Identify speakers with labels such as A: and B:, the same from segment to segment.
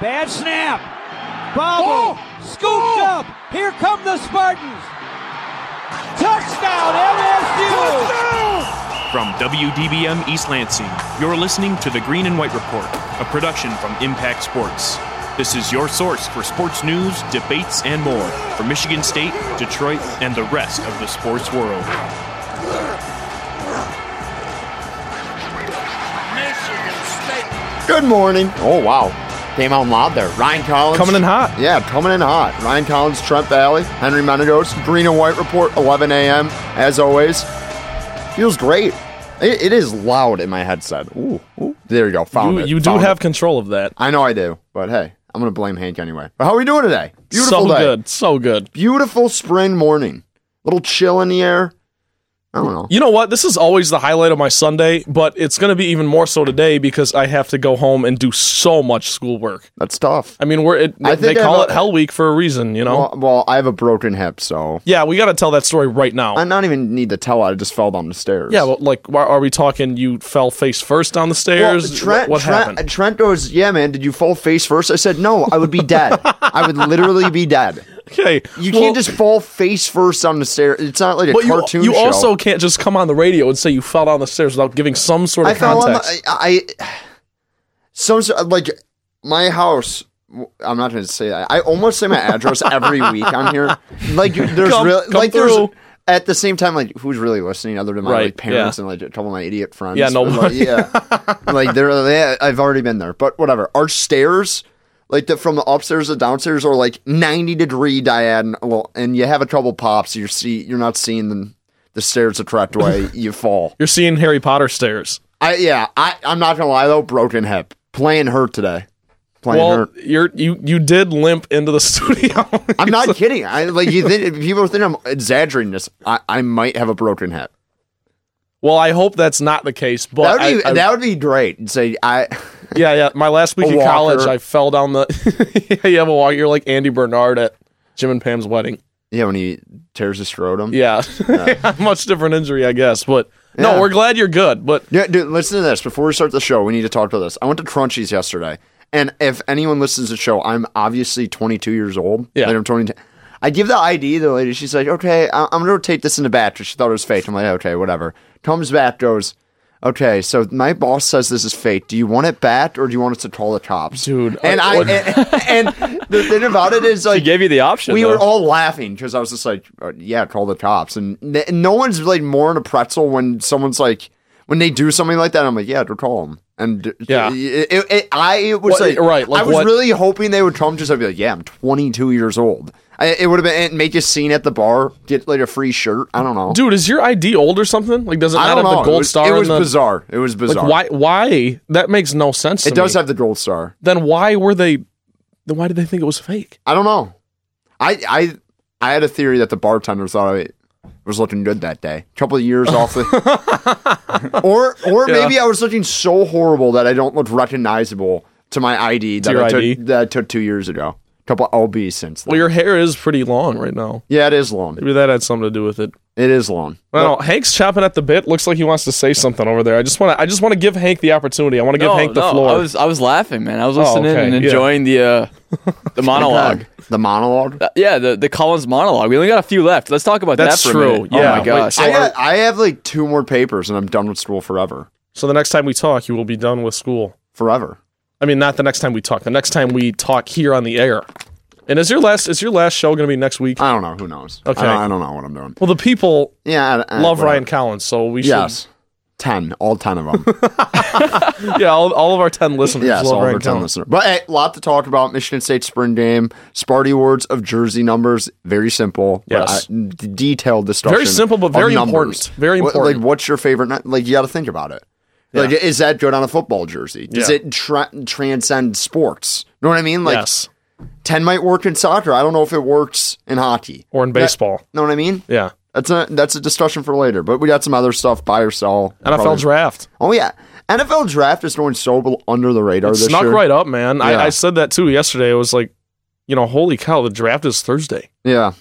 A: Bad snap. Bobble.
B: Oh!
A: Scooped
B: Oh!
A: up. Here come the Spartans. Touchdown, MSU.
C: From WDBM East Lansing, you're listening to the Green and White Report, a production from Impact Sports. This is your source for sports news, debates, and more from Michigan State, Detroit, and the rest of the sports world.
D: Good morning. Oh, wow. Came out loud there. Ryan Collins.
E: Coming in hot.
D: Yeah, coming in hot. Ryan Collins, Trent Valley, Henry Menegos, Green and White Report, 11 a.m. As always, feels great. It, it is loud in my headset. Ooh, ooh. There you go. Found
E: You,
D: it.
E: you do
D: Found
E: have
D: it.
E: control of that.
D: I know I do, but hey, I'm going to blame Hank anyway. But how are we doing today? Beautiful
E: so
D: day.
E: good. So good.
D: Beautiful spring morning. Little chill in the air. I don't know.
E: You know what? This is always the highlight of my Sunday, but it's going to be even more so today because I have to go home and do so much schoolwork.
D: That's tough.
E: I mean, we're it,
D: I
E: they
D: think I
E: call
D: know-
E: it Hell Week for a reason, you know.
D: Well, well, I have a broken hip, so
E: yeah, we got to tell that story right now.
D: I don't even need to tell. I just fell down the stairs.
E: yeah, well, like, why are we talking? You fell face first down
D: Well,
E: the stairs.
D: Trent,
E: what
D: Trent,
E: happened?
D: Trent goes, "Yeah, man, did you fall face first? I said, "No, I would be dead. I would literally be dead.
E: okay,
D: You
E: well-
D: can't just fall face first on the stairs. It's not like a
E: But you,
D: cartoon
E: you
D: show.
E: also can't just come on the radio and say you fell down the stairs without giving some sort of
D: I fell on
E: context.
D: the, I, I some sort- like my house. I'm not going to say that. I almost say my address every week on here. Like you- there's
E: Come-
D: really
E: come
D: like there's
E: through.
D: at the same time like who's really listening other than my
E: Right,
D: like parents
E: yeah.
D: and like a couple of my idiot friends.
E: Yeah,
D: But, like,
E: nobody.
D: yeah, like they're they, I've already been there, but whatever. Our stairs. Like the, from the upstairs to downstairs are like ninety degree diagonal, and you have a couple pops. You see, you're not seeing the, the stairs the correct way. You fall.
E: You're seeing Harry Potter stairs.
D: I yeah, I I'm not gonna lie though, broken hip. Playing hurt today. Playing
E: well,
D: hurt.
E: you're you you did limp into the studio.
D: I'm not kidding. I like you think people think I'm exaggerating this. I, I might have a broken hip.
E: well, I hope that's not the case. But
D: That would
E: I-
D: be
E: I-
D: that would be great. Say I
E: yeah, yeah. My last week
D: A
E: in college,
D: walker.
E: I fell down the. yeah, you have a walk. You're like Andy Bernard at Jim and Pam's wedding.
D: yeah when he tears his scrotum.
E: Yeah, much different injury, I guess. But
D: Yeah.
E: no, we're glad you're good. But
D: Yeah, dude, listen to this. Before we start the show, we need to talk about this. I went to Crunchies yesterday, and if anyone listens to the show, I'm obviously 22 years old.
E: Yeah.
D: Like, I'm 22. I give the ID to the lady. She's like, okay, I- I'm going to rotate this in the back. She thought it was fake. I'm like, okay, whatever. Comes back, goes, okay, so my boss says this is fake. Do you want it back or do you want us to call the cops?
E: Dude,
D: And I,
E: I-
D: and, and the thing about it is
F: He
D: like,
F: gave you the option.
D: we were
F: though.
D: all laughing because I was just like, uh, "Yeah, call the cops." And n- no one's like more in a pretzel when someone's like when they do something like that. I'm like, "Yeah, to call them." And d-
E: Yeah.
D: it, it, it- I it was
E: What-
D: like,
E: right, like
D: I was
E: what-
D: really hoping they would come just I'd be like, "Yeah, I'm 22 years old." I, it would have been and make a scene at the bar, get like a free shirt. I don't know.
E: dude, is your ID old or something? Like, does it
D: I
E: not
D: don't
E: have
D: know.
E: the gold
D: it was,
E: star?
D: It
E: and
D: was
E: the-
D: bizarre. It was
E: Like,
D: bizarre.
E: why? Why? That makes no sense.
D: It
E: to
D: does
E: me.
D: have the gold star.
E: Then why were they? Then why did they think it was fake?
D: I don't know. I I I had a theory that the bartender thought I was looking good that day. couple of years off the Or or maybe I was looking so horrible that I don't look recognizable to my ID that
E: your
D: I took
E: ID?
D: that I took two years ago. couple of LBs since then.
E: Well, your hair is pretty long right now.
D: yeah, it is long.
E: Maybe that had something to do with it.
D: It is long.
E: Well, Hank's chopping at the bit. Looks like he wants to say something over there. I just want to. I just want to give Hank the opportunity. I want to give
F: No,
E: Hank the
F: no,
E: floor. Oh,
F: I was I was laughing, man. I was listening
E: okay,
F: and
E: yeah. Oh
F: enjoying the uh, the monologue.
D: The monologue.
F: Uh, Yeah, the, the Collins monologue. We only got a few left. Let's talk about
E: That's
F: that for a
E: true,
F: minute.
E: yeah.
F: Oh my
E: Wait,
F: gosh.
D: I, got, I have like two more papers and I'm done with school forever.
E: so the next time we talk, you will be done with school.
D: Forever.
E: I mean, not the next time we talk. The next time we talk here on the air. And is your last is your last show going to be next week?
D: I don't know. Who knows? I
E: Okay.
D: don't, I don't know what I'm doing.
E: well, the people
D: Yeah. I, I-
E: love
D: uh, whatever.
E: Ryan Collins, so we
D: Yes. Ten. All ten of them.
E: should. Yeah, all, all of our ten listeners
D: Yes,
E: love
D: all
E: Ryan
D: over town
E: Collins.
D: listener. But hey, a lot to talk about. Michigan State spring game, Sparty words of jersey numbers. Very simple. but,
E: Yes.
D: uh, d- detailed discussion.
E: Very simple, but
D: of
E: very
D: numbers.
E: important. Very
D: What-
E: important.
D: like, what's your favorite? nu- Like, you got to think about it. Like, is that good on a football jersey? Does
E: Yeah.
D: it tra- transcend sports? You know what I mean? Like,
E: yes,
D: ten might work in soccer. I don't know if it works in hockey.
E: or in baseball.
D: You know what I mean?
E: yeah,
D: That's a that's a discussion for later. But we got some other stuff. Buy or sell.
E: NFL
D: Probably-
E: draft.
D: Oh yeah, NFL draft is going so bel- under the radar this
E: snuck
D: year.
E: right up, man.
D: Yeah.
E: I, I said that too yesterday. It was like, you know, holy cow, the draft is Thursday.
D: Yeah.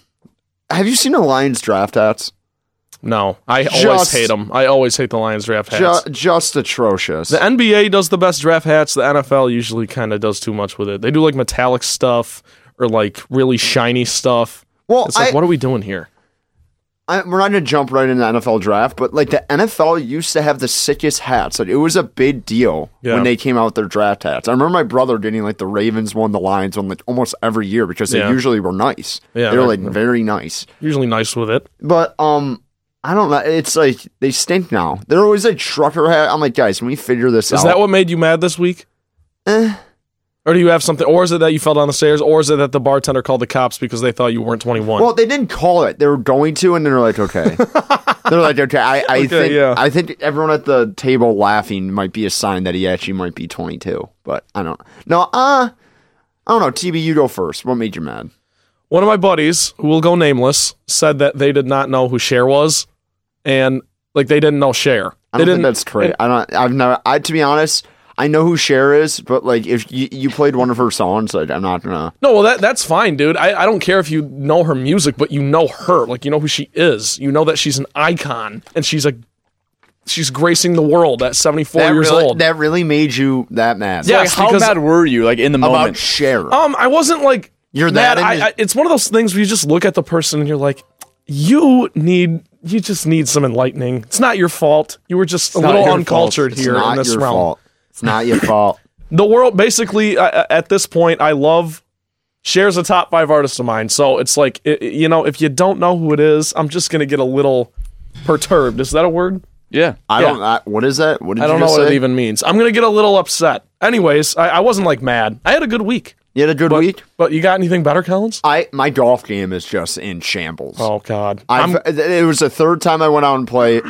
D: Have you seen the Lions draft hats?
E: No, I always
D: Just-
E: hate them. I always hate the Lions draft hats.
D: Ju- just atrocious.
E: the NBA does the best draft hats. The NFL usually kind of does too much with it. They do like metallic stuff or like really shiny stuff.
D: Well,
E: It's
D: I-
E: like, what are we doing here?
D: I, we're not going to jump right into the NFL draft, but like the NFL used to have the sickest hats. Like it was a big deal
E: Yeah.
D: when they came out with their draft hats. I remember my brother getting like the Ravens one, the Lions one, like almost every year because they
E: Yeah.
D: usually were nice.
E: Yeah,
D: they were
E: I
D: like very nice.
E: Usually nice with it.
D: But um, I don't know. It's like they stink now. They're always a trucker hat. I'm like, guys, can we figure this
E: Is
D: out? Eh.
E: that what made you mad this week? Or do you have something? Or is it that you fell down the stairs? Or is it that the bartender called the cops because they thought you weren't 21?
D: Well, they didn't call it. They were going to, and then they're like, okay. they're like, okay. I, I think
E: yeah.
D: I think everyone at the table laughing might be a sign that he actually might be 22. But I don't. No, uh, I don't know. TB, you go first. What made you mad?
E: One of my buddies, who will go nameless, said that they did not know who Cher was, and like they didn't know Cher.
D: I don't
E: They didn't.
D: think that's correct. I don't. I've never. I to be honest, I know who Cher is, but like if you, you played one of her songs, like I'm not gonna.
E: No, well that that's fine, dude. I, I don't care if you know her music, but you know her. Like you know who she is. You know that she's an icon, and she's a she's gracing the world at 74
D: that
E: years
D: really,
E: old.
D: That really made you that mad.
E: Yeah,
F: Like,
E: Yes,
F: how
E: because-
F: mad were you like in the
D: About
F: moment?
D: Cher.
E: um, I wasn't like
D: You're that
E: mad.
D: in
E: I,
D: his-
E: I, it's one of those things where you just look at the person and you're like, you need. You just need some enlightening. It's not your fault. You were just a
F: not your
E: little
F: fault.
E: uncultured
D: it's
E: here
D: not
E: in this
D: your
E: realm.
D: fault. It's not your fault.
E: the world basically uh, at this point i love shares a top five artist of mine so it's like i i- you know if you don't know who it is i'm just gonna get a little perturbed is that a word
F: yeah.
D: I
E: Yeah.
D: don't. I, what is that? What did
E: i don't
D: you
E: know
D: just
E: what
D: say?
E: it even means i'm gonna get a little upset anyways i, I wasn't like mad i had a good week
D: You had a good week.
E: but you got anything better collins
D: I my golf game is just in shambles.
E: oh god
D: I've,
E: I'm-
D: it was the third time I went out and played.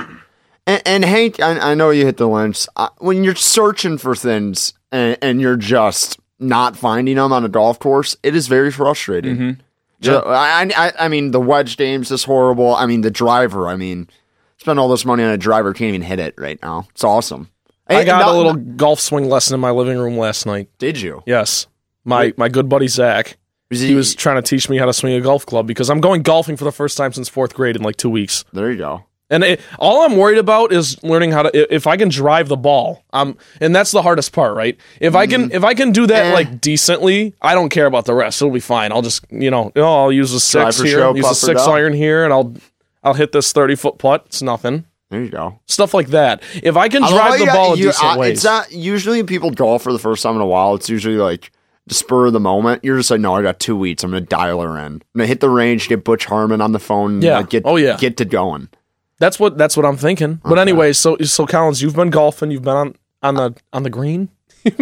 D: And, and Hank, I, I know you hit the links. I, when you're searching for things and, and you're just not finding them on a golf course, it is very frustrating.
E: Mm-hmm.
D: So, I, I, I mean, the wedge game's just horrible. I mean, the driver. I mean, spend all this money on a driver can't even hit it right now. It's awesome.
E: i
D: Hey,
E: got
D: no-
E: a little golf swing lesson in my living room last night
D: Did you?
E: yes my my good buddy zach he
D: he-
E: was trying to teach me how to swing a golf club because i'm going golfing for the first time since fourth grade in like two weeks
D: There you go.
E: And it, all I'm worried about is learning how to i- if I can drive the ball. Um, and that's the hardest part, right? If I can if I can do that
D: Eh.
E: like decently, I don't care about the rest. It'll be fine. I'll just you know oh, I'll use a
D: Drive
E: six
D: for
E: here,
D: show,
E: I'll use a
D: putt for
E: six
D: dough.
E: iron here, and I'll I'll hit this thirty foot putt. It's nothing.
D: There you go.
E: Stuff like that. If I can
D: I love how
E: drive the
D: you got-
E: ball a
D: you-
E: decent
D: uh,
E: way,
D: It's not usually people golf for the first time in a while. It's usually like the spur of the moment. You're just like, no, I got two weeks. I'm gonna dial her in. I'm gonna hit the range, get Butch Harmon on the phone. and,
E: Yeah.
D: like, get
E: Oh, yeah.
D: get to going.
E: that's what that's what I'm thinking. But anyway, so so Collins, you've been golfing, you've been on on the on the green.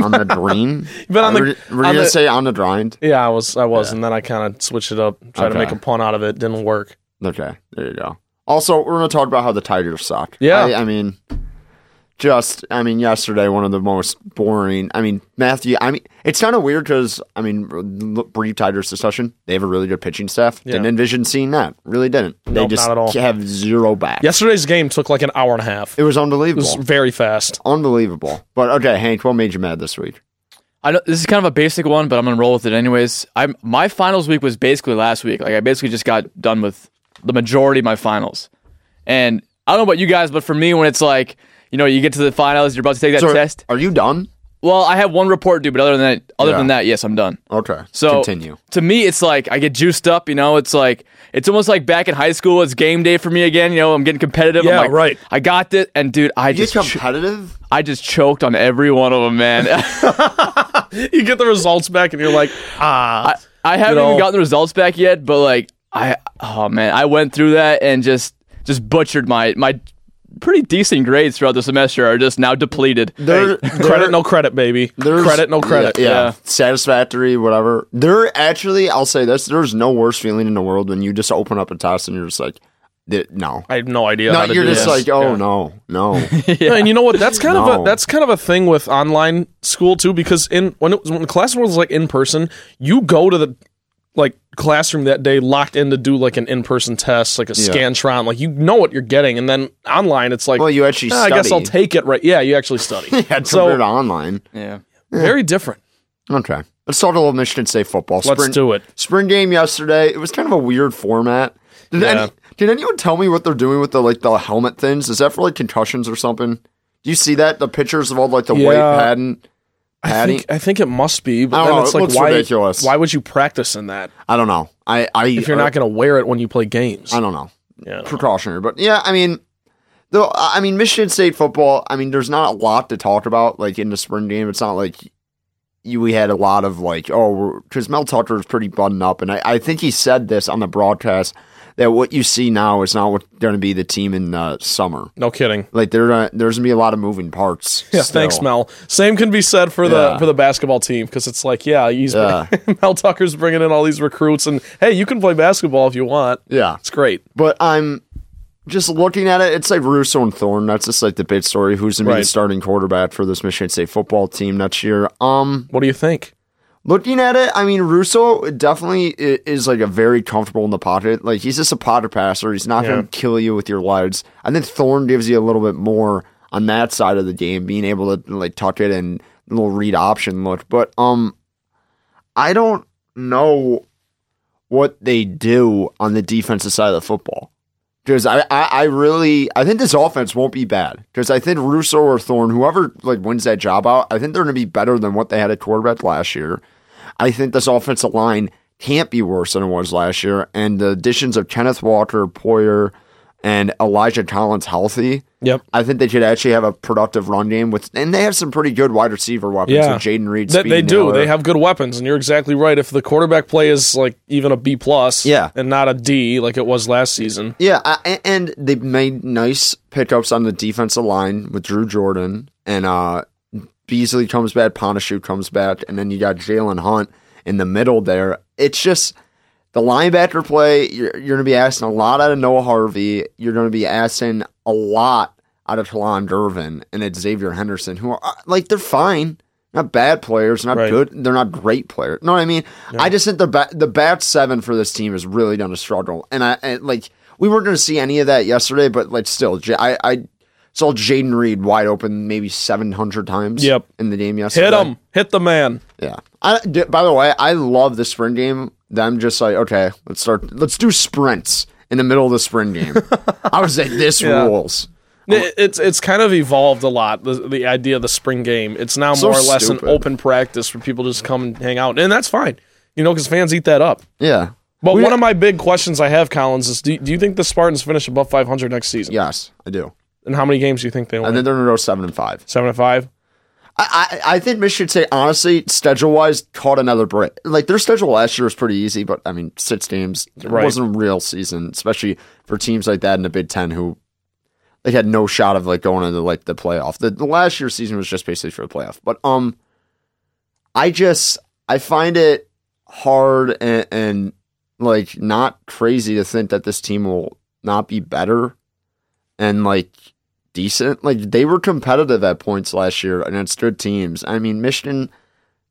D: On the green.
E: But on the-
D: were, you- were
E: on
D: you gonna
E: the-
D: say on the grind?
E: Yeah, I was I was, and then I kind of switched it up, tried to
D: Okay.
E: make a punt out of it, didn't work.
D: Okay, there you go. Also, we're gonna talk about how the Tigers suck.
E: Yeah.
D: I, I mean. Just, I mean, yesterday one of the most boring. I mean, Matthew. I mean, it's kind of weird because I mean, l- brief Tigers discussion. They have a really good pitching staff.
E: Yeah.
D: Didn't envision seeing that. Really didn't. They
E: Nope,
D: just
E: not at all.
D: have zero back.
E: Yesterday's game took like an hour and a half.
D: It
E: It
D: was unbelievable.
E: was very fast.
D: unbelievable. But okay, Hank, what made you mad this week?
F: I know this is kind of a basic one, but I'm gonna roll with it anyways. I my finals week was basically last week. Like I basically just got done with the majority of my finals, and I don't know about you guys, but for me, when it's like you know you get to the finals, you're about to take that
D: So,
F: test.
D: Are you done?
F: Well, I have one report due, but other than that, other than that, yes, I'm done.
D: Okay.
F: So
D: continue.
F: To me, it's like I get juiced up. You know, it's like it's almost like back in high school. It's game day for me again. You know, I'm getting competitive. I'm
E: Yeah,
F: like,
E: right.
F: I got this, and dude, I
D: You
F: just ch-
D: competitive?
F: I just choked on every one of them, man.
E: You get the results back and you're like, ah.
F: I haven't
E: You know-
F: even gotten the results back yet, but like I oh man, I went through that and just just butchered my my pretty decent grades throughout the semester are just now depleted.
D: There- there-
E: credit, no credit, baby.
D: There's-
E: Credit, no credit.
D: Yeah, yeah.
F: Yeah.
D: satisfactory, whatever. There actually, I'll say this: there's no worse feeling in the world when you just open up a test and you're just like, "Th- no,
E: I have no idea.
D: no,
E: how to
D: you're
E: do
D: just
E: this.
D: like, oh
E: Yeah.
D: no, no.
E: Yeah, and you know what? That's kind of
D: No.
E: a that's kind of a thing with online school too, because in when it was, when the class was like in person, you go to the like classroom that day locked in to do like an in person test, like a scantron, like you know what you're getting, and then online it's like,
D: well, you actually
E: "Ah, I
D: study.
E: guess I'll take it. Right? Yeah, you actually study.
D: yeah, it's
E: so
D: compared to online.
F: Yeah.
E: very different.
D: Okay, let's talk a little Michigan State football.
E: Let's
D: Spring-
E: do it.
D: Spring game yesterday. It was kind of a weird format. Did,
E: Yeah.
D: any, Can anyone tell me what they're doing with the like the helmet things? Is that for like concussions or something? Do you see that the pictures of all like the white
E: Yeah.
D: padding?
E: I
D: Padding?
E: think, I think it must be, but
D: I
E: then
D: don't know,
E: it's
D: it
E: like
D: looks
E: why
D: ridiculous.
E: why would you practice in that
D: I don't know. I I
E: if you're not going to wear it when you play games?
D: I don't know.
E: Yeah, I don't
D: Precautionary, but yeah, I mean, though I mean Michigan State football. I mean, there's not a lot to talk about like in the spring game. It's not like you we had a lot of like oh because Mel Tucker is pretty buttoned up, and I, I think he said this on the broadcast that what you see now is not what going to be the team in the summer.
E: no kidding.
D: Like there uh, there's gonna be a lot of moving parts.
E: Yeah,
D: still.
E: thanks, Mel. Same can be said for the
D: Yeah.
E: for the basketball team because it's like, yeah, he's
D: Yeah.
E: Mel Tucker's bringing in all these recruits, and hey, you can play basketball if you want.
D: Yeah,
E: It's great.
D: but I'm just looking at it. It's like Russo and Thorne. That's just like the big story. Who's gonna be
E: Right.
D: the starting quarterback for this Michigan State football team next year? Um.
E: What do you think?
D: Looking at it, I mean, Russo definitely i- is like a very comfortable in the pocket. Like he's just a pocket passer. He's not
E: Yeah.
D: going to kill you with your legs. I think Thorne gives you a little bit more on that side of the game, being able to like tuck it and a little read option look. But um, I don't know what they do on the defensive side of the football because I, I I really I think this offense won't be bad because I think Russo or Thorne, whoever like wins that job out, I think they're going to be better than what they had at quarterback last year. I think this offensive line can't be worse than it was last year. And the additions of Kenneth Walker, Poyer, and Elijah Collins healthy,
E: Yep.
D: I think they could actually have a productive run game with. And they have some pretty good wide receiver weapons.
E: Yeah.
D: with Jaden Reed.
E: That they
D: Speed
E: do.
D: Miller.
E: They have good weapons, and you're exactly right. If the quarterback play is like even a B plus,
D: Yeah.
E: and not a D like it was last season,
D: Yeah, I, a- and they made nice pickups on the defensive line with Drew Jordan and uh, Beasley comes back, Ponashu comes back, and then you got Jalen Hunt in the middle there. It's just the linebacker play. You're, you're going to be asking a lot out of Noah Harvey. You're going to be asking a lot out of Talon Durvin and it's Xavier Henderson, who are uh, like they're fine, not bad players, not
E: Right.
D: good. They're not great players. No, I mean, I just think the ba- the bat seven for this team is really going to struggle, and I and, like we weren't going to see any of that yesterday, but like still, J- I I saw Jaden Reed wide open maybe seven hundred times.
E: Yep.
D: in the game yesterday.
E: hit him, hit the man.
D: Yeah. I, d- by the way, I love the sprint game. Them just like, okay, let's start. Let's do sprints in the middle of the sprint game. I was like, this rules.
E: It- It's it's kind of evolved a lot. The, the idea of the spring game. It's now
D: So
E: more or less an
D: stupid.
E: open practice for people to just come and hang out, and that's fine. You know, because fans eat that up.
D: Yeah.
E: But
D: We-
E: one of my big questions I have, Collins, is do, do you think the Spartans finish above 500 next season?
D: Yes, I do.
E: And how many games do you think they
D: And
E: win?
D: then they're gonna go seven and five.
E: Seven to five.
D: I, I I think Michigan State, honestly, schedule wise, caught another break. Like their schedule last year was pretty easy, but I mean, six games it
E: Right.
D: wasn't a real season, especially for teams like that in the Big Ten who they had no shot of like going into like the playoff. The, the last year's season was just basically for the playoff. But um, I just I find it hard and, and like not crazy to think that this team will not be better and like decent. Like they were competitive at points last year against good teams. I mean, Michigan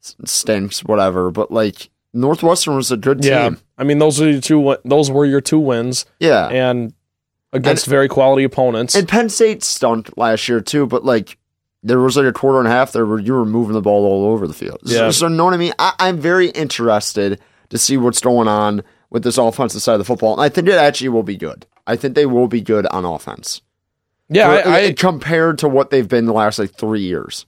D: s- stinks, whatever, but like Northwestern was a good
E: Yeah.
D: team.
E: I mean, those are your two. win- Those were your two wins,
D: Yeah.
E: and against very quality opponents.
D: And Penn State stunk last year too, but like there was like a quarter and a half there where you were moving the ball all over the field. So-
E: Yeah.
D: So, know what I mean? I, I'm very interested to see what's going on with this offensive side of the football. And I think it actually will be good. I think they will be good on offense.
E: yeah,
D: For-
E: I, I,
D: compared to what they've been the last like three years.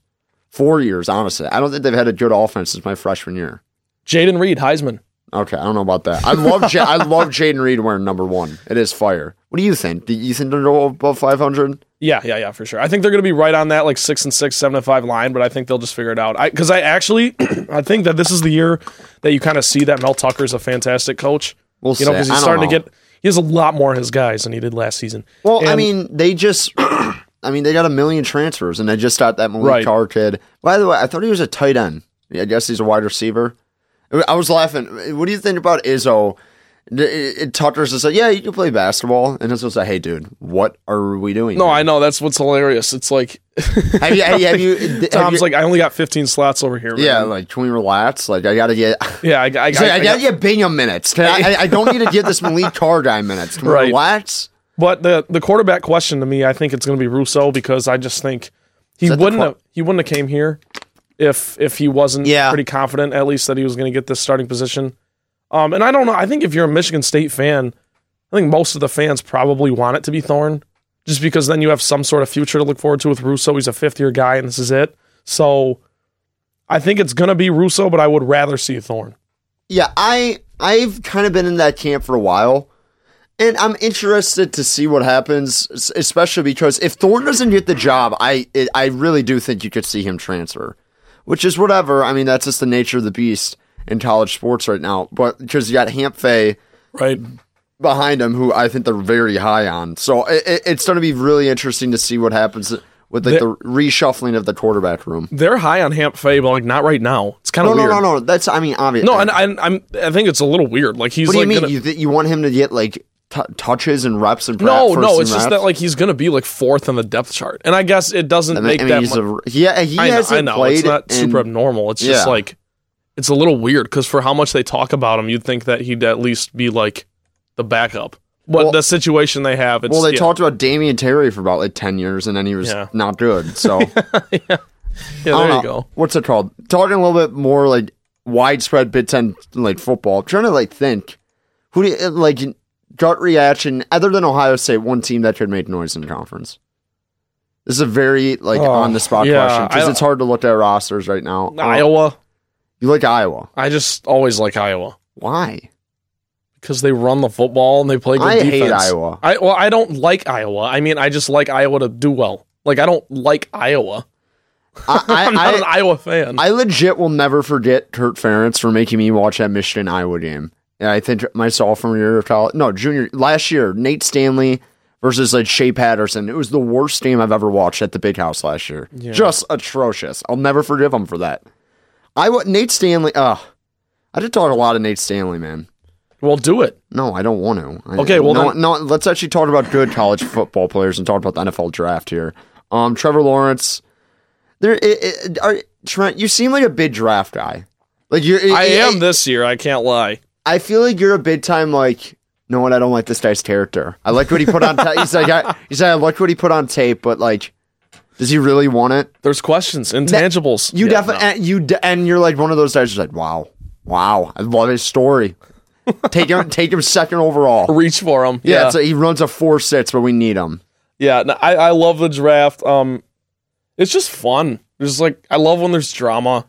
D: Four years, honestly. I don't think they've had a good offense since my freshman year.
E: Jaden Reed, Heisman.
D: Okay, I don't know about that. I love ja- I love Jaden Reed wearing number one. It is fire. What do you think? Do you think they're go above five hundred?
E: Yeah, yeah, yeah, for sure. I think they're going to be right on that like six and six, seven and five line, but I think they'll just figure it out. I because I actually I think that this is the year that you kind of see that Mel Tucker's a fantastic coach.
D: We'll
E: you know,
D: see.
E: because
D: I don't
E: he's starting to
D: know.
E: get he has a lot more of his guys than he did last season.
D: Well, I
E: And-
D: mean, they just, I mean, they got a million transfers, and they just got that Malik
E: Right.
D: Carr kid. By the way, I thought he was a tight end. Yeah, I guess he's a wide receiver. I was laughing. What do you think about Izzo? It, it, Tucker's just like, yeah, you can play basketball, and Izzo's like, hey, dude, what are we doing?
E: No,
D: here?
E: I know that's what's hilarious. It's like
D: have you, have you, have you- have you-
E: Tom's like, I only got 15 slots over here. man."
D: yeah, like, can we relax? Like, I gotta get.
E: yeah. I, I,
D: He's like,
E: I-
D: I,
E: I
D: gotta
E: got-
D: get Bingham minutes. Can I, I, I don't need to give this Malik Carr guy minutes. Can we
E: Right.
D: relax?
E: but the the quarterback question to me, I think it's going to be Russo because I just think he
D: that the
E: wouldn't
D: qu-
E: have he wouldn't have came here if if he wasn't
D: Yeah.
E: pretty confident at least that he was going to get this starting position. Um, and I don't know. I think if you're a Michigan State fan, I think most of the fans probably want it to be Thorne, just because then you have some sort of future to look forward to with Russo. He's a fifth year guy, and this is it. So I think it's gonna be Russo, but I would rather see Thorne.
D: Yeah, I I've kind of been in that camp for a while, and I'm interested to see what happens, es- especially because if Thorne doesn't get the job, I it, I really do think you could see him transfer, which is whatever. I mean, that's just the nature of the beast in college sports right now. But because you got Hamp Faye
E: Right.
D: behind him, who I think they're very high on, so it, it- it's going to be really interesting to see what happens with like, the reshuffling of the quarterback room.
E: They're high on Hamp Faye, but like not right now. It's kind
D: No,
E: of
D: no,
E: weird.
D: no, no. That's I mean, obviously.
E: No, and, and I'm I think it's a little weird. Like he's
D: What do
E: like
D: you mean?
E: gonna-
D: you, th- you want him to get like t- touches and reps and prep
E: no,
D: first
E: no,
D: and
E: it's just
D: reps?
E: that like he's gonna be like fourth on the depth chart, and I guess it doesn't
D: I mean,
E: make
D: I mean,
E: that.
D: he's
E: much,
D: a- he, yeah, he
E: I know,
D: hasn't
E: I know,
D: played.
E: it's not
D: in-
E: super abnormal. It's just
D: Yeah.
E: like it's a little weird because for how much they talk about him, you'd think that he'd at least be like the backup. But
D: Well-
E: the situation they have, it's
D: well, they
E: yeah,
D: talked about Damian Terry for about like ten years, and then he was
E: Yeah.
D: not good. So
E: Yeah,
D: I
E: there
D: don't
E: you
D: know.
E: go.
D: What's it called? Talking a little bit more like widespread Big Ten like football. I'm trying to like think who do you, uh, like gut reaction other than Ohio State, one team that could make noise in conference. This is a very like
E: Oh,
D: on the spot
E: yeah,
D: question
E: I
D: because
E: don't-
D: it's hard to look at rosters right now. Uh,
E: Iowa,
D: You like Iowa?
E: I just always like Iowa
D: Why?
E: because they run the football and they play good
D: I hate
E: defense.
D: Iowa.
E: I well, I don't like Iowa. I mean, I just like Iowa to do well. Like I don't like Iowa.
D: I,
E: I'm not an
D: I, I,
E: Iowa fan.
D: I legit will never forget Kurt Ferentz for making me watch that Michigan Iowa game. And I think my sophomore year of college, no, junior last year, Nate Stanley versus like Shea Patterson. It was the worst game I've ever watched at the Big House last year. Just atrocious. I'll never forgive him for that. I wa- Nate Stanley. Ugh, I did talk a lot of Nate Stanley, man.
E: well, do it.
D: No, I don't want to. I-
E: Okay, well
D: no,
E: then-
D: no. Let's actually talk about good college football players and talk about the NFL draft here. Um, Trevor Lawrence, there. It, it, are, Trent, you seem like a big draft guy. Like you're.
E: I am
D: I,
E: this year. I can't lie.
D: I feel like you're a big time. Like, no, what? I don't like this guy's character. I like what he put on. ta- he's like, I, he's like, I like what he put on tape, but like, does he really want it?
E: There's questions, intangibles.
D: You
E: Yeah,
D: definitely. And you de- and you're like one of those guys. Who's like, wow, wow, I love his story. take him, take him second overall.
E: no. reach for them.
D: Yeah,
E: Yeah, yeah.
D: It's a, he runs a four six, but we need him.
E: no, I, I love the draft. Um, it's just fun. There's like I love when there's drama.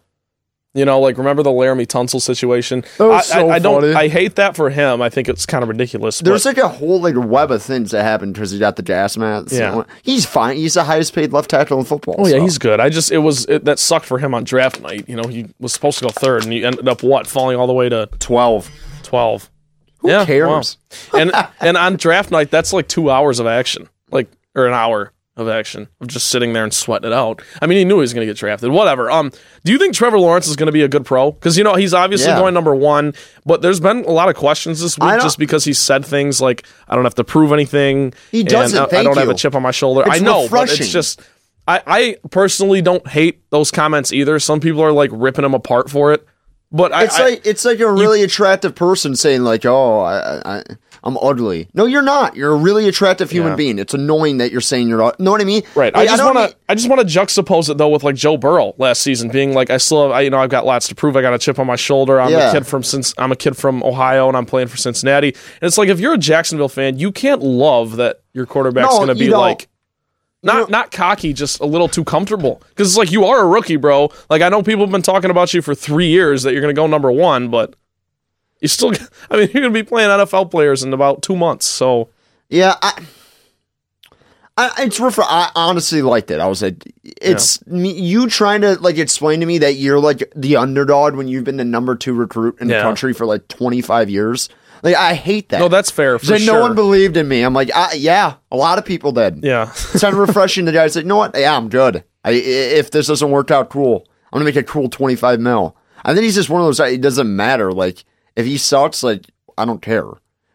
E: You know, like remember the Laramie Tunsil situation.
D: That was
E: I, I-
D: so
E: I don't.
D: funny.
E: I hate that for him. I think it's kind of ridiculous.
D: There's
E: but
D: like a whole like web of things that happened because he got the gas mask.
E: Yeah.
D: he's fine. He's the highest paid left tackle in football.
E: oh yeah,
D: so.
E: he's good. I just it was it, that sucked for him on draft night. You know, he was supposed to go third, and he ended up what falling all the way to
D: twelve.
E: twelve. Who yeah,
D: cares?
E: wow. and and on draft night, that's like two hours of action, like or an hour of action of just sitting there and sweating it out. I mean, he knew he was going to get drafted. Whatever. Um, do you think Trevor Lawrence is going to be a good pro? Because you know he's obviously
D: Yeah.
E: going number one, but there's been a lot of questions this
D: I
E: week
D: don't-
E: just because he said things like, "I don't have to prove anything."
D: He
E: and
D: doesn't,
E: I- I,
D: thank
E: don't have a
D: you.
E: chip on my shoulder. I
D: It's
E: know, but
D: refreshing.
E: it's just. I, I personally don't hate those comments either. Some people are like ripping him apart for it, but I,
D: It's
E: I-
D: like it's like a really attractive person saying like, "Oh, I, I, I'm ugly." No, you're not. You're a really attractive human
E: Yeah.
D: being. It's annoying that you're saying you're. ug- Know what I mean?
E: Right.
D: Like,
E: I just
D: don't
E: want
D: mean-
E: to. I just want to juxtapose it though with like Joe Burrow last season, being like, I still, have, I, you know, I've got lots to prove. I got a chip on my shoulder. I'm
D: Yeah.
E: a kid from since I'm a kid from Ohio, and I'm playing for Cincinnati. And it's like if you're a Jacksonville fan, you can't love that your quarterback's
D: No,
E: going to
D: you
E: be
D: don't.
E: like. Not
D: don't-
E: not cocky, just a little too comfortable. Because it's like you are a rookie, bro. Like I know people have been talking about you for three years that you're going to go number one, but you still. I mean, you're going to be playing NFL players in about two months. So
D: Yeah, I, I it's refer- I honestly liked it. I was like, it's me, you trying to like explain to me that you're like the underdog when you've been the number two recruit in the
E: Yeah.
D: country for like 25 years. Like, I hate that.
E: no, that's fair. For
D: It's like,
E: sure.
D: no one believed in me. I'm like, I, yeah, a lot of people did.
E: yeah.
D: It's kind of refreshing. The guy's like, you know what? Yeah, I'm good. I, i- if this doesn't work out, cool. I'm gonna make a cool 25 mil. I think he's just one of those. It doesn't matter. Like if he sucks, like I don't care.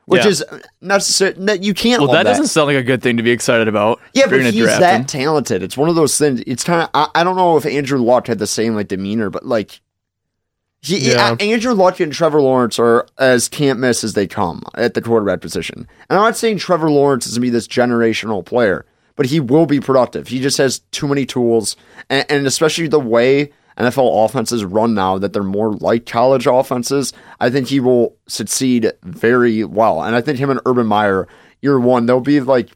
D: Which
E: Yeah.
D: is necessary. That you can't.
F: Well,
D: love
F: that, doesn't sound like a good thing to be excited about.
D: Yeah,
F: if you're
D: but
F: gonna
D: he's
F: draft
D: that
F: him.
D: talented. It's one of those things. It's kind of I, I don't know if Andrew Luck had the same like demeanor, but like he,
E: Yeah.
D: uh, Andrew Luck and Trevor Lawrence are as can't miss as they come at the quarterback position. And I'm not saying Trevor Lawrence is gonna be this generational player, but he will be productive. He just has too many tools, and, and especially the way NFL offenses run now that they're more like college offenses, I think he will succeed very well. And I think him and Urban Meyer, year one, they'll be like,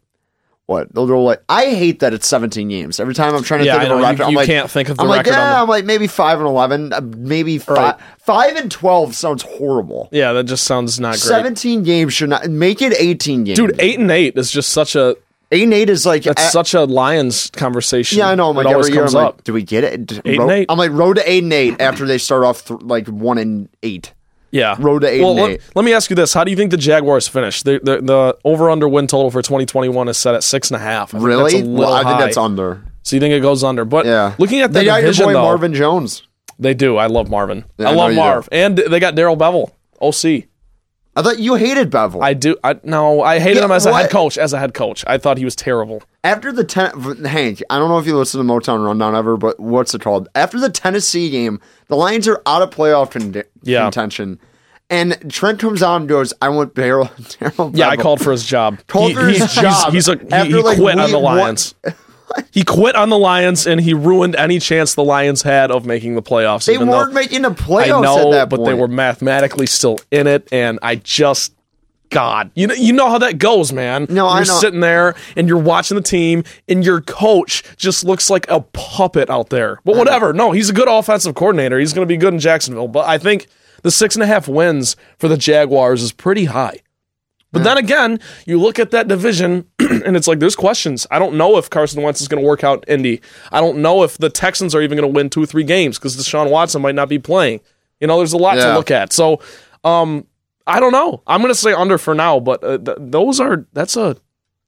D: what? They'll go like, I hate that it's 17 games. Every time I'm trying to
E: Yeah,
D: think
E: I
D: of a
E: know. You-
D: record, I'm
E: you
D: like,
E: can't think of the
D: I'm like,
E: record on
D: yeah,
E: the-
D: I'm like maybe five and 11, uh, maybe five, five and 12 sounds horrible.
E: Yeah, that just sounds not great.
D: 17 games should not make it 18 games.
E: Dude, eight and eight is just such a
D: eight and eight is like
E: that's
D: a-
E: such a Lions conversation.
D: Eh. Yeah, I know. I'm
E: it
D: like
E: always
D: every year, I'm
E: comes
D: like,
E: up.
D: do we get it? D-
E: Eight
D: road-
E: and eight.
D: I'm like road to eight and eight after they start off th- like one and eight.
E: yeah,
D: road to eight
E: Well,
D: and
E: let,
D: eight.
E: let me ask you this: How do you think the Jaguars finish? The, the, the over under win total for 2021 is set at six and a half. I think that's a
D: Really?
E: little
D: Well, I think
E: high.
D: that's under.
E: So you think it goes under? But
D: Yeah.
E: looking at the
D: they got your
E: division,
D: boy
E: though,
D: Marvin Jones.
E: they do. I love Marvin.
D: Yeah,
E: I
D: I know
E: love
D: you do.
E: Marv, and they got Daryl Bevel, OC.
D: I thought you hated Bevel
E: I do. I no. I hated
D: Yeah,
E: him as a head
D: what?
E: coach. As a head coach, I thought he was terrible.
D: after the ten. Hank, I don't know if you listen to Motown Rundown ever, but what's it called? After the Tennessee game, the Lions are out of playoff con-
E: Yeah.
D: contention, and Trent comes on and goes, "I want Daryl." Daryl
E: Yeah, I
D: Bevel."
E: called for his job.
D: Called for his
E: he's,
D: job
E: He's, he's a, he,
D: after,
E: he
D: like,
E: quit on
D: we
E: the
D: won-
E: Lions. he quit on the Lions, and he ruined any chance the Lions had of making the playoffs.
D: They
E: even though-
D: weren't making the
E: I
D: playoffs
E: know,
D: at that
E: but
D: point.
E: they were mathematically still in it, and I just. God, you know you know how that goes, man.
D: No,
E: you're
D: I know.
E: sitting there and you're watching the team, and your coach just looks like a puppet out there. But whatever. No, he's a good offensive coordinator. He's going to be good in Jacksonville. But I think the six and a half wins for the Jaguars is pretty high. But then again, you look at that division and it's like there's questions. I don't know if Carson Wentz is going to work out Indy. I don't know if the Texans are even going to win two or three games because Deshaun Watson might not be playing. You know, there's a lot
D: Yeah.
E: to look at. So, um, I don't know. I'm going to say under for now, but uh, th- those are that's a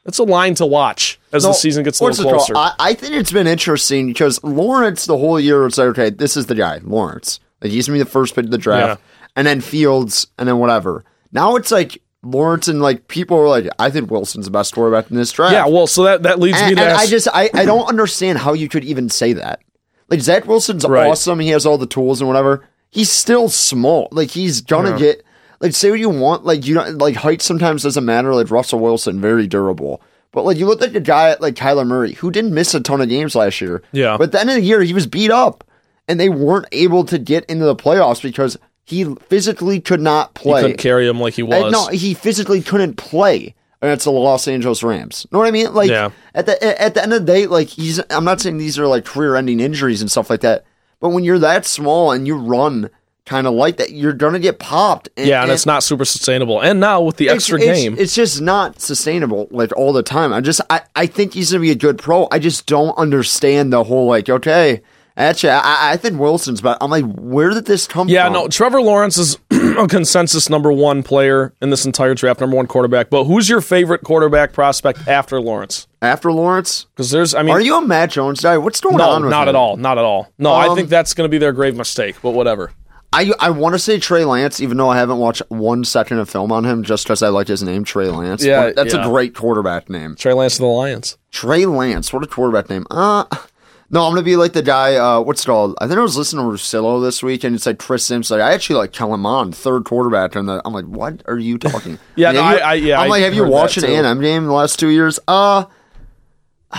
E: that's a line to watch as the
D: No,
E: season gets a
D: what's
E: little
D: the draw?
E: closer.
D: I, I think it's been interesting because Lawrence the whole year was like, okay, this is the guy, Lawrence. Like he's gonna be the first pick of the draft, and then Fields, and then whatever. Now it's like Lawrence and like people are like, I think Wilson's the best quarterback in this draft.
E: yeah, well, so that that leads me
D: and,
E: to
D: and I
E: ask-
D: just I, I don't understand how you could even say that. Like Zach Wilson's
E: Right.
D: awesome. He has all the tools and whatever. He's still small. Like he's gonna get like say what you want. Like you don't like height sometimes doesn't matter. Like Russell Wilson, very durable. But like you look at a guy like Kyler Murray, who didn't miss a ton of games last year.
E: Yeah.
D: But then in the year he was beat up and they weren't able to get into the playoffs because he physically could not
E: he
D: play.
E: couldn't carry him like he
D: Uh,
E: was.
D: No, he physically couldn't play against the Los Angeles Rams. Know what I mean? Like
E: Yeah.
D: at the at the end of the day, like he's. I'm not saying these are like career-ending injuries and stuff like that, but when you're that small and you run kind of like that, you're gonna get popped.
E: yeah, and it's not super sustainable. And now with the
D: it's-
E: extra
D: it's-
E: game,
D: It's, just not sustainable like all the time. I just I I think he's gonna be a good pro. I just don't understand the whole like okay. Actually, I, I think Wilson's, but I'm like, where did this come
E: Yeah,
D: from?
E: no, Trevor Lawrence is a consensus number one player in this entire draft, number one quarterback. But who's your favorite quarterback prospect after Lawrence?
D: After Lawrence,
E: Because there's, I mean,
D: are you a Matt Jones guy? What's going
E: no,
D: on? With
E: not
D: him?
E: at all, not at all. No, I
D: Um,
E: think that's going to be their grave mistake. But whatever.
D: I I want to say Trey Lance, even though I haven't watched one second of film on him, just because I like his name, Trey Lance.
E: Yeah,
D: But that's
E: yeah.
D: a great quarterback name,
E: Trey Lance to the Lions.
D: Trey Lance. What a quarterback name. Uh no, I'm gonna be like the guy. Uh, what's it called? I think I was listening to Russillo this week, and it's like Chris Sims. Like I actually like Kellen Mond, third quarterback, and the, I'm like, what are you talking?
E: Yeah,
D: Like,
E: no,
D: have you-
E: I- I- yeah,
D: I'm
E: I
D: like, have you
E: heard that
D: watched an
E: too.
D: A&M game in the last two years? Uh.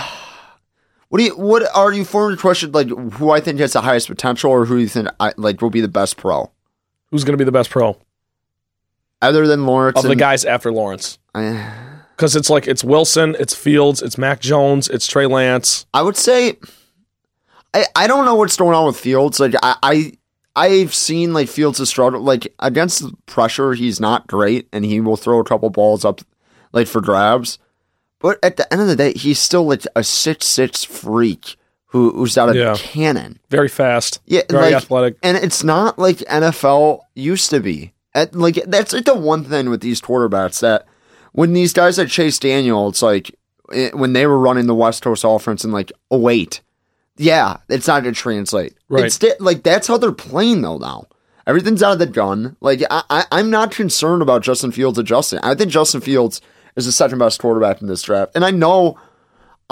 D: What do you? What are you forming a question like? Who I think has the highest potential, or who you think I, like will be the best pro?
E: Who's going to be the best pro
D: other than Lawrence
E: of the
D: and-
E: guys after Lawrence?
D: I,
E: Because it's like it's Wilson, it's Fields, it's Mac Jones, it's Trey Lance.
D: I would say I I don't know what's going on with Fields. Like I, I I've seen like Fields has struggled like against pressure. He's not great, and he will throw a couple balls up like for grabs. But at the end of the day, he's still like a six six freak who who's out of
E: Yeah.
D: cannon.
E: Very fast.
D: Yeah,
E: Very
D: like,
E: athletic.
D: And it's not like NFL used to be. At, like that's like the one thing with these quarterbacks that when these guys that chase Daniel, it's like it, when they were running the West Coast offense in like 08, yeah, it's not going to translate.
E: Right.
D: It's di- like that's how they're playing though now. Everything's out of the gun. Like I, I, I'm not concerned about Justin Fields adjusting. I think Justin Fields is the second best quarterback in this draft, and I know.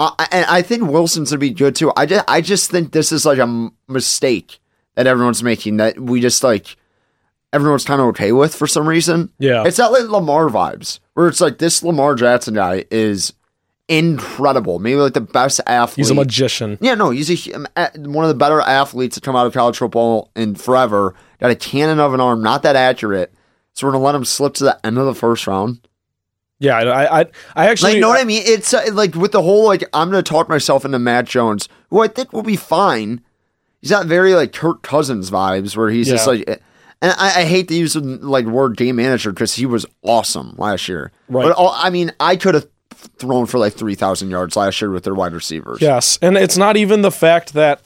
D: I, and I think Wilson's gonna be good too. I just, I just think this is like a m- mistake that everyone's making that we just like everyone's kind of okay with for some reason.
E: Yeah.
D: it's not like Lamar vibes where it's like this Lamar Jackson guy is incredible. Maybe like the best athlete.
E: He's a magician.
D: Yeah, no, he's a, hu- um, a- one of the better athletes to come out of college football in forever. Got a cannon of an arm, not that accurate. So we're gonna let him slip to the end of the first round.
E: Yeah, I, I, I actually.
D: Like, you know what I mean? It's uh, like with the whole like I'm gonna talk myself into Matt Jones, who I think will be fine. He's not very like Kirk Cousins vibes, where he's just
E: Yeah.
D: like. eh. And I, I hate to use the like word game manager because he was awesome last year.
E: Right.
D: But all, I mean, I could have thrown for like three thousand yards last year with their wide receivers.
E: Yes, and it's not even the fact that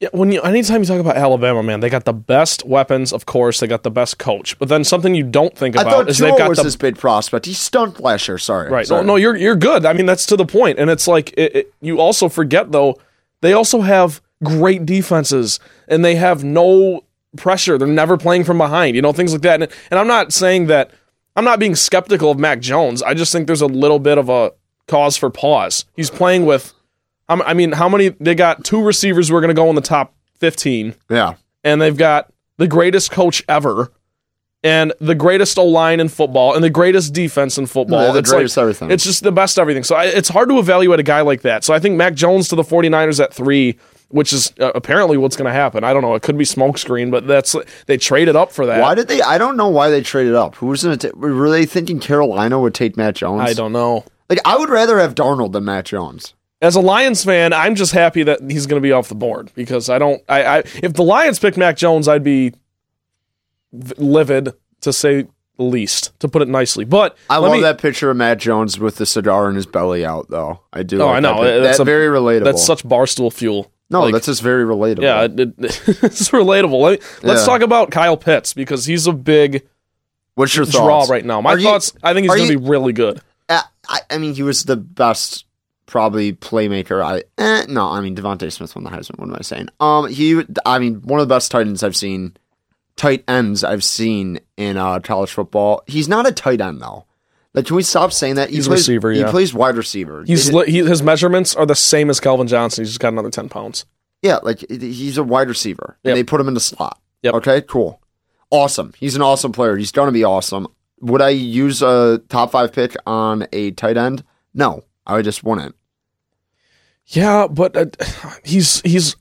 E: Yeah, when you anytime you talk about Alabama, man, they got the best weapons, of course, they got the best coach. But then something you don't think
D: I
E: about
D: thought
E: is they've
D: Tua
E: got
D: was
E: the
D: his big prospect. He stunk last year. Sorry.
E: right. No,
D: Sorry.
E: no, you're you're good. I mean, that's to the point. And it's like it, it, you also forget though, they also have great defenses and they have no pressure. They're never playing from behind. You know, things like that. And, and I'm not saying that I'm not being skeptical of Mac Jones. I just think there's a little bit of a cause for pause. He's playing with I'm- I mean, how many they got two receivers who are going to go in the top 15
D: Yeah.
E: and they've got the greatest coach ever and the greatest O line in football and the greatest defense in football.
D: No, they're the
E: it's like-
D: greatest everything.
E: It's just the best everything. So I, it's hard to evaluate a guy like that. So I think Mac Jones to the 49ers at three, which is uh, apparently what's going to happen. I don't know. It could be smokescreen, but that's they traded up for that.
D: Why did they? I don't know why they traded up. Who was going to? Were they thinking Carolina would take Matt Jones?
E: I don't know.
D: Like I would rather have Darnold than Matt Jones.
E: as a Lions fan, I'm just happy that he's going to be off the board because I don't. I, I if the Lions picked Mac Jones, I'd be v- livid to say the least, to put it nicely. But
D: I
E: let
D: love
E: me-
D: that picture of Matt Jones with the cigar in his belly out, though. I do.
E: Oh,
D: like
E: I know.
D: That, pic-
E: That's
D: That
E: a-
D: very relatable.
E: That's such barstool fuel.
D: no.
E: like-
D: that's just very relatable.
E: Yeah, it, it- it's relatable. Let me, let's
D: Yeah.
E: talk about Kyle Pitts because he's a big
D: What's your
E: draw
D: thoughts?
E: right now. My
D: Are you-
E: thoughts. I think he's
D: are
E: going to
D: you-
E: be really good.
D: Uh, I, I mean, he was the best probably playmaker. I eh, no, I mean Devontae Smith won the Heisman. What am I saying? Um, he, I mean, one of the best tight ends I've seen, tight ends I've seen in uh, college football. He's not a tight end though. Like, can we stop saying that? He
E: He's a
D: plays,
E: receiver,
D: He
E: yeah.
D: plays wide receiver.
E: He's
D: They-
E: li- he, his measurements are the same as Calvin Johnson. He's just got another ten pounds.
D: Yeah, like he's a wide receiver.
E: Yep.
D: And they put him in the slot.
E: Yep.
D: Okay, cool. Awesome. He's an awesome player. He's going to be awesome. Would I use a top five pick on a tight end? No, I just wouldn't.
E: Yeah, but uh, he's he's.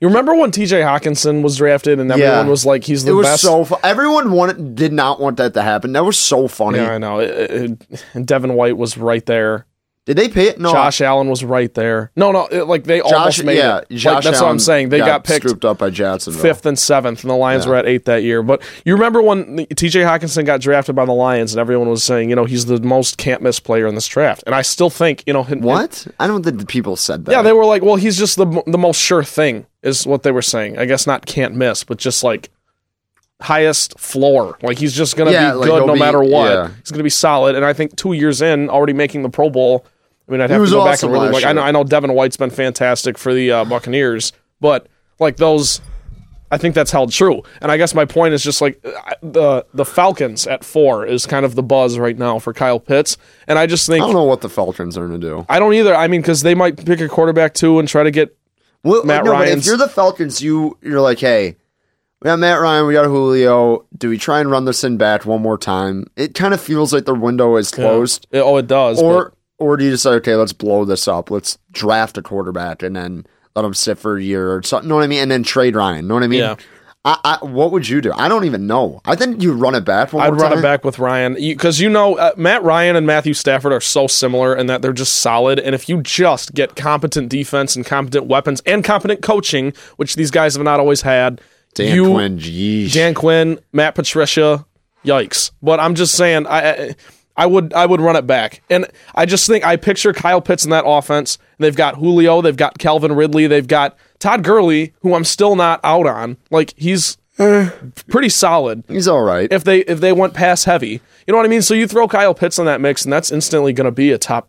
E: You remember when T.J. Hawkinson was drafted and everyone was like, "He's the
D: It was
E: best."
D: so fu- Everyone wanted, did not want that to happen. That was so funny.
E: yeah, I know. It- it- it- and Devin White was right there.
D: Did they pay it? No.
E: Josh Allen was right there. No, no, it- like they
D: Josh
E: almost made
D: yeah,
E: it. Like,
D: Josh
E: that's what I'm
D: Allen
E: saying. They got, picked
D: scooped up by Jacksonville.
E: fifth and seventh, and the Lions were at eight that year. But you remember when the- T.J. Hawkinson got drafted by the Lions, and everyone was saying, you know, he's the most can't miss player in this draft. And I still think, you know, him-
D: What? I don't think the people said that.
E: Yeah, they were like, well, he's just the mo- the most sure thing is what they were saying. I guess not can't miss, but just like highest floor. Like he's just gonna
D: Yeah,
E: be
D: like,
E: good no
D: he'll be-
E: matter what.
D: yeah.
E: He's gonna be solid. And I think two years in, already making the Pro Bowl. I mean, I'd have to
D: was
E: go back
D: awesome
E: and really
D: last
E: like. I know,
D: year.
E: I know Devin White's been fantastic for the uh, Buccaneers, but like those. I think that's held true, and I guess my point is just like I- the the Falcons at four is kind of the buzz right now for Kyle Pitts, and I just think
D: I don't know what the Falcons are going to do.
E: I don't either. I mean, because they might pick a quarterback too and try to get.
D: Well,
E: Matt
D: no, but if
E: Ryan's-
D: you're the Falcons, you you're like, hey, we got Matt Ryan, we got Julio. Do we try and run this in back one more time? It kind of feels like the window is closed,
E: Yeah. Oh, it does.
D: or or do you decide, okay, let's blow this up, let's draft a quarterback, and then let him sit for a year or something? Know what I mean? And then trade Ryan. Know what I mean?
E: Yeah.
D: I, I, what would you do? I don't even know. I think you run it back. One
E: but I'd
D: more
E: run
D: time.
E: it back with Ryan because you know uh, Matt Ryan and Matthew Stafford are so similar in that they're just solid. And if you just get competent defense and competent weapons and competent coaching, which these guys have not always had,
D: Dan
E: you,
D: Quinn, yeesh.
E: Dan Quinn, Matt Patricia, yikes. But I'm just saying, I. I I would I would run it back, and I just think I picture Kyle Pitts in that offense. They've got Julio, they've got Calvin Ridley, they've got Todd Gurley, who I'm still not out on. Like he's pretty solid
D: He's all right.
E: if they if they went pass heavy. You know what I mean? So you throw Kyle Pitts in that mix, and that's instantly going to be a top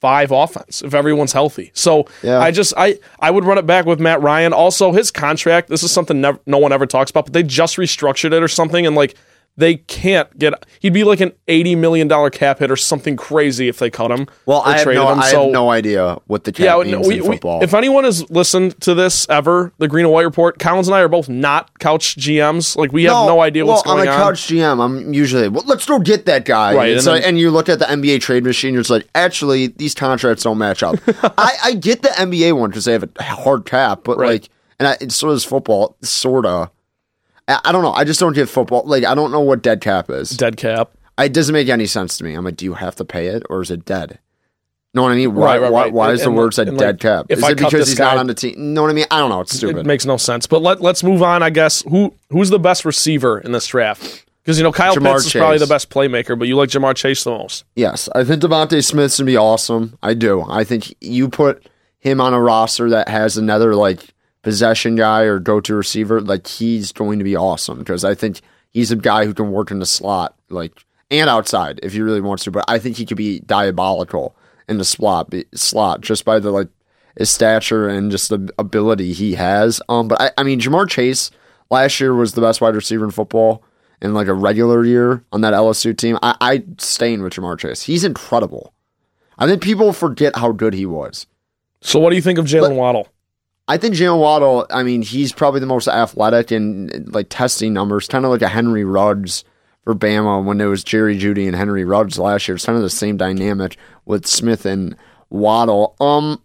E: five offense if everyone's healthy. So
D: Yeah.
E: I just I I would run it back with Matt Ryan. Also, his contract. This is something never, no one ever talks about, but they just restructured it or something, and like they can't get. He'd be like an eighty million dollar cap hit or something crazy if they cut him.
D: Well,
E: or
D: I have,
E: traded
D: no,
E: him.
D: I
E: So-
D: have no idea what the cap
E: yeah, we-
D: means
E: we-
D: in
E: we-
D: football.
E: if anyone has listened to this ever, the Green and White Report, Collins and I are both not couch GMs. Like we have no idea what's
D: well,
E: going
D: I'm a
E: on.
D: couch GM. I'm usually well, let's go get that guy.
E: Right,
D: And,
E: and
D: so,
E: then-
D: and you look at the NBA trade machine. You're just like, actually, these contracts don't match up. I, I get the NBA one because they have a hard cap, but
E: Right.
D: like, and I, and so does football, sorta. I, I don't know. I just don't get football. Like, I don't know what dead cap is.
E: Dead cap.
D: it doesn't make any sense to me. I'm like, do you have to pay it or is it dead? Know what I mean? Why?
E: Right, right,
D: why,
E: right.
D: why
E: And-
D: is
E: and
D: the word
E: like-
D: said
E: and,
D: dead
E: like,
D: cap?
E: if
D: Is
E: I
D: it
E: cut
D: because
E: this
D: he's
E: guy-
D: not on the team? Know what I mean? I don't know. It's stupid.
E: It makes no sense. But let let's move on. I guess who who's the best receiver in this draft? Because you know Kyle
D: Ja'Marr
E: Pitts is probably
D: Chase.
E: the best playmaker, but you like Jamar Chase the most.
D: Yes, I think Devontae Smith's gonna be awesome. I do. I think you put him on a roster that has another like possession guy or go-to receiver, like he's going to be awesome because I think he's a guy who can work in the slot, like and outside if he really wants to. But I think he could be diabolical in the slot, slot just by the like his stature and just the ability he has. Um, but I, I mean, Jamar Chase last year was the best wide receiver in football in like a regular year on that LSU team. I, I staying with Jamar Chase. He's incredible. I think people forget how good he was.
E: So what do you think of Jalen Waddle?
D: I think Jalen Waddle. I mean, he's probably the most athletic and like testing numbers, kind of like a Henry Ruggs for Bama when it was Jerry Judy and Henry Ruggs last year. It's kind of the same dynamic with Smith and Waddle. Um,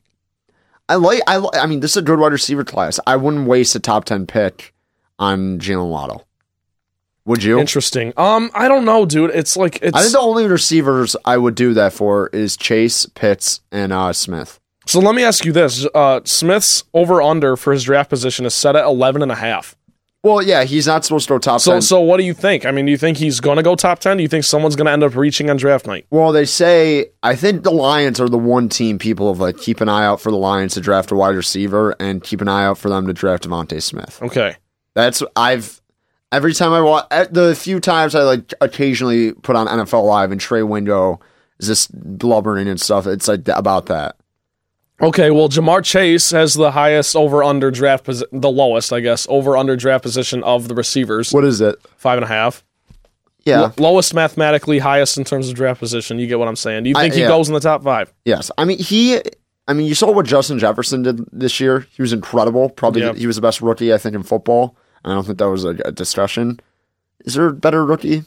D: I like. I. li- I mean, this is a good wide receiver class. I wouldn't waste a top ten pick on Jalen Waddle. Would you?
E: Interesting. Um, I don't know, dude. It's like it's
D: I think the only receivers I would do that for is Chase, Pitts, and uh, Smith.
E: So let me ask you this: uh, Smith's over under for his draft position is set at eleven and a half.
D: Well, yeah, he's not supposed to go top
E: So,
D: 10.
E: so what do you think? I mean, do you think he's going to go top ten? Do you think someone's going to end up reaching on draft night?
D: well, they say, I think the Lions are the one team people have like, keep an eye out for the Lions to draft a wide receiver and keep an eye out for them to draft Devontae Smith.
E: Okay,
D: That's, I've, every time I watch, the few times I like occasionally put on NFL Live and Trey Wingo is just blubbering and stuff, it's like th- about that.
E: okay. Well, Jamar Chase has the highest over under draft, posi- the lowest, I guess, over under draft position of the receivers,
D: What is it?
E: five and a half.
D: Yeah.
E: L- lowest mathematically, highest in terms of draft position. You get what I'm saying? Do you
D: I-
E: think he
D: yeah.
E: goes in the top five?
D: Yes, I mean he. I mean, you saw what Justin Jefferson did this year. He was incredible. Probably
E: Yep.
D: he was the best rookie I think in football. I don't think that was a, a discussion. Is there a better rookie?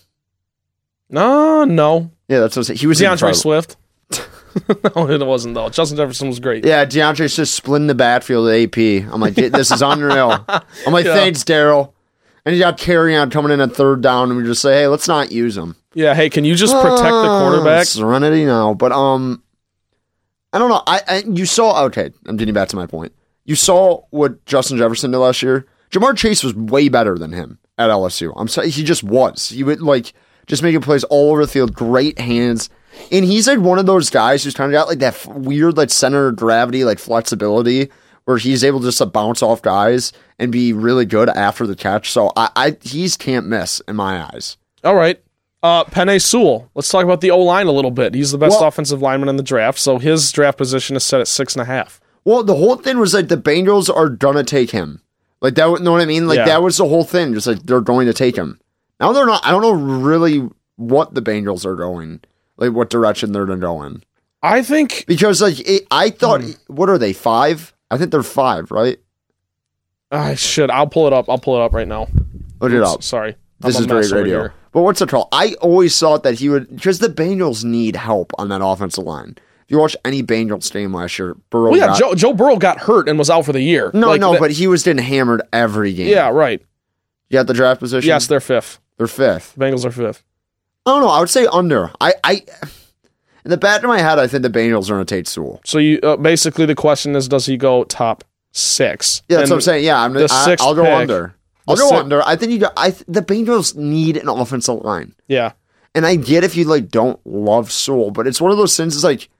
E: No, no.
D: Yeah, that's what I'm saying. he was
E: DeAndre
D: incredible.
E: Swift. no, it wasn't though. Justin Jefferson was great.
D: Yeah, DeAndre's just splitting the backfield at AP. I'm like, this is unreal. I'm like, thanks, Daryl. And you got carry on coming in at third down, and we just say, hey, let's not use him.
E: Yeah, hey, can you just protect the
D: Ah,
E: quarterback?
D: Serenity now, but um, I don't know. I, I you saw okay. I'm getting back to my point. You saw what Justin Jefferson did last year. Jamar Chase was way better than him at LSU. I'm sorry, he just was. He would like just making plays all over the field. Great hands, and he's like one of those guys who's kind of got like that f- weird like center of gravity, like flexibility. Where he's able just to bounce off guys and be really good after the catch, so I, I he's can't miss in my eyes.
E: All right. Uh, Penny Sewell. Let's talk about the O line a little bit. He's the best
D: Well-
E: offensive lineman in the draft, so his draft position is set at six and a half.
D: Well, the whole thing was like the Bengals are gonna take him. Like that, know what I mean? Like
E: Yeah.
D: that was the whole thing. Just like they're going to take him. Now they're not. I don't know really what the Bengals are going, like what direction they're gonna go in.
E: I think.
D: Because like it, I thought,
E: Hmm.
D: what are they five? I think they're five, right?
E: I should. ah, I'll pull it up. I'll pull it up right now.
D: Look it up.
E: S- Sorry. I'm
D: This
E: a
D: is
E: mess
D: great
E: over
D: radio.
E: here.
D: But what's the call? I always thought that he would because the Bengals need help on that offensive line. If you watch any Bengals game last year, Burrow.
E: Well, yeah,
D: got-
E: Joe, Joe Burrow got hurt and was out for the year.
D: No,
E: Like,
D: no,
E: that-
D: but he was getting hammered every game.
E: Yeah, right.
D: you got the draft position.
E: Yes, they're fifth.
D: they're fifth.
E: The Bengals are fifth.
D: I don't know. I would say under. I, I in the back of my head, I think the Bengals are going to take Sewell.
E: So you uh, basically the question is, does he go top six?
D: Yeah, that's
E: And
D: what I'm saying. Yeah, I'm.
E: the
D: I,
E: sixth
D: I'll go
E: pick-
D: under. I'll
E: the
D: go
E: si-
D: under. I think you. Got, I th- the Bengals need an offensive line,
E: Yeah.
D: and I get if you like don't love Sewell, but it's one of those things. It's like,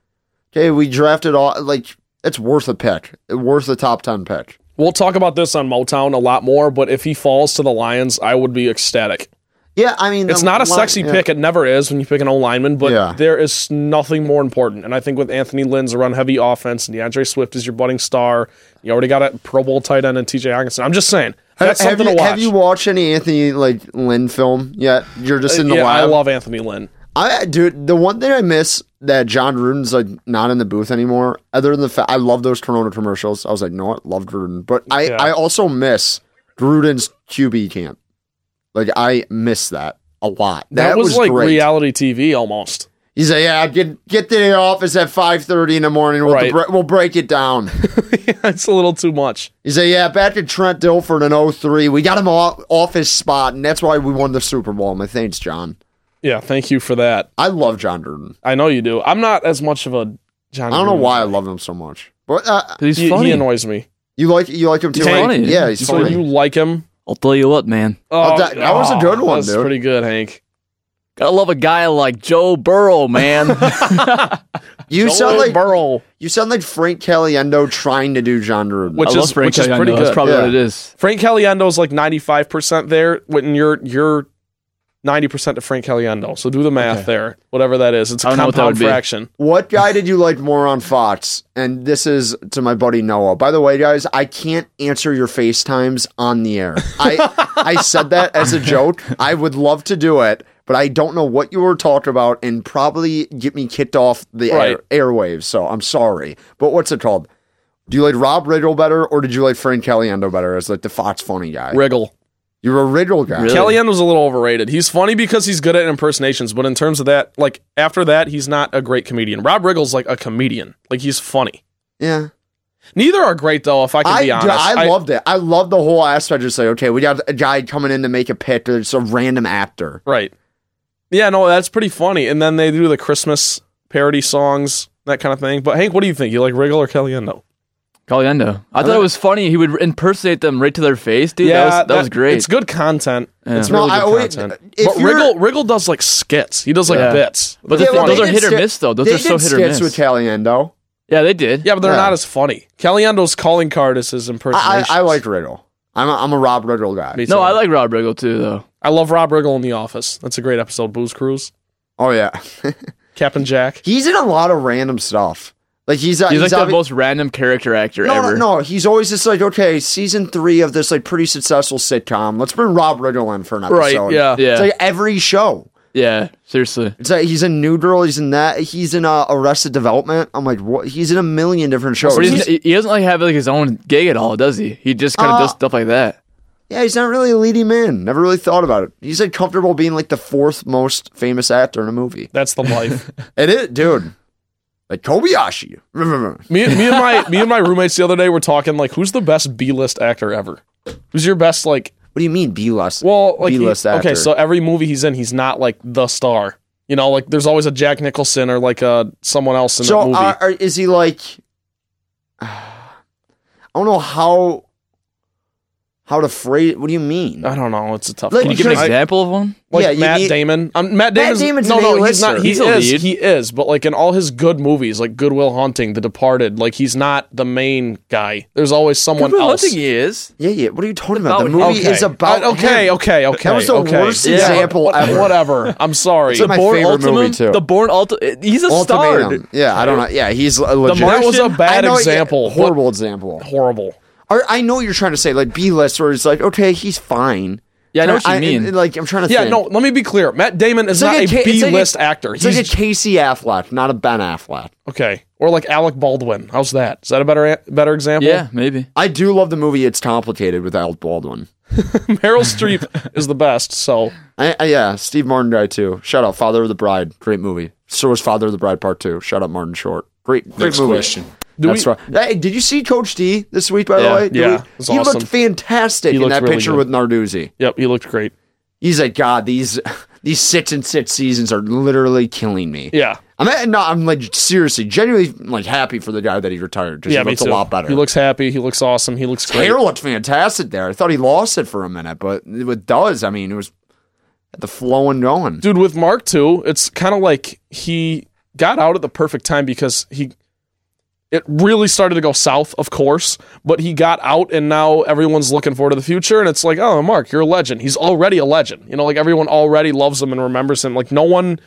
D: okay, we drafted all like it's worth a pick, worth the top ten pick.
E: We'll talk about this on Motown a lot more, but if he falls to the Lions, I would be ecstatic.
D: Yeah, I mean,
E: It's
D: the
E: not a
D: line-
E: sexy
D: yeah.
E: pick. It never is when you pick an old lineman, but
D: Yeah.
E: there is nothing more important. And I think with Anthony Lynn's a run heavy offense and DeAndre Swift is your budding star, you already got a Pro Bowl tight end and TJ Hawkinson. I'm just saying, That's
D: have
E: something
D: you,
E: to watch.
D: Have you watched any Anthony like Lynn film yet? You're just in the
E: Uh, yeah, I
D: lab.
E: love Anthony Lynn.
D: I dude, the one thing I miss that John Ruden's like not in the booth anymore. Other than the fact I love those Corona commercials. I was like, no, I loved Ruden, but I
E: Yeah.
D: I also miss Ruden's QB camp. Like I miss that a lot. That,
E: That, was, like
D: great.
E: reality TV almost.
D: He's like, yeah, get get to the office at five thirty in the morning. We'll,
E: Right.
D: bre- we'll break it down.
E: it's a little too much.
D: He's like, yeah, back in Trent Dilford in 03, we got him off, off his spot, and that's why we won the Super Bowl. My thanks, John.
E: Yeah, thank you for that.
D: I love John Durden.
E: I know you do. I'm not as much of a John.
D: I don't know
E: Gruden.
D: why I love him so much, but uh,
F: He's
E: He,
F: funny.
E: he annoys me.
D: you like you like him too.
F: He's
D: right?
F: funny.
D: Yeah, he's
E: so
D: funny.
E: you like him?
F: I'll tell you what, man.
D: Oh, that- that was a good one,
E: That's
D: dude.
E: pretty good, Hank.
F: Gotta love a guy like Joe Burrow, man.
D: You sound
E: Joe
D: like
E: Burrow,
D: you sound like Frank Caliendo trying to do John Durden.
E: which
F: I love
E: is
F: Frank
E: which is
F: Caliendo.
E: pretty
F: That's
E: good.
F: probably
D: Yeah.
F: what it is.
E: Frank Caliendo's like 95 percent there. When you're you're 90 percent to Frank Caliendo. So do the math there, whatever that is. It's a
F: I don't know what that
E: compound
F: would be.
E: fraction.
D: What guy did you like more on Fox? And this is to my buddy Noah. By the way, guys, I can't answer your FaceTimes on the air. I I said that as a joke. I would love to do it, but I don't know what you were talking about and probably get me kicked off the
E: Right.
D: air, airwaves. So I'm sorry. But what's it called? Do you like Rob Riddle better or did you like Frank Caliendo better as like the Fox funny guy?
E: Wriggle.
D: You're a Riddle guy.
F: Really?
E: Caliendo's a little overrated. He's funny because he's good at impersonations, but in terms of that, like after that, he's not a great comedian. Rob Riggle's like a comedian. Like he's funny.
D: Yeah.
E: Neither are great though, if I can
D: I,
E: be
D: dude,
E: honest.
D: I, loved it. I loved the whole aspect. Just like, okay, we got a guy coming in to make a pick. It's a random actor.
E: Right. Yeah, no, that's pretty funny. And then they do the Christmas parody songs, that kind of thing. But Hank, what do you think? You like Riggle or Caliendo?
F: Caliendo. I thought it was funny. He would impersonate them right to their face, dude. that was, that, was great.
E: It's good content. It's
D: No,
E: really
D: I
E: good
D: always-
E: content.
D: if
E: But
D: you're-
E: Riggle, Riggle does like skits. He does like
F: Yeah.
E: bits.
F: But the
E: They're
F: thing-
E: funny.
F: those are
D: they
F: hit
D: did
F: or miss, though. Those
D: they
F: are so
D: did
F: hit or
D: skits
F: miss.
D: with Caliendo.
F: yeah, they did.
E: yeah, but they're
D: Yeah.
E: not as funny. Caliendo's calling card is his
D: I,
E: impersonation.
D: I, I like Riddle. I'm a, I'm a Rob Riddle guy.
E: Me too.
F: No, I like Rob Riggle too, though.
E: I love Rob Riggle in The Office. That's a great episode. Booze Cruise,
D: Oh yeah,
E: Captain Jack.
D: he's in a lot of random stuff. Like he's uh,
F: He's, like
D: obvi-
F: the most random character actor
D: no, no,
F: ever.
D: no. He's always just like okay, season three of this like pretty successful sitcom. Let's bring Rob Riddle in for an episode.
E: Right, yeah.
F: Yeah.
D: It's like every show.
F: Yeah, seriously.
D: It's like he's in New Girl. He's in that. He's in uh, Arrested Development. I'm like, what? He's in a million different shows.
F: But he's, he doesn't like have like his own gig at all, does he? He just kind of
D: Uh,
F: does stuff like that.
D: Yeah, he's not really a leading man. Never really thought about it. He's like comfortable being like the fourth most famous actor in a movie.
E: That's the life.
D: It is, dude. Like Kobayashi.
E: me, me and my me and my roommates the other day were talking like, who's the best B list actor ever? Who's your best like
D: What do you mean B list?
E: Well, like he-
D: B-list actor.
E: okay, so every movie he's in, he's not like the star. You know, like there's always a Jack Nicholson or like uh someone else in the
D: so uh,
E: movie.
D: are, are, is he like? I don't know how. How to phrase? What do you mean?
E: I don't know. It's a tough.
D: Like,
E: question.
D: you
F: Give an
D: Because-
F: example of one.
E: like
D: Yeah, you
E: Matt
D: need-
E: Damon. Um, Matt Damon's,
D: Damon's
E: no,
D: an
E: no, he's
D: A-lister.
E: not. He
F: He's a
E: is.
F: lead.
E: He is. But like in all his good movies, like Goodwill Hunting, The Departed, like he's not the main guy. There's always someone else.
F: he is.
D: yeah, yeah. What are you talking about? The
F: about-
D: movie
E: Okay.
D: is about.
E: Uh, okay,
D: him.
E: okay, okay.
D: was the
E: okay.
D: worst example
E: What-
D: ever.
E: Whatever. I'm sorry.
D: It's my favorite movie, too.
F: The Born Ultimate. He's a star.
D: Ultimatum.
F: dude.
D: Yeah, I don't know. Yeah, he's a legit.
E: That was a
F: Martian.
D: I
E: bad
D: know, yeah,
E: example.
D: horrible example.
E: What- horrible.
D: Or I know what you're trying to say like B list, where it's like okay, he's fine.
F: Yeah, I know what you mean.
D: and, like I'm trying to.
E: Yeah,
D: think.
E: no. Let me be clear. Matt Damon is
D: It's
E: not
D: like
E: a
D: Ca- it's
E: B
D: like
E: list actor.
D: It's like
E: He's
D: a Casey Affleck, not a Ben Affleck.
E: Okay, or like Alec Baldwin. How's that? Is that a better better example?
F: Yeah, maybe.
D: I do love the movie. It's complicated with Alec Baldwin.
E: Meryl Streep is the best. So
D: I, I, yeah, Steve Martin guy too. Shout out Father of the Bride, great movie. So was Father of the Bride Part Two. Shout out Martin Short, great, great movie.
E: Do
D: That's
E: we-
D: right. Hey, did you see Coach D this week? By the
E: Yeah,
D: way, Did
E: yeah,
D: we-
E: it was
D: he
E: awesome.
D: looked fantastic
E: He
D: in
E: looked
D: that
E: really
D: picture
E: good.
D: with Narduzzi.
E: yep, he looked great.
D: He's like, God, these these six and six seasons are literally killing me.
E: Yeah,
D: I'm no, I'm like seriously, genuinely like happy for the guy that he retired. 'cause
E: yeah,
D: he
E: me
D: looks
E: too.
D: a lot better.
E: He looks happy. He looks awesome. He looks great.
D: hair looked fantastic there. I thought he lost it for a minute, but with Duz, I mean, it was at the flowing going.
E: Dude, with Mark too, it's kind of like he got out at the perfect time because he. It really started to go south, of course, but he got out, and now everyone's looking forward to the future. And it's like, oh, Mark, you're a legend. He's already a legend. You know, like everyone already loves him and remembers him. Like no one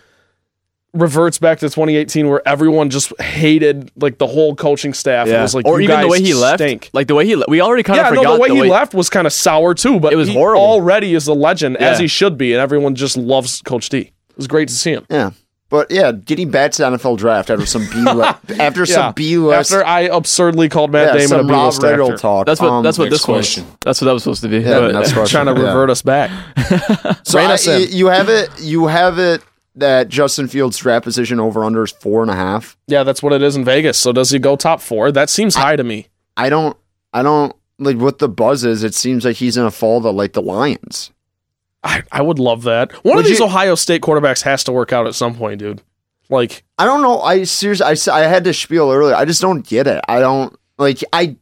E: reverts back to 2018 where everyone just hated like the whole coaching staff. It was like
F: or
E: you
F: even the
E: guys
F: way he left.
E: stink.
F: Like the way he le- we already kind of
E: yeah,
F: forgot
E: no, the way he left was kind of sour too, but
F: It was
E: he
F: horrible.
E: already is a legend as
F: Yeah.
E: he should be, and everyone just loves Coach D. It was great to see him.
D: Yeah. But yeah, getting back to the NFL draft after some B list, after
E: Yeah.
D: some B list,
E: After I absurdly called Matt
D: yeah,
E: Damon a
D: some Rob
E: B-list
D: Riddle
E: actor.
D: talk.
F: That's what
D: Um,
F: that's what
C: next
F: this
C: question.
F: was. That's what that was supposed to be.
D: yeah,
F: But-
D: next question.
E: Trying to
D: Yeah.
E: revert us back.
D: So
E: Rein
D: I-
E: us in.
D: y- you have it. You have it that Justin Fields' draft position over under is four and a half.
E: Yeah, that's what it is in Vegas. So does he go top four? That seems high to me.
D: I don't. I don't like what the buzz is. It seems like he's in a fall to like the Lions.
E: I, I would love that. One
D: Would
E: of these
D: you-
E: Ohio State quarterbacks has to work out at some point, dude. Like,
D: I don't know. I seriously. I, s- I had to spiel earlier. I just don't get it. I don't like. I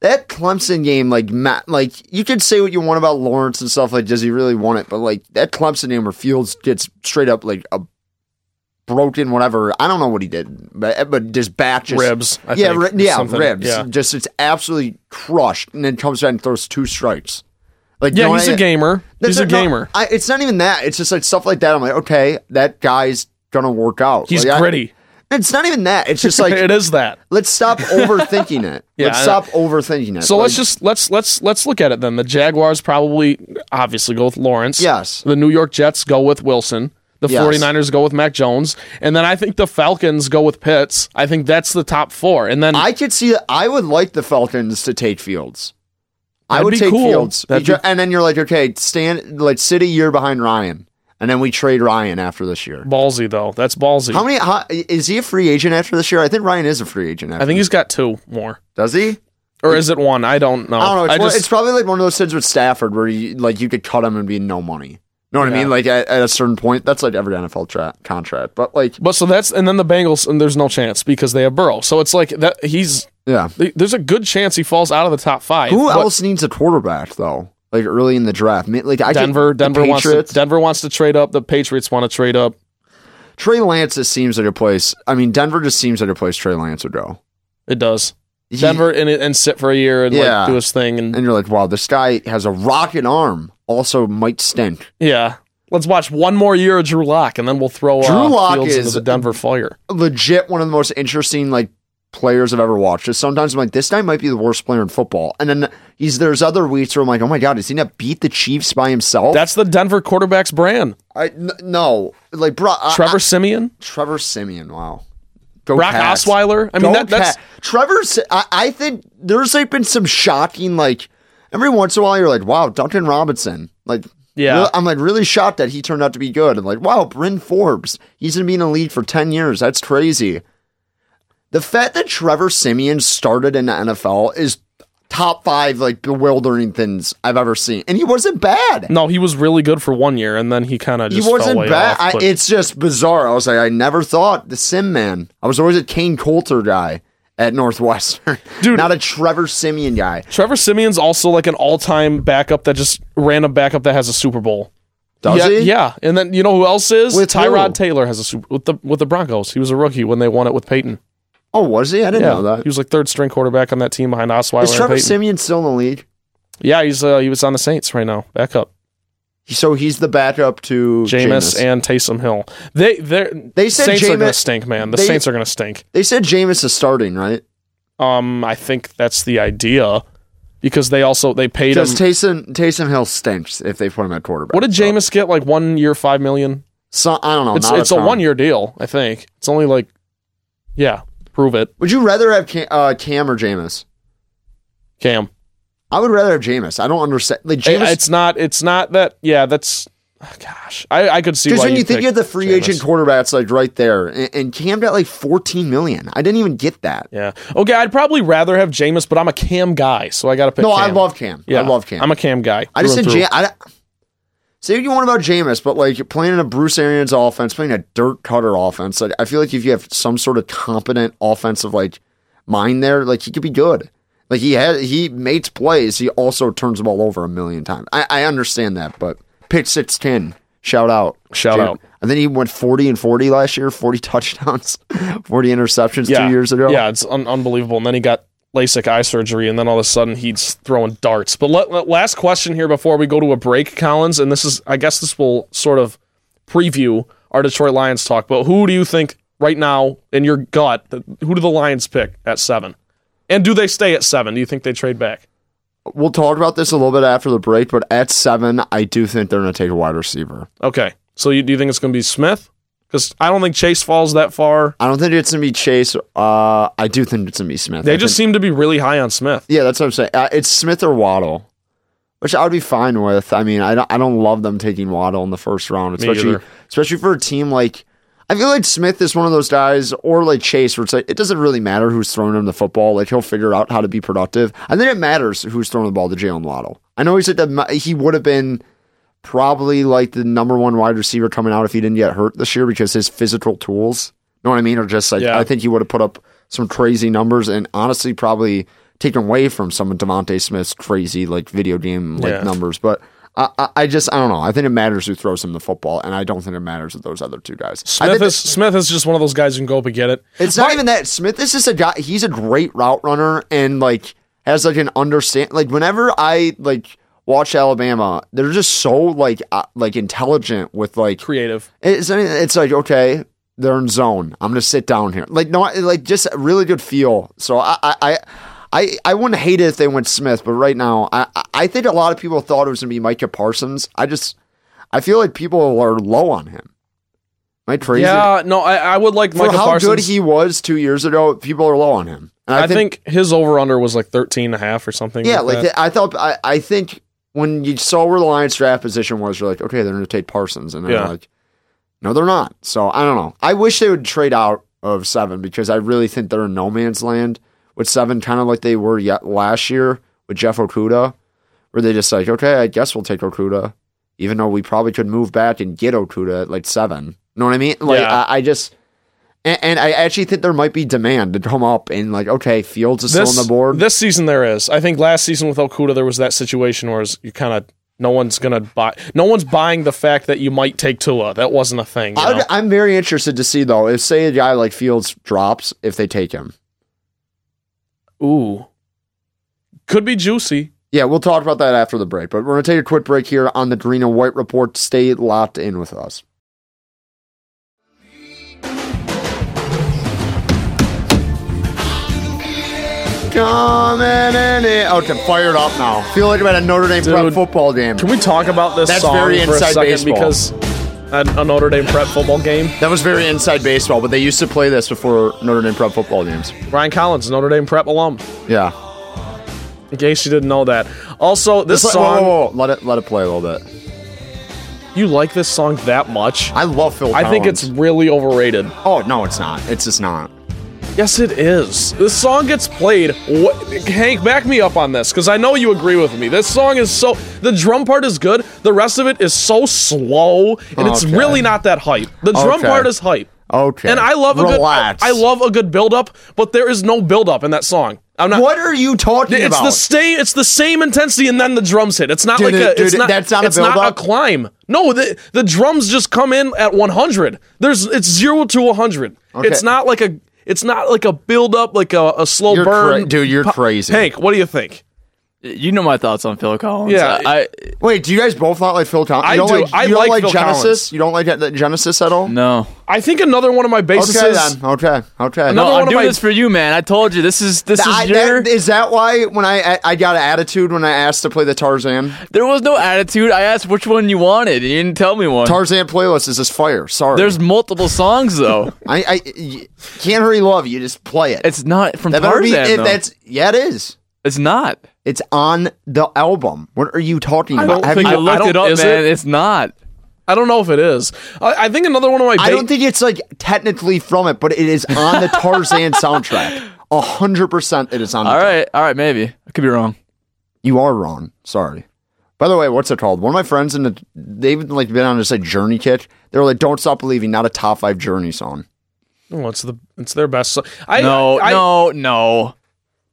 D: that Clemson game. Like Matt. Like you could say what you want about Lawrence and stuff. Like does he really want it? But like that Clemson game where Fields gets straight up like a broken whatever. I don't know what he did, but but just batches
E: Ribs, I
D: yeah,
E: think,
D: ri- yeah,
E: something.
D: ribs.
E: Yeah.
D: Just it's absolutely crushed, and then comes back and throws two strikes. Like
E: yeah,
D: no,
E: he's
D: I-
E: a gamer.
D: that's
E: He's a
D: not- no,
E: gamer.
D: I, it's not even that. It's just like stuff like that. I'm like, okay, that guy's gonna work out.
E: He's
D: Like, I-
E: gritty.
D: it's not even that. It's just like
E: it is that.
D: let's stop overthinking it.
E: Yeah,
D: let's
E: I know.
D: stop overthinking it.
E: So let's
D: Like,
E: just let's let's let's look at it then. The Jaguars probably obviously go with Lawrence.
D: Yes.
E: The New York Jets go with Wilson. The
D: Yes.
E: 49ers go with Mac Jones. And then I think the Falcons go with Pitts. I think that's the top four. And then
D: I could see. I would like the Falcons to take Fields. I
E: That'd
D: would
E: be
D: take
E: cool.
D: Fields,
E: That'd
D: because-
E: be-
D: and then you're like, okay, stand like sit a year behind Ryan, and then we trade Ryan after this year.
E: ballsy though. That's ballsy.
D: How many? How, is he a free agent after this year? I think Ryan is a free agent. After
E: I think he's got two more.
D: does he?
E: Or is it one? I don't know.
D: I don't know. It's, one-
E: just-
D: it's probably like one of those things with Stafford where you like you could cut him and be no money. You know what I
E: Yeah.
D: mean? Like at, at a certain point, that's like every NFL tra- contract. But like,
E: but so that's and then the Bengals and there's no chance because they have Burrow. So it's like that he's
D: yeah,
E: there's a good chance he falls out of the top five.
D: who
E: But-
D: else needs a quarterback though? Like early in the draft, I mean, like I could-
E: Denver,
D: the
E: Denver wants to,
D: Patriots.
E: Denver wants to trade up. The Patriots want to trade up.
D: Trey Lance just seems like a place. I mean, Denver just seems like a place Trey Lance would go.
E: It does.
D: He-
E: Denver and and sit for a year and
D: Yeah.
E: like do his thing and,
D: and you're like, wow, this guy has a rocket arm. Also, might stink.
E: yeah. Let's watch one more year of Drew Lock and then we'll throw
D: Drew
E: uh,
D: Lock
E: Fields
D: is-
E: into the Denver Fire.
D: legit one of the most interesting like players I've ever watched. Just sometimes I'm like, this guy might be the worst player in football. And then he's there's other weeks where I'm like, oh my god, is he gonna beat the Chiefs by himself?
E: That's the Denver quarterback's brand.
D: I n- no, like bro, I-
E: Trevor
D: I-
E: Simeon,
D: Trevor Simeon. Wow, go
E: Brock
D: Pats.
E: Osweiler. I
D: Go
E: mean, that, that's
D: Pats. Trevor. Si- I, I think there's like been some shocking like. Every once in a while, you're like, "Wow, Duncan Robinson!" Like,
E: Yeah.
D: re- I'm like really shocked that he turned out to be good, and like, "Wow, Bryn Forbes, he's gonna be in the league for ten years. That's crazy." The fact that Trevor Simeon started in the NFL is top five like bewildering things I've ever seen, and he wasn't bad.
E: no. He was really good for one year and then he kind of
D: He
E: just fell
D: wasn't
E: way
D: bad.
E: off.
D: I,
E: but-
D: it's just bizarre. I was like, I never thought the Sim Man. I was always a Kane Coulter guy at Northwestern,
E: Dude.
D: not a Trevor Simeon guy.
E: Trevor Simeon's also like an all-time backup that just random backup that has a Super Bowl.
D: Does
E: yeah,
D: he?
E: yeah, and then you know who else is
D: With who?
E: Tyrod Taylor has a super with the with the Broncos. He was a rookie when they won it with Peyton.
D: Oh, was he? I didn't know
E: Yeah, he
D: that.
E: was like third string quarterback on that team behind Osweiler.
D: Is
E: and
D: Trevor
E: Payton.
D: Simeon still in the league?
E: Yeah, he's uh, he was on the Saints right now, backup.
D: So he's the backup to
E: Jameis, and Taysom Hill. They they
D: They said
E: Saints are
D: Jameis-
E: gonna stink, man. The
D: they-
E: Saints are gonna stink.
D: they said Jameis is starting, right?
E: Um, I think that's the idea because they also they paid him.
D: Because Taysom Taysom Hill stinks if they put him at quarterback.
E: what did Jameis get? Like one year, five million.
D: So, I don't know.
E: It's
D: not
E: it's a
D: ton.
E: one year deal. I think it's only like yeah, prove it,
D: Would you rather have Cam, uh, Cam or Jameis?
E: Cam.
D: I would rather have Jameis. I don't understand. Like
E: I-
D: Jameis
E: it's not it's not that yeah that's gosh I, I could see
D: Because
E: why
D: when you, think
E: picked
D: of the free
E: Jameis.
D: agent quarterbacks, like right there, and, and Cam got like 14 million. I didn't even get that.
E: yeah okay I'd probably rather have Jameis but I'm a Cam guy so I gotta pick
D: No, I
E: Cam.
D: love Cam.
E: yeah
D: I love Cam.
E: I'm a Cam guy
D: I just said
E: through and through.
D: Jam. I, say what you want about Jameis, but like you're playing in a Bruce Arians offense, playing a dirt cutter offense. Like I feel like if you have some sort of competent offensive like mind there, like he could be good. Like he had he makes plays. He also turns the ball over a million times. I, I understand that, but pick six ten. Shout out.
E: Shout out.
D: And then he went 40 and 40 last year, 40 touchdowns, 40 interceptions
E: yeah.
D: two years ago.
E: yeah it's un- unbelievable and then he got LASIK eye surgery and then all of a sudden he's throwing darts but let, let- last question here before we go to a break Collins and this is I guess this will sort of preview our Detroit Lions talk, but who do you think right now in your gut? that- Who do the Lions pick at seven? And do they stay at seven? Do you think they trade back?
D: We'll talk about this a little bit after the break, but at seven, I do think they're going to take a wide receiver.
E: Okay. So you, do you think it's going to be Smith? Because I don't think Chase falls that far.
D: I don't think it's going to be Chase. Uh, I do think it's going to be Smith.
E: They
D: I
E: just
D: think-
E: seem to be really high on Smith.
D: yeah, that's what I'm saying. Uh, it's Smith or Waddle, which I would be fine with. I mean, I don't, I don't love them taking Waddle in the first round, especially
E: either.
D: especially for a team like. I feel like Smith is one of those guys, or like Chase, where it's like it doesn't really matter who's throwing him the football. Like he'll figure out how to be productive. I think it matters who's throwing the ball to Jalen Waddle. I know he said that mi- he would have been probably like the number one wide receiver coming out if he didn't get hurt this year because his physical tools, you know what I mean, are just like
E: Yeah.
D: I think he would have put up some crazy numbers and honestly probably taken away from some of Devontae Smith's crazy like video game like
E: Yeah.
D: numbers. But I, I, I just I don't know. I think it matters who throws him the football, and I don't think it matters with those other two guys. I
E: Smith
D: think
E: is Smith is just one of those guys who can go up and get it.
D: it's not even that Smith is just a guy. He's a great route runner and like has like an understand. Like whenever I like watch Alabama, they're just so like uh, like intelligent with like
E: Creative.
D: it's I mean, it's like okay, they're in zone. I'm gonna sit down here. Like no, like just a really good feel. So I I. I I, I wouldn't hate it if they went Smith, but right now I I- I think a lot of people thought it was gonna be Micah Parsons. I just I feel like people are low on him. Am I crazy?
E: Yeah, no, I, I would like
D: for
E: Michael
D: how
E: Parsons.
D: good he was two years ago, people are low on him. And
E: I, think, his over under was like 13 and a half or something.
D: yeah, like
E: that.
D: th- I thought, I, I think when you saw where the Lions draft position was, you're like, okay, they're going to take Parsons, and they're
E: Yeah.
D: like, no, they're not. So I don't know. I wish they would trade out of seven because I really think they're in no man's land with seven, kind of like they were yet last year with Jeff Okuda, where they just like, okay, I guess we'll take Okuda, even though we probably could move back and get Okuda at like seven. Know what I mean? Like
E: Yeah.
D: I, I just. And, and I actually think there might be demand to come up and like, okay, Fields is
E: this,
D: still on the board.
E: This season there is. I think last season with Okuda there was that situation where it's- you kind of no one's gonna buy. No one's buying the fact that you might take Tua. That wasn't a thing. you know?
D: I'd, I'm very interested to see though if say a guy like Fields drops if they take him.
E: Ooh, could be juicy.
D: Yeah, we'll talk about that after the break. But we're gonna take a quick break here on the Green and White Report. Stay locked in with us. Coming in, it- Oh, okay, fired up now. Feel like I'm at a Notre Dame prep
E: Dude.
D: football game.
E: Can we talk about this
D: That's
E: song
D: very
E: for a
D: inside
E: second
D: baseball.
E: because at a Notre Dame prep football game,
D: That was very inside baseball, but they used to play this before Notre Dame prep football games.
E: Ryan Collins, Notre Dame prep alum.
D: Yeah,
E: In case you didn't know that. Also, this
D: Just let-
E: song.
D: whoa, whoa, whoa. let it let it play a little bit.
E: You like this song that much?
D: I love Phil.
E: I think it's
D: Collins.
E: really overrated.
D: Oh no, it's not. It's just not.
E: Yes, it is. This song gets played. What, Hank, back me up on this because I know you agree with me. This song is so. The drum part is good. The rest of it is so slow, and it's
D: Okay.
E: really not that hype. The drum
D: Okay.
E: part is hype.
D: Okay.
E: And I love a
D: Relax.
E: good. I love a good build up, but there is no build up in that song. I'm not.
D: What are you talking
E: It's
D: about?
E: the same. It's the same intensity, and then the drums hit. It's not
D: Dude,
E: like a.
D: dude,
E: it's not.
D: that's not a
E: it's not
D: build-up?
E: a climb. No, the the drums just come in at 100. There's it's zero to 100.
D: Okay.
E: It's not like a. It's not like a build up, like a, a slow
D: You're
E: burn.
D: cra- dude, you're crazy.
E: Hank, what do you think?
F: You know my thoughts on Phil Collins.
E: Yeah.
F: I,
D: Wait, do you guys both not like Phil Collins?
E: I
D: you don't
E: do.
D: Like,
E: I
D: you don't
E: like
D: like
E: Phil
D: Genesis.
E: Collins.
D: You don't like that- that Genesis at all?
F: no.
E: I think another one of my
D: Okay
E: bases is
D: then. Okay. Okay.
E: No,
F: No,
E: one
F: I'm
E: of
F: doing
E: my-
F: this for you, man. I told you this is this
D: I-
F: is your.
D: that, is that why when I I got an attitude when I asked to play the Tarzan
F: there was no attitude. I asked which one you wanted, and you didn't tell me one.
D: Tarzan playlist is just fire. Sorry.
F: There's multiple songs though.
D: I I y- can't hurry love you. Just play it.
F: It's not from
D: that better be
F: Tarzan.
D: it,
F: though.
D: that's yeah. It is.
F: it's not.
D: It's on the album. What are you talking about?
E: don't
D: Have
E: think
D: you-
F: I
E: I
F: looked
E: don't-
F: it up,
E: is
F: man.
E: it?
F: It's not.
E: I don't know if it is. I, I think another one of my.
D: I
E: ba-
D: don't think it's like technically from it, but it is on the Tarzan soundtrack. A hundred percent, it is on. The
F: All right, all right, maybe I could be wrong.
D: you are wrong. Sorry. By the way, what's it called? One of my friends in the they've like been on this like journey kick. They were like, "Don't stop believing." Not a top five journey song.
E: Oh, it's the it's their best. Song. I,
F: No,
E: I-
F: no, no.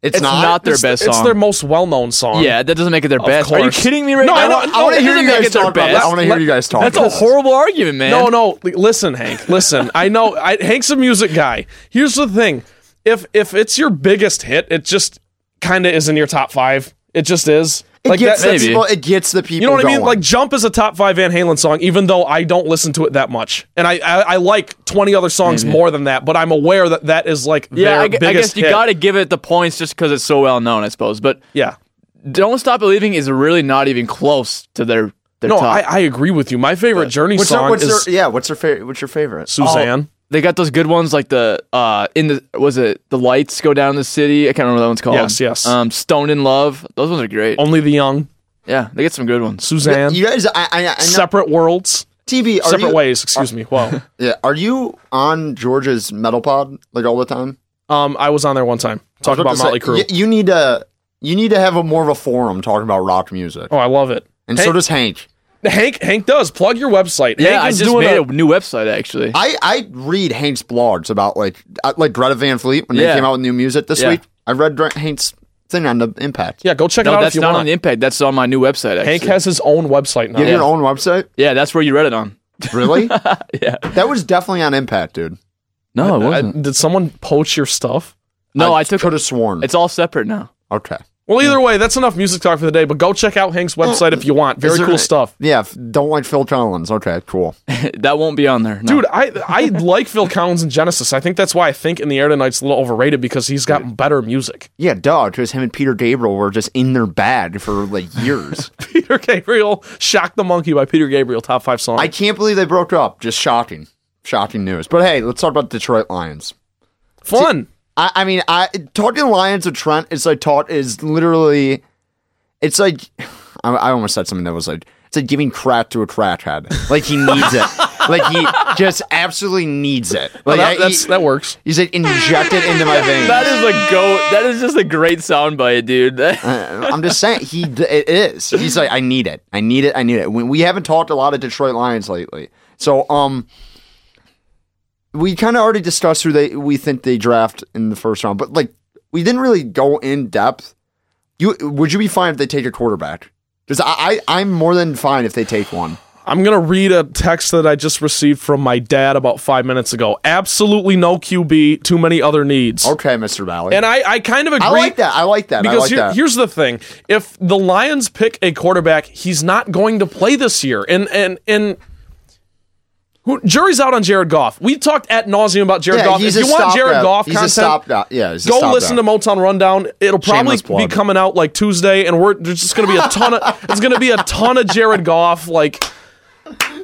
D: It's,
F: It's
D: not.
F: not their
E: it's-
F: best
E: It's
F: song.
E: their most well known song.
F: Yeah, that doesn't make it their best. Are you
E: course.
F: kidding me right
E: No,
F: now?
E: I don't-
D: I want
F: It
D: to hear
F: doesn't
D: you
F: make
D: guys
F: it their
D: talk about that.
F: best.
D: I want to hear
E: Let-
D: you guys talk.
F: That's
D: about
F: a
D: this.
F: horrible argument, man.
E: No, no. li- Listen, Hank. Listen, I know. I, Hank's a music guy. Here's the thing: if if it's your biggest hit, it just kind of is in your top five. It just is.
D: It
E: Like
D: gets
E: that-
D: the
F: Maybe.
D: people. It gets the people.
E: You know what I mean?
D: going.
E: Like Jump is a top five Van Halen song, even though I don't listen to it that much, and I I, I like twenty other songs more than that. But I'm aware that that is like
F: Mm-hmm. Yeah,
E: their
F: I, gu- I
E: biggest
F: guess you
E: hit.
F: got to give it the points just because it's so well known, I suppose. But
E: Yeah.
F: Don't Stop Believing is really not even close to their their
E: No,
F: top.
E: I, I agree with you. My favorite Journey
D: what's,
E: song
D: their, what's
E: is
D: their, yeah? What's your favorite? What's your favorite?
E: Suzanne.
F: they got those good ones like the uh in the was it the lights go down the city? I can't remember what that one's called.
E: Yes, yes. Oh.
F: Um, Stone in Love. Those ones are great.
E: Only the Young,
F: Yeah, they get some good ones.
E: Suzanne,
D: Oh. you guys, I, I, I know,
E: Separate Worlds,
D: TV. Are
E: Separate
D: you,
E: Ways. Excuse me. Wow.
D: Yeah, are you on George's metal pod like all the time?
E: um, I was on there one time talking about Motley Crue.
D: You, you need to, you need to have a more of a forum talking about rock music,
E: oh, I love it.
D: and
E: Hank-
D: so does Hank.
E: Hank Hank does plug your website.
F: Yeah,
E: Hank
F: I
E: is
F: just
E: doing
F: made
E: a-
F: a, new website actually.
D: I, I read Hank's blogs about like uh, like Greta Van Fleet when
F: Yeah.
D: they came out with new music this
F: Yeah.
D: week. I read Dr- Hank's thing on the Impact.
E: yeah, go check it
F: no,
E: out
F: that's
E: if you
F: not
E: want.
F: on the Impact. That's on my new website. Actually.
E: Hank has his own website now.
D: You have your own website,
F: Yeah, that's where you read it on.
D: really?
F: Yeah.
D: that was definitely on Impact, dude.
F: No, it
E: I-
F: wasn't.
E: did someone poach your stuff?
F: no, I, took.
D: could have sworn.
F: It's all separate now.
D: okay,
E: Well, either way, that's enough music talk for the day. But go check out Hank's website if you want. Very
D: Is there-
E: cool stuff,
D: Yeah, f- don't like Phil Collins. Okay, cool.
F: that won't be on there, no.
E: dude. I I like Phil Collins and Genesis. I think that's why I think in the air tonight's a little overrated because he's got better music.
D: Yeah, duh, because him and Peter Gabriel were just in their bag for like years.
E: Peter Gabriel, "Shock the Monkey" by Peter Gabriel, top five song.
D: I can't believe they broke up. Just shocking. Shocking news. But hey, let's talk about Detroit Lions.
E: Fun.
D: I, I mean, I talking Lions with Trent is like taught is literally it's like I, I almost said something that was like it's like giving crack to a crackhead. Like he needs it. like he just absolutely needs it. Like
E: Oh,
D: I-
E: that, that's,
D: he-
E: that works.
D: he's like injected into my veins.
F: That is a go. That is just a great soundbite, dude.
D: I'm just saying he d- it is. He's like I need it. I need it. I need it. We, we haven't talked a lot of Detroit Lions lately. So um we kind of already discussed who they we think they draft in the first round, but like we didn't really go in depth. You would you be fine if they take a quarterback? Cuz I, I I'm more than fine if they take one.
E: I'm gonna read a text that I just received from my dad about five minutes ago. Absolutely no QB. Too many other needs.
D: Okay, Mr. Valley.
E: And I, I kind of agree.
D: I like that. I like that. I
E: Because
D: like
E: here-
D: that.
E: here's the thing: if the Lions pick a quarterback, he's not going to play this year, and and and. Who, jury's out on Jared Goff. We talked at nauseum about Jared
D: yeah,
E: Goff. If
D: he's
E: you
D: a
E: want
D: stopgap.
E: Jared Goff
D: he's
E: content,
D: a stopgap. Yeah, he's a
E: go
D: stopgap.
E: listen to Motown Rundown. It'll probably
D: Shameless plug.
E: be coming out like Tuesday, and we're there's just gonna be a ton of it's gonna be a ton of Jared Goff. Like,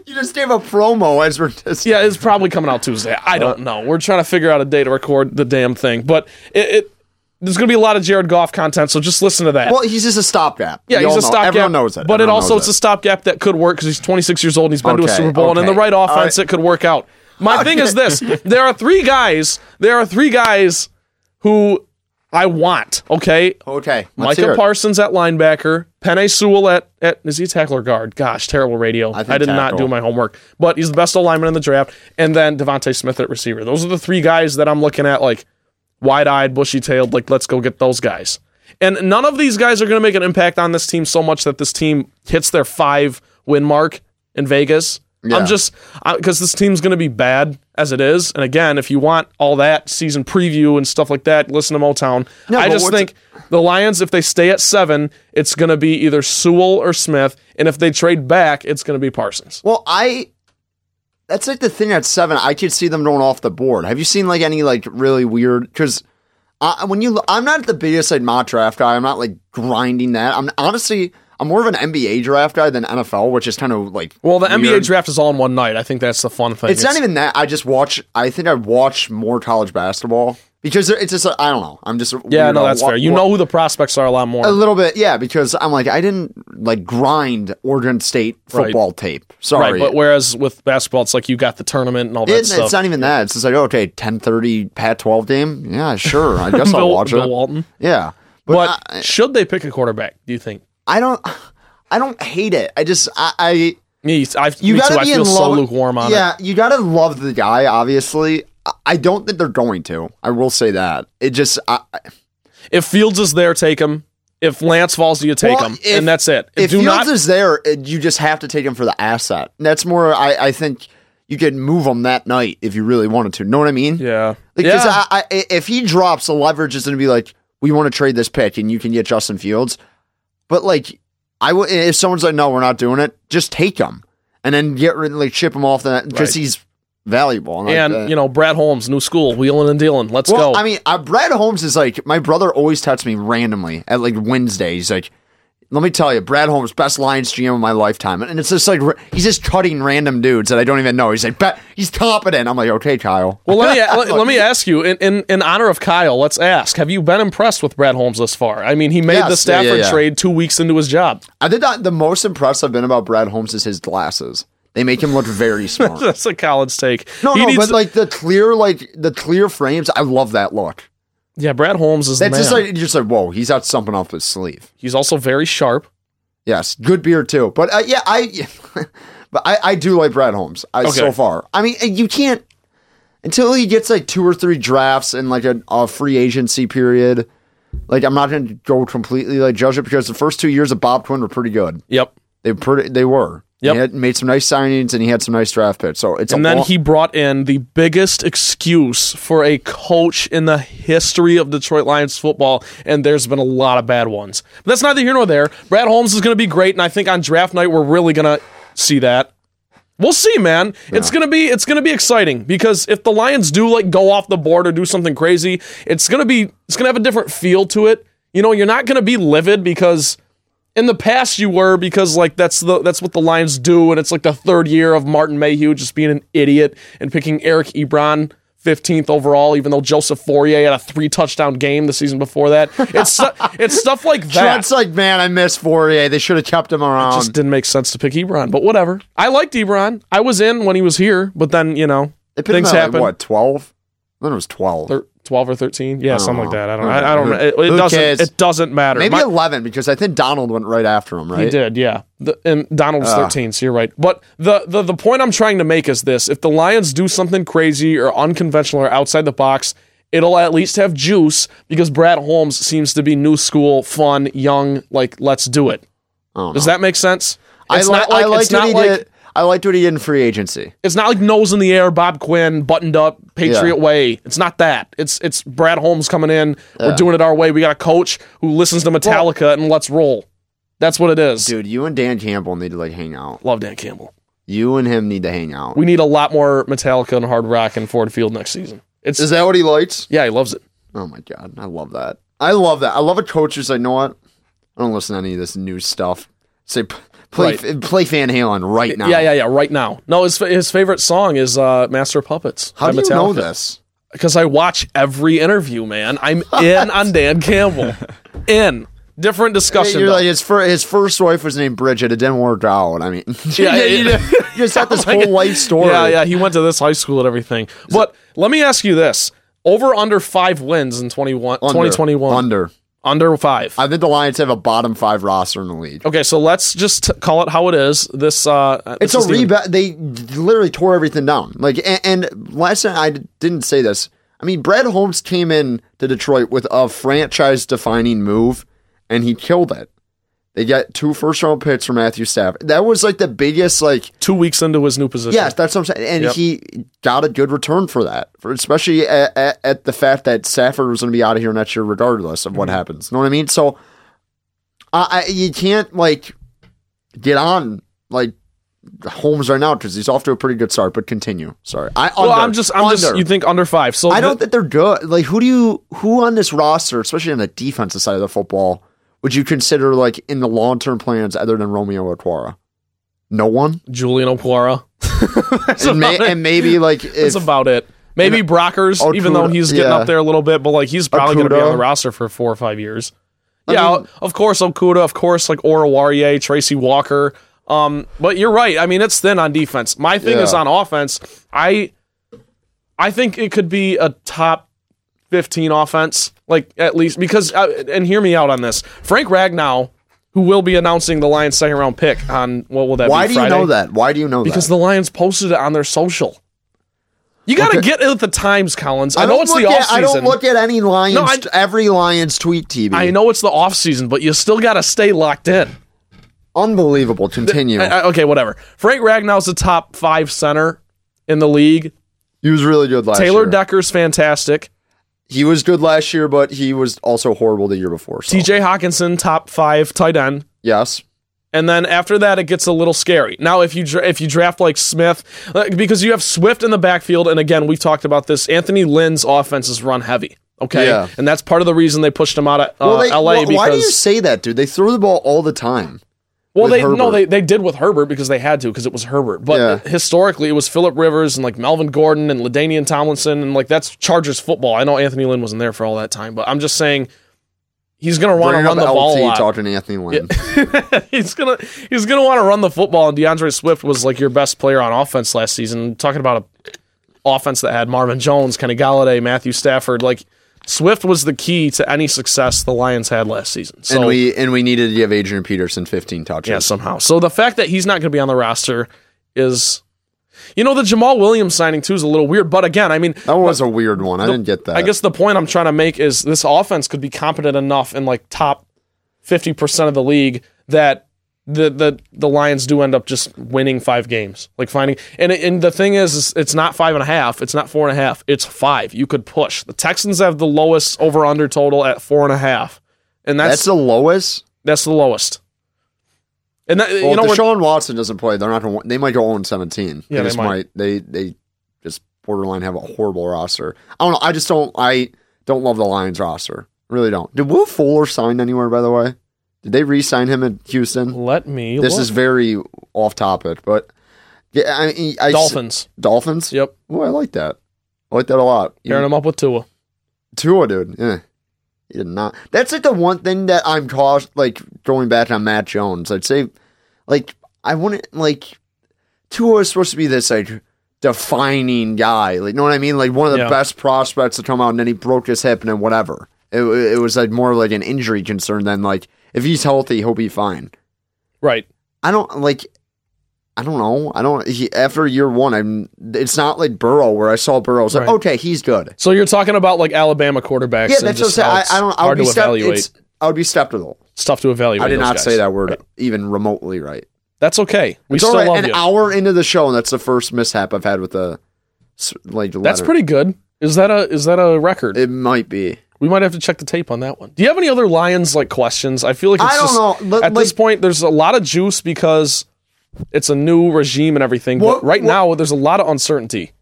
D: You just gave a promo as we're just
E: yeah, it's probably coming out Tuesday. I
D: Uh,
E: don't know. We're trying to figure out a day to record the damn thing, but it, it there's gonna be a lot of Jared Goff content. So just listen to that.
D: Well, he's just a stopgap.
E: Yeah,
D: We
E: he's
D: all
E: a
D: know-
E: stopgap.
D: Everyone knows it.
E: But it
D: Everyone
E: also
D: knows
E: it's a stopgap that could work because he's 26 years old and he's been to a
D: Okay,
E: Super Bowl, and in the
D: okay.
E: right
D: All
E: offense,
D: right.
E: it could work out. My thing is this: there are three guys. There are three guys who I want. Okay,
D: Okay. let's hear
E: Micah
D: it.
E: Parsons at linebacker, Penny Sewell at, at is he a tackle or guard? Gosh, terrible radio. I,
D: think
E: did not
D: tackle.
E: do my homework, but he's the best O lineman in the draft, and then Devontae Smith at receiver. Those are the three guys that I'm looking at, like wide eyed, bushy tailed. Like, let's go get those guys. And none of these guys are going to make an impact on this team so much that this team hits their five win mark in Vegas.
D: Yeah.
E: I'm just because this team's going to be bad as it is. And again, if you want all that season preview and stuff like that, listen to Motown. I
D: but
E: just
D: what's-
E: think the Lions, if they stay at seven, it's going to be either Sewell or Smith, and if they trade back, it's going to be Parsons.
D: Well, I. That's like the thing at seven. I could see them going off the board. Have you seen like any like really weird? Because when you, I'm not the biggest like mock draft guy. I'm not like grinding that. I'm honestly, I'm more of an NBA draft guy than NFL, which is kind of like.
E: Well, the
D: weird.
E: NBA draft is all in one night. I think that's the fun thing.
D: It's not even that. I just watch. I think I watch more college basketball because there- it's just. uh, I don't know. I'm just. a
E: Yeah, no,
D: weirdo.
E: that's
D: Wa-
E: fair. You
D: wa-
E: know who the prospects are a lot more.
D: a little bit, yeah, because I'm like I didn't like grind Oregon State
E: Right.
D: football tape. Sorry,
E: Right, but whereas with basketball, it's like you got the tournament and all that
D: It's,
E: stuff.
D: it's not even that. It's just like okay, ten thirty Pat twelve game. Yeah, sure. I guess I'll
E: Bill-
D: watch
E: Bill
D: it.
E: Walton.
D: Yeah, but,
E: but
D: I,
E: should they pick a quarterback? Do you think?
D: I don't. I don't hate it. I just I, I
E: Me, I,
D: you
E: me
D: gotta
E: too.
D: be
E: I feel
D: in
E: so
D: love.
E: lukewarm on it.
D: yeah, you gotta love the guy. Obviously, I, I don't think they're going to. I will say that. It just I, I-
E: If Fields is there, take him. If Lance falls, do you take
D: Well,
E: him?
D: if-
E: and that's it.
D: if
E: do
D: Fields
E: not
D: is there, it, you just have to take him for the asset. And that's more. I I think you could move him that night if you really wanted to. Know what I mean?
E: Yeah.
D: Because
E: yeah.
D: I, I, if he drops, the leverage is going to be like, we want to trade this pick and you can get Justin Fields. But like, I would if someone's like, no, we're not doing it, just take him and then get rid, like ship him off the because
E: Right.
D: he's valuable. And, uh,
E: And you know, Brad Holmes, new school, wheeling and dealing. Let's
D: well,
E: go.
D: I mean, uh, Brad Holmes is like my brother always texts me randomly at like Wednesday. He's like, let me tell you, Brad Holmes, best Lions GM of my lifetime, and it's just like r- he's just cutting random dudes that I don't even know. He's like, bet he's topping it. I'm like, okay, Kyle.
E: well, let me let, let me ask you in, in in honor of Kyle. Let's ask: Have you been impressed with Brad Holmes thus far? I mean, he made
D: Yes, yeah,
E: the
D: yeah,
E: Stafford
D: yeah.
E: trade two weeks into his job.
D: I think that the most impressed I've been about Brad Holmes is his glasses. They make him look very smart.
E: That's a college take.
D: No,
E: He
D: no,
E: needs-
D: but like the clear, like the clear frames. I love that look.
E: yeah, Brad Holmes is the
D: That's
E: man.
D: just like you're just like whoa, he's got something off his sleeve.
E: He's also very sharp.
D: Yes, good beer too. But uh, yeah, I, but I, I do like Brad Holmes I, so
E: Okay.
D: far. I mean, you can't until he gets like two or three drafts and like a, a free agency period. Like I'm not going to go completely like judge it because the first two years of Bob Quinn were pretty good.
E: Yep.
D: They pretty they were.
E: Yep.
D: He had, made some nice signings and he had some nice draft picks. So it's
E: And
D: a
E: then
D: long-
E: he brought in the biggest excuse for a coach in the history of Detroit Lions football, and there's been a lot of bad ones. But that's neither here nor there. Brad Holmes is going to be great, and I think on draft night we're really going to see that. We'll see, man. It's gonna be it's gonna be exciting because if the Lions do like go off the board or do something crazy, it's gonna be it's gonna have a different feel to it. You know, you're not gonna be livid because in the past you were because like that's the that's what the Lions do, and it's like the third year of Martin Mayhew just being an idiot and picking Eric Ebron. 15th overall, even though Joseph Fourier had a three touchdown game the season before that. It's stu- it's stuff like that.
D: Trent's like, man, I miss Fourier. They should have kept him around.
E: just didn't make sense to pick Ebron, but whatever. I liked Ebron. I was in when he was here, but then you know
D: They picked him at,
E: things
D: like,
E: happen.
D: what twelve? Then it was twelve.
E: Thir- Twelve or thirteen? Yeah, something like that. I don't.
D: Who-
E: I, I don't.
D: who-
E: It, it
D: who
E: doesn't.
D: cares?
E: It doesn't matter.
D: Maybe
E: My-
D: eleven because I think Donald went right after him, right?
E: he did. Yeah, the, and Donald's
D: Ah.
E: thirteen. So you're right. But the, the the point I'm trying to make is this: if the Lions do something crazy or unconventional or outside the box, it'll at least have juice because Brad Holmes seems to be new school, fun, young. Like, let's do it. Does that make sense? It's
D: I, li-
E: not like
D: I liked
E: it's
D: what
E: not
D: he
E: like
D: did. I liked what he did in free agency.
E: It's not like nose in the air, Bob Quinn, buttoned up, Patriot way. It's not that. It's it's Brad Holmes coming in. We're doing it our way. We got a coach who listens to Metallica and let's roll. That's what it is.
D: Dude, you and Dan Campbell need to like hang out.
E: Love Dan Campbell.
D: You and him need to hang out.
E: We need a lot more Metallica and Hard Rock and Ford Field next season. It's
D: Is that what he likes?
E: yeah, he loves it.
D: Oh my god, I love that. I love that. I love a coach who's like, you know what? I don't listen to any of this new stuff. Say, p- play
E: Right.
D: f- play Van Halen right now.
E: Yeah, yeah, yeah. Right now, no, his his favorite song is uh, "Master of Puppets."
D: How
E: by
D: do you know
E: Metallica.
D: this?
E: Because I watch every interview, man. I'm in on Dan Campbell. In different discussion.
D: You're
E: though.
D: like his, fir- his first wife was named Bridget. It didn't work out. I mean,
E: Yeah, yeah,
D: you
E: yeah.
D: just had this whole life story.
E: Yeah, yeah, he went to this high school and everything. But let me ask you this. Over under five wins in 21,
D: Under.
E: 2021.
D: Under.
E: Under five.
D: I think the Lions have a bottom five roster in the league.
E: okay, so let's just t- call it how it is. This uh
D: It's
E: this is
D: a
E: the-
D: rebound. They literally tore everything down. Like, and, and last night I d- didn't say this. I mean, Brad Holmes came in to Detroit with a franchise-defining move, and he killed it. They got two first-round picks from Matthew Stafford. That was like the biggest, like,
E: two weeks into his new position.
D: yes, that's what I'm saying. And
E: Yep.
D: he got a good return for that, for, especially at, at, at the fact that Stafford was going to be out of here next year, regardless of
E: Mm-hmm.
D: what happens. You know what I mean? So, I I you can't like get on like Holmes right now because he's off to a pretty good start. But continue. Sorry, I
E: Well,
D: under,
E: I'm just I'm just
D: under.
E: you think under five. So
D: I don't
E: th-
D: think they're good. Like, who do you who on this roster, especially on the defensive side of the football, would you consider like in the long term plans other than Romeo Aquara? No one,
E: Julian Okwara.
D: and, may,
E: about it.
D: and maybe like if,
E: That's about it. Maybe Brockers, even though
D: Okuda,
E: he's getting
D: yeah.
E: up there a little bit, but like he's probably going to be
D: Okuda.
E: on the roster for four or five years. yeah, of course Okuda, of course like Orawarie, Tracy Walker. Um, but you're right. I mean, it's thin on defense. My thing is
D: Yeah.
E: on offense. I, I think it could be a top 15 offense, like at least because. Uh, and hear me out on this. Frank Ragnow, who will be announcing the Lions' second round pick on what will that?
D: why
E: be
D: do you
E: Friday?
D: know that? Why do you know
E: because
D: that?
E: the Lions posted it on their social. You got to
D: Okay.
E: get it at the times, Collins. I, know
D: don't
E: it's the
D: look
E: off
D: at, I don't
E: season.
D: look at any Lions.
E: No, I-
D: every Lions tweet TV.
E: I know it's the off season, but you still got to stay locked in.
D: Unbelievable. Continue.
E: I- I- okay, whatever. Frank Ragnow's the top five center in the league.
D: he was really good last
E: Taylor
D: year.
E: Decker's fantastic.
D: he was good last year, but he was also horrible the year before. So.
E: T.J. Hawkinson, top five tight end.
D: Yes.
E: And then after that, it gets a little scary. Now, if you dra- if you draft like Smith, like, because you have Swift in the backfield, and again, we've talked about this. Anthony Lynn's offense is run heavy, okay,
D: Yeah.
E: and that's part of the reason they pushed him out of uh,
D: Well, they,
E: LA.
D: wh-
E: because
D: why do you say that, dude? They throw the ball all the time.
E: well,
D: with
E: they no,
D: Herbert?
E: they, they did with Herbert because they had to because it was Herbert. But
D: Yeah.
E: historically, it was Philip Rivers and like Melvin Gordon and Ladainian Tomlinson and like that's Chargers football. I know Anthony Lynn wasn't there for all that time, but I'm just saying he's gonna want to
D: Bringing
E: run the
D: up
E: ball. a
D: LT
E: lot.
D: talking to Anthony Lynn.
E: he's gonna he's gonna want to run the football. And DeAndre Swift was like your best player on offense last season. Talking about a offense that had Marvin Jones, Kenny Galladay, Matthew Stafford. Like Swift was the key to any success the Lions had last season. So
D: and we and we needed to give Adrian Peterson 15 touches.
E: yeah, somehow. So the fact that he's not going to be on the roster is, you know, the Jamal Williams signing too is a little weird. But again, I mean,
D: that was a weird one. I didn't get that.
E: I guess the point I'm trying to make is this offense could be competent enough in like top 50% of the league that the the the Lions do end up just winning five games. Like finding and and the thing is, is it's not five and a half, it's not four and a half, it's five. You could push. The Texans have the lowest over under total at four and a half. And that's
D: that's
E: that's,
D: the lowest.
E: the lowest. And that,
D: Well,
E: you know
D: if
E: we're-
D: Deshaun Watson doesn't play, they're not going. to They might go 0 17. they
E: Yeah, they
D: just
E: might.
D: They they just borderline have a horrible roster. I don't know. I just don't. I don't love the Lions roster. Really don't. Did Will Fuller sign anywhere? By the way, did they re-sign him in Houston?
E: let me
D: This
E: look.
D: is very off topic, but yeah, I, mean, I
E: Dolphins.
D: Dolphins.
E: Yep.
D: Oh, I like that. I like that a lot. You-
E: Pairing them up with Tua.
D: Tua, dude. Yeah. He did not. That's like the one thing that I'm cautious, like going back on Matt Jones. I'd say, like, I wouldn't like Tua is supposed to be this like defining guy. Like, you know what I mean? Like one of the
E: Yeah.
D: best prospects to come out, and then he broke his hip and then whatever. It, it was like more like an injury concern than like if he's healthy, he'll be fine.
E: Right.
D: I don't like. I don't know. I don't. He, after year one, I'm. It's not like Burrow where I saw Burrow. I was
E: Right.
D: like, okay, he's good.
E: So you're talking about like Alabama quarterbacks.
D: Yeah, that's
E: and
D: what I'm
E: just
D: saying.
E: how
D: I,
E: it's
D: I don't. I would
E: hard
D: be
E: to
D: step,
E: evaluate.
D: it's- I would be skeptical.
E: It's tough to evaluate.
D: I did
E: those
D: not
E: guys.
D: say that word even remotely right.
E: That's okay. We
D: It's
E: still
D: alright,
E: love
D: an
E: you.
D: hour into the show, and that's the first mishap I've had with the s- like.
E: That's
D: letter.
E: pretty good. Is that a is that a record?
D: It might be.
E: we might have to check the tape on that one. Do you have any other Lions like questions? I feel like it's
D: I don't
E: just-
D: know. Let-
E: at this
D: like-
E: point, there's a lot of juice because it's a new regime and everything.
D: What-
E: but right
D: what-
E: now, there's a lot of uncertainty.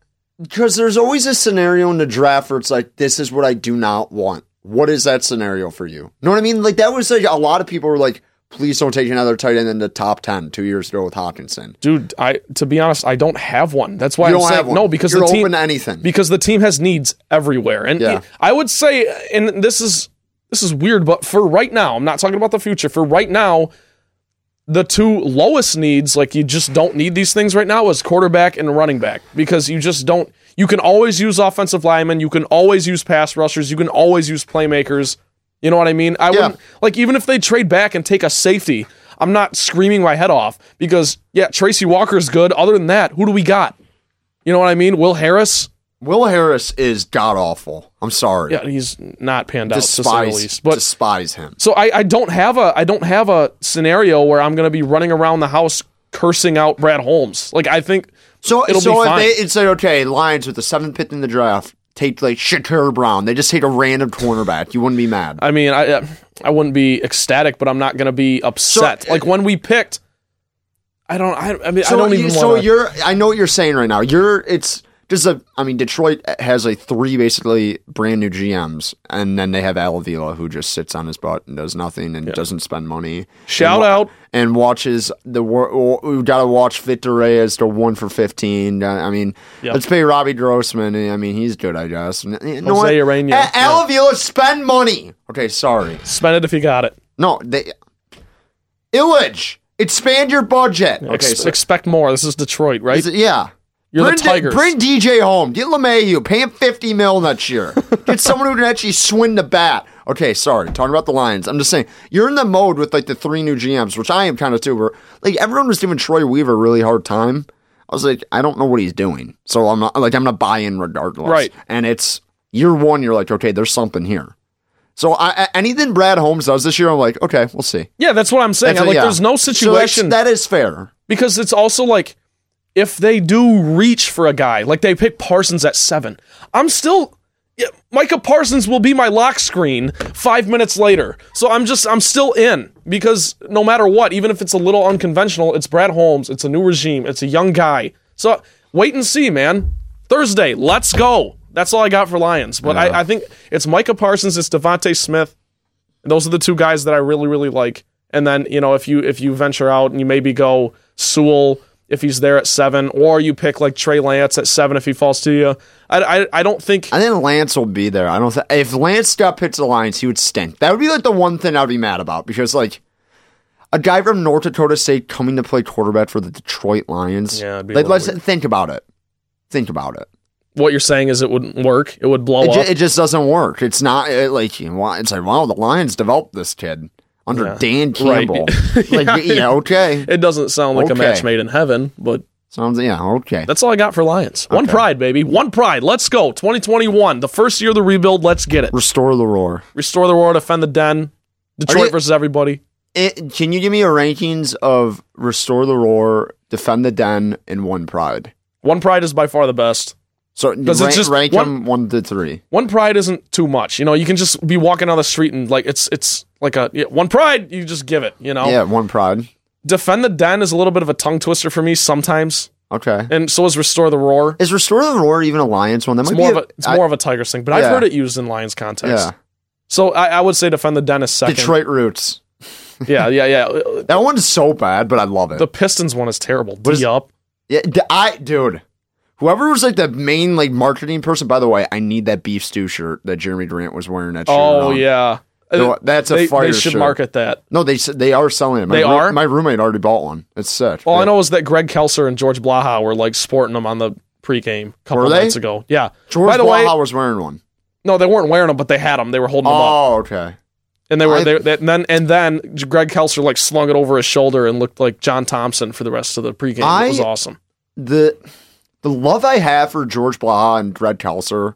D: Because there's always a scenario in the draft where it's like, this is what I do not want. What is that scenario for you? You know what I mean? Like that was like a lot of people were like, please don't take another tight end in the top ten two years ago with Hawkinson.
E: Dude, I to be honest, I don't have one. That's why
D: You
E: I'm
D: don't
E: saying
D: have one.
E: no because
D: You're
E: the team
D: open to anything.
E: because the team has needs everywhere. And
D: Yeah.
E: I would say, and this is this is weird, but for right now, I'm not talking about the future. For right now, the two lowest needs, like you just don't need these things right now, is quarterback and running back because you just don't. You can always use offensive linemen. You can always use pass rushers. You can always use playmakers. You know what I mean? I wouldn't like even if they trade back and take a safety. I'm not screaming my head off because yeah, Tracy Walker's good. Other than that, who do we got? You know what I mean? Will Harris?
D: Will Harris is god awful. I'm sorry.
E: Yeah, he's not panned out to say the
D: despise,
E: least. But
D: despise him.
E: so I, I don't have a I don't have a scenario where I'm gonna be running around the house cursing out Brad Holmes. Like I think
D: So,
E: It'll
D: so
E: be
D: if
E: fine.
D: they it's like okay, Lions with the seventh pick in the draft take like Shakur Brown. They just take a random cornerback. You wouldn't be mad.
E: I mean I I wouldn't be ecstatic, but I'm not gonna be upset. like when we picked, I don't I, I mean
D: So,
E: I don't
D: you-
E: even
D: so
E: want
D: you're. I know what you're saying right now. You're. It's just a. I mean, Detroit has like three basically brand new GMs, and then they have Al Avila who just sits on his butt and does nothing and doesn't spend money.
E: shout
D: And wa-
E: out.
D: and watches the wor- we got to watch Victor Reyes to one for fifteen. Uh, I mean, let's pay Robbie Grossman. I mean, he's good, I guess. N- You know
E: Jose
D: what?
E: Ureña,
D: A- Al Avila, spend money. Okay, sorry.
E: Spend it if you got it.
D: No, they Illich, expand your budget. Okay,
E: Ex-
D: so,
E: expect more. This is Detroit, right?
D: is it- yeah.
E: You're the
D: bring, D-
E: Tigers.
D: bring DJ home. Get LeMayu. Pay him 50 mil next year. Get someone who can actually swing the bat. Okay, sorry. Talking about the Lions. I'm just saying, you're in the mode with like the three new GMs, which I am kind of too. Where, like everyone was giving Troy Weaver a really hard time. I was like, I don't know what he's doing. So I'm not like I'm not buying regardless.
E: Right.
D: And it's year one, you're like, okay, there's something here. So I, I- anything Brad Holmes does this year, I'm like, okay, we'll see.
E: yeah, that's what I'm saying.
D: That's-
E: like
D: yeah.
E: there's no
D: So it's-
E: situation
D: that is fair.
E: because it's also like if they do reach for a guy, like they pick Parsons at seven, I'm still yeah, Micah Parsons will be my lock screen five minutes later. So I'm just, I'm still in because no matter what, even if it's a little unconventional, it's Brad Holmes, it's a new regime, it's a young guy. So wait and see, man. Thursday, let's go. That's all I got for Lions. But I, I think it's Micah Parsons, it's Devontae Smith. Those are the two guys that I really, really like. And then you know, if you if you venture out and you maybe go Sewell if he's there at seven, or you pick like Trey Lance at seven if he falls to you. I, I, I don't think
D: I think Lance will be there. I don't think if Lance got pitched to the Lions, he would stink. That would be like the one thing I'd be mad about because like a guy from North Dakota State coming to play quarterback for the Detroit Lions.
E: Yeah, it'd be a
D: like
E: little
D: let's
E: weird.
D: think about it. Think about it.
E: what you're saying is it wouldn't work. It would blow
D: It, ju-
E: up.
D: it just doesn't work. It's not it, like you know, it's like wow, the Lions developed this kid under Dan
E: Right.
D: Campbell. Like yeah, okay,
E: it doesn't sound like a
D: Okay.
E: match made in heaven, but
D: sounds yeah, okay.
E: that's all I got for Lions. One pride, baby. One pride. Let's go. 2021, the first year of the rebuild. Let's get it.
D: Restore the roar.
E: Restore the roar, defend the den. Detroit
D: you-
E: versus everybody.
D: It, Eh, can you give me a rankings of restore the roar, defend the den, and one pride?
E: One pride is by far the best.
D: So
E: Does it
D: rank,
E: just-
D: rank
E: one-
D: them one to three.
E: one pride isn't too much. You know, you can just be walking down the street and like it's it's like a yeah, one pride. You just give it. You know,
D: Yeah, one pride.
E: defend the den is a little bit of a tongue twister for me sometimes,
D: Okay.
E: and so is restore the roar.
D: Is restore the roar even a Lions one? That
E: It's
D: might
E: more
D: be
E: of a it's more of a tiger's thing, but I've
D: Yeah.
E: heard it used in Lions context.
D: yeah.
E: So I, I would say defend the den is second.
D: Detroit roots.
E: Yeah, yeah, yeah. Uh,
D: That one's so bad, but I love it.
E: The Pistons one is terrible. D
D: is-
E: up.
D: yeah, d- I dude. Whoever was like the main like marketing person, by the way, I need that beef stew shirt that Jeremy Durant was wearing at.
E: Oh yeah,
D: No, that's a
E: they,
D: fire
E: They should
D: shirt.
E: market that.
D: no, they s- they are selling it. My
E: They are?
D: My roommate already bought one. It's sick.
E: All
D: Yeah.
E: I know is that Greg Kelser and George Blaha were like sporting them on the pregame a couple
D: Were they?
E: nights ago. Yeah.
D: George
E: By the way,
D: Blaha was wearing one.
E: no, they weren't wearing them, but they had them. They were holding them up.
D: Oh, okay.
E: And they were
D: I-
E: there, that- and then and then Greg Kelser like slung it over his shoulder and looked like John Thompson for the rest of the pregame.
D: I-
E: it was awesome.
D: the the love I have for George Blaha and Red Kelser.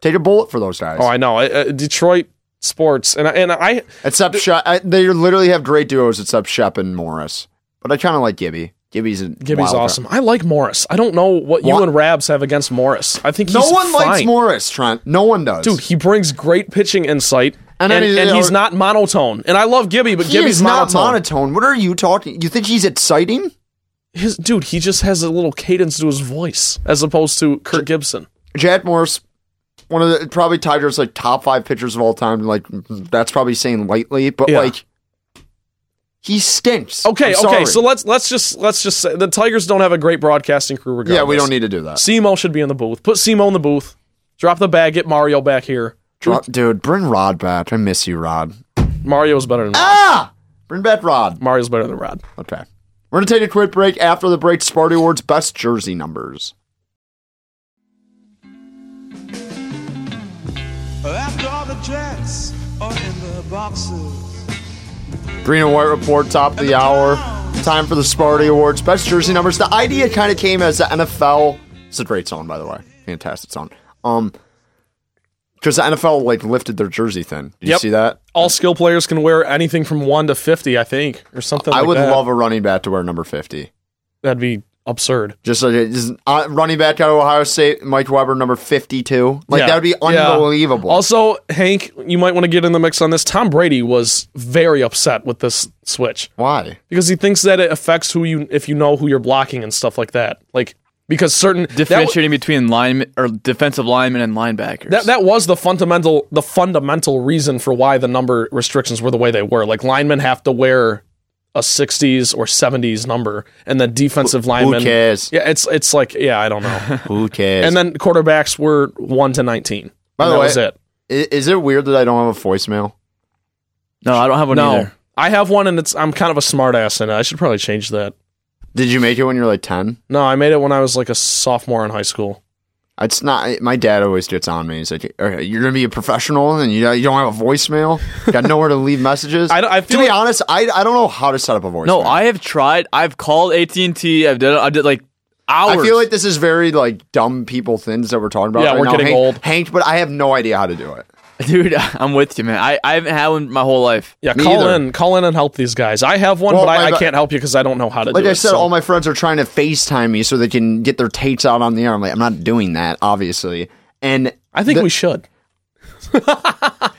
D: Take a bullet for those guys.
E: Oh, I know. I, uh, Detroit sports, and I, and I
D: Except Shep, I, they literally have great duos except Shep and Morris. But I kind of like Gibby. Gibby's a
E: Gibby's
D: wild card.
E: awesome. I like Morris. I don't know what you
D: Wha-
E: and Rabs have against Morris. I think he's
D: No one likes
E: fine.
D: Morris, Trent. No one does.
E: Dude, he brings great pitching insight,
D: And
E: and,
D: then
E: and,
D: he-
E: he's not monotone. And I love Gibby, but
D: he
E: Gibby's
D: is not
E: monotone.
D: monotone. What are you talking? You think he's exciting?
E: His dude, he just has a little cadence to his voice as opposed to Kurt Gibson.
D: Jad Morris, one of the probably Tigers like top five pitchers of all time. Like that's probably saying lightly, but
E: Yeah.
D: like he stinks. I'm
E: Okay, okay.
D: sorry.
E: So let's let's just let's just say the Tigers don't have a great broadcasting crew. Regardless,
D: yeah, we don't need to do that.
E: Simo should be in the booth. Put Simo in the booth. Drop the bag. Get Mario back here.
D: Dro- dude, bring Rod back. I miss you, Rod.
E: Mario's better than
D: Ah! Bring back Rod.
E: Mario's better than Rod.
D: Okay. We're going to take a quick break. After the break, Sparty Awards best jersey numbers.
A: After all the Jets are in the boxes.
D: Green and White Report, top of the hour. Time for the Sparty Awards best jersey numbers. The idea kind of came as the NFL. It's a great song, by the way. Fantastic song. Um, because the NFL like lifted their jersey thing. Did you
E: Yep.
D: see that?
E: All skill players can wear anything from one to fifty, I think, or something.
D: I
E: like
D: would
E: that.
D: love a running back to wear number fifty.
E: That'd be absurd.
D: Just like it- just, uh, running back out of Ohio State, Mike Weber, number fifty-two. Like
E: Yeah.
D: that would be
E: Yeah.
D: unbelievable.
E: Also, Hank, you might want to get in the mix on this. Tom Brady was very upset with this switch
D: Why?
E: because he thinks that it affects who you if you know who you're blocking and stuff like that. Like because certain that w-
F: Differentiating between linemen or defensive linemen and linebackers.
E: That that was the fundamental the fundamental reason for why the number restrictions were the way they were. Like linemen have to wear a 60s or 70s number, and the defensive linemen.
D: cares?
E: Yeah, it's it's like yeah, I don't know.
D: Who cares?
E: and then quarterbacks were one to 19.
D: By
E: and
D: the
E: that
D: way,
E: was it.
D: I- Is it weird that I don't have a voicemail?
F: no, I don't have one
E: No,
F: either.
E: I have one, and it's I'm kind of a smartass in it. I should probably change that.
D: Did you make it when you're like 10?
E: No, I made it when I was like a sophomore in high school.
D: It's not. My dad always gets on me. He's like, "Okay, "You're gonna be a professional, and you, you don't have a voicemail. Got nowhere to leave messages."
E: I don't- I feel
D: to be
E: like-
D: honest, I I don't know how to set up a voicemail.
F: No, I have tried. I've called AT and T. I've done. I did like hours.
D: I feel like this is very like dumb people things that we're talking about.
E: Yeah,
D: right
E: we're
D: now.
E: getting
D: Hank,
E: old.
D: Hank. But I have no idea how to do it.
F: dude, I'm with you, man. I, I haven't had one my whole life.
E: Yeah,
D: Me
E: call
D: either.
E: in, call in and help these guys. I have one,
D: Well,
E: but I,
D: like-
E: I can't help you because I don't know how to.
D: Like
E: do
D: I
E: it,
D: said,
E: so-
D: all my friends are trying to FaceTime me so they can get their takes out on the air. I'm like, I'm not doing that, obviously. And
E: I think
D: the-
E: we should.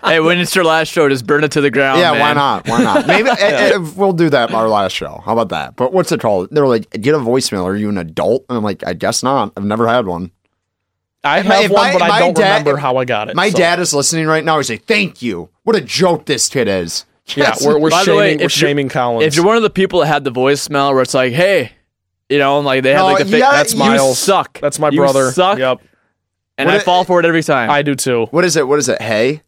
F: hey, when it's your last show, just burn it to the ground.
D: Yeah, why
F: man.
D: not? Why not? Maybe eh, eh, we'll do that in our last show. How about that? But what's it called? They're like, get a voicemail. Are you an adult? And I'm like, I guess not. I've never had one.
E: I
D: my-
E: have
D: if
E: one,
D: my-
E: but I
D: my
E: don't
D: dad-
E: remember how I got it.
D: My
E: so-
D: dad is listening right now. He's like, thank you. What a joke this kid is.
E: Yeah,
D: Yes.
E: we're, we're
F: By the
E: shaming
F: way,
E: we're
F: if you're-
E: shaming Collins.
F: If you're one of the people that had the voicemail where it's like, hey, you know, and like they had
D: No,
F: like the
D: you
F: fake,
D: gotta-
F: that's
D: Oh, you
F: Miles.
E: suck.
F: suck.
E: That's my
F: You
E: brother.
F: suck.
E: Yep,
F: And
D: What
F: I
D: it-
F: fall for it every time.
E: I do too.
D: What is it? What is it? Hey?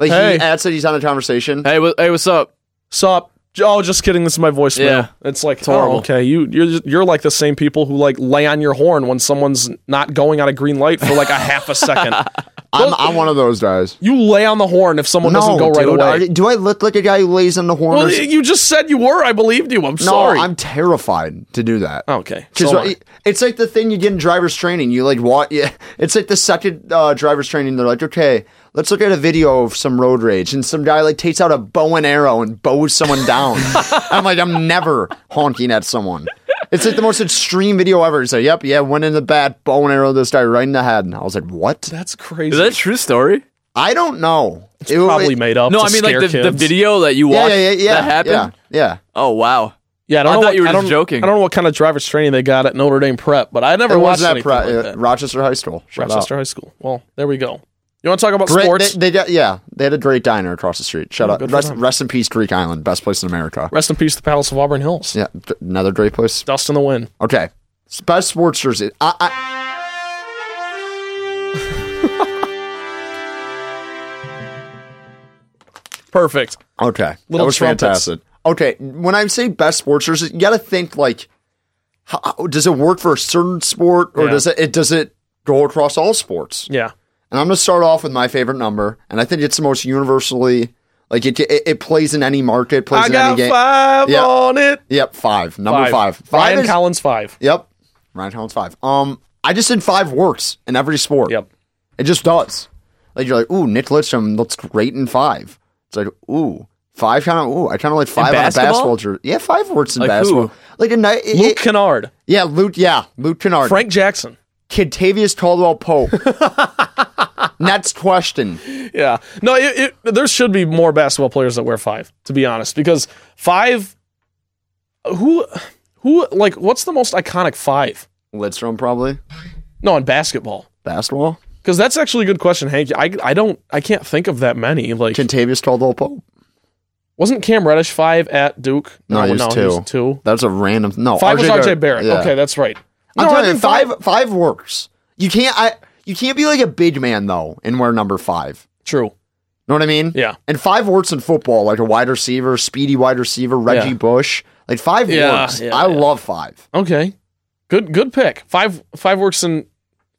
D: Like
E: Hey.
D: he adds that he's on a conversation.
F: hey, wha- hey, what's up?
E: Sup? Oh, just kidding. This is my voicemail.
F: Yeah.
E: it's like it's
F: horrible.
E: okay, you you're just- you're like the same people who like lay on your horn when someone's not going on a green light for like a half a second.
D: I'm, I'm one of those guys.
E: You lay on the horn if someone doesn't go right
D: dude,
E: away.
D: I- do I look like a guy who lays on the horn? or
E: well,
D: s-
E: you just said you were. I believed you. I'm
D: no,
E: sorry.
D: I'm terrified to do that.
E: okay.
D: Because
E: so am I.
D: it's like the thing you get in driver's training. You like what? Yeah, it's like the second uh, driver's training. They're like, okay, let's look at a video of some road rage, and some guy like takes out a bow and arrow and bows someone down. I'm like, I'm never honking at someone. It's like the most extreme video ever. He's like, yep, yeah, went in the bat, bow and arrow this guy right in the head, and I was like, what?
E: that's crazy.
F: Is that a true story?
D: I don't know. It-
E: probably
D: it-
E: made up.
F: No,
E: to
F: I mean like
E: scare
F: the, the
E: kids.
F: video that you
D: Yeah,
F: watched
D: yeah, yeah, yeah.
F: that happened.
D: Yeah, yeah.
F: Oh wow.
E: Yeah, I don't
F: I
E: know.
F: thought
E: What,
F: you were
E: I
F: just
E: don't,
F: joking.
E: I don't know what kind of driver's training they got at Notre Dame Prep, but I never
D: It
E: watched
D: was that,
E: anything
D: pro-
E: like
D: uh,
E: that.
D: Rochester High School. Shout out.
E: Rochester High School. Well, there we go. You want to talk about
D: Great-
E: sports? Oh,
D: They, they got yeah. They had a great diner across the street. Shout out.
E: good for
D: Rest,
E: them.
D: rest in peace, Greek Island, best place in America.
E: Rest in peace, the Palace of Auburn Hills.
D: Yeah, d- another great place.
E: Dust in the wind.
D: Okay, S- best sports jersey. I, I,
E: Perfect.
D: okay, that
E: Little
D: was
E: trumpets.
D: fantastic. Okay, when I say best sports jersey, you got to think like, how, does it work for a certain sport or
E: Yeah.
D: does it, it does it go across all sports?
E: Yeah.
D: And I'm gonna start off with my favorite number, and I think it's the most universally like it. It, it plays in any market, plays
E: I
D: in
E: got
D: any game.
E: five
D: Yeah.
E: on it.
D: Yep, five. Number five. Five,
E: Ryan
D: is
E: Collins five.
D: Yep. Ryan Collins five. Um, I just did five works in every sport.
E: Yep.
D: It just does. Like you're like, ooh, Nick Lidstrom looks great in five. It's like, ooh, five kind of. Ooh, I kind of like five on a
F: basketball?
D: basketball jersey. Yeah, five works in
F: Like
D: basketball.
F: who?
D: Like a night. it-
E: Luke
D: it-
E: Kennard.
D: yeah, Luke. Yeah, Luke Kennard.
E: Frank Jackson.
D: Kidtavious Caldwell Pope. Next question.
E: Yeah. No, it, it, there should be more basketball players that wear five, to be honest, because five. Who, who, like, what's the most iconic five?
D: Lidstrom probably
E: No, in basketball.
D: basketball.
E: Because that's actually a good question, Hank. I, I don't, I can't think of that many. Like,
D: Kidtavious Caldwell Pope.
E: wasn't Cam Reddish five at Duke?
D: No, he was two.
E: was two.
D: That's a random. No,
E: Five was RJ
D: Barrett.
E: Barrett.
D: Yeah.
E: Okay, that's right.
D: I'm
E: No, I
D: telling you,
E: think five-
D: five five works. You can't I you can't be like a big man though and wear number five.
E: True.
D: Know what I mean?
E: Yeah.
D: And five works in football, like a wide receiver, speedy wide receiver, Reggie
E: Yeah.
D: Bush. Like five
E: Yeah,
D: works.
E: yeah,
D: I love five.
E: Okay. Good good pick. Five five works in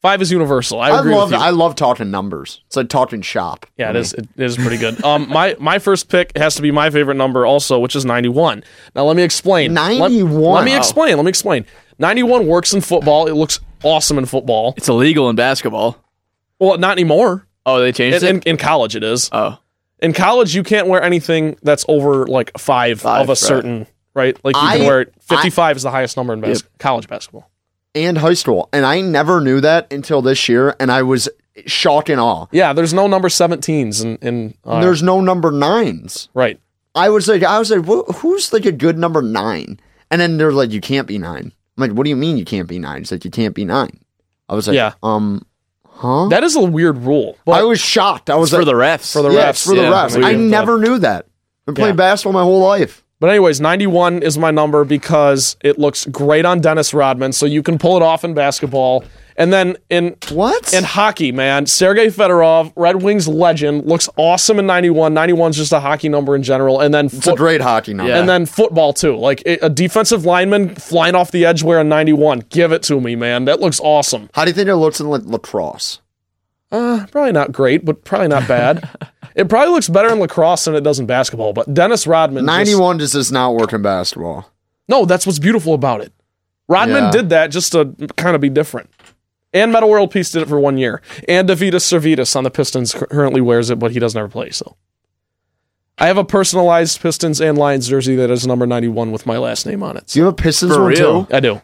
E: five is universal. I,
D: I,
E: agree
D: love
E: with you.
D: I love talking numbers. It's like talking shop.
E: yeah, it is it is pretty good. Um my my first pick has to be my favorite number also, which is 91. Now let me explain. Let-
D: 91.
E: Let, me
D: Oh.
E: explain. Let me explain. 91 works in football. It looks awesome in football.
F: It's illegal in basketball.
E: Well, not anymore.
F: Oh, they changed
E: In,
F: it.
E: in, in college it is.
F: oh,
E: In college you can't wear anything that's over like 5,
F: Five,
E: of a
F: right.
E: certain right? Like you
D: I-
E: can wear it. 55 is the highest number in bas- college basketball.
D: And high school. And I never knew that until this year, and I was shocked and awe.
E: Yeah, there's no number 17s in in uh,
D: There's no number nines.
E: right.
D: I was like, I was like, "Wh- who's like a good number nine? And then they're like, you can't be nine. I'm like, what do you mean you can't be nine? It's like you can't be nine. I was like,
E: Yeah.
D: um,
E: That is a weird rule. But
D: I was shocked. I was
F: for
D: like,
F: the refs. For
E: the
D: yeah,
E: refs,
D: it's for the
E: yeah,
D: refs. I
E: weird.
D: never knew that. Been playing
E: Yeah.
D: basketball my whole life.
E: But anyways, 91 is my number because it looks great on Dennis Rodman, so you can pull it off in basketball. And then in
D: What?
E: in hockey, man, Sergei Fedorov, Red Wings legend, looks awesome in 91. 91 is just a hockey number in general. And then
D: it's a
E: foot-
D: great hockey number.
F: Yeah.
E: and then football too. Like a a defensive lineman flying off the edge wearing 91. Give it to me, man. That looks awesome.
D: How do you think it looks in like, lacrosse?
E: Uh, probably not great, but probably not bad. it probably looks better in lacrosse than it does in basketball. But Dennis Rodman, just-
D: 91 just does not work in basketball.
E: No, that's what's beautiful about it. Rodman
D: Yeah.
E: did that just to kind of be different. And Metal World Peace did it for one year. And Davidas Servitas on the Pistons cur- currently wears it, but he doesn't ever play. So I have a personalized Pistons and Lions jersey that is number 91 with my last name on it.
D: Do you have a Pistons
F: For
D: one
F: real?
D: too?
E: I do.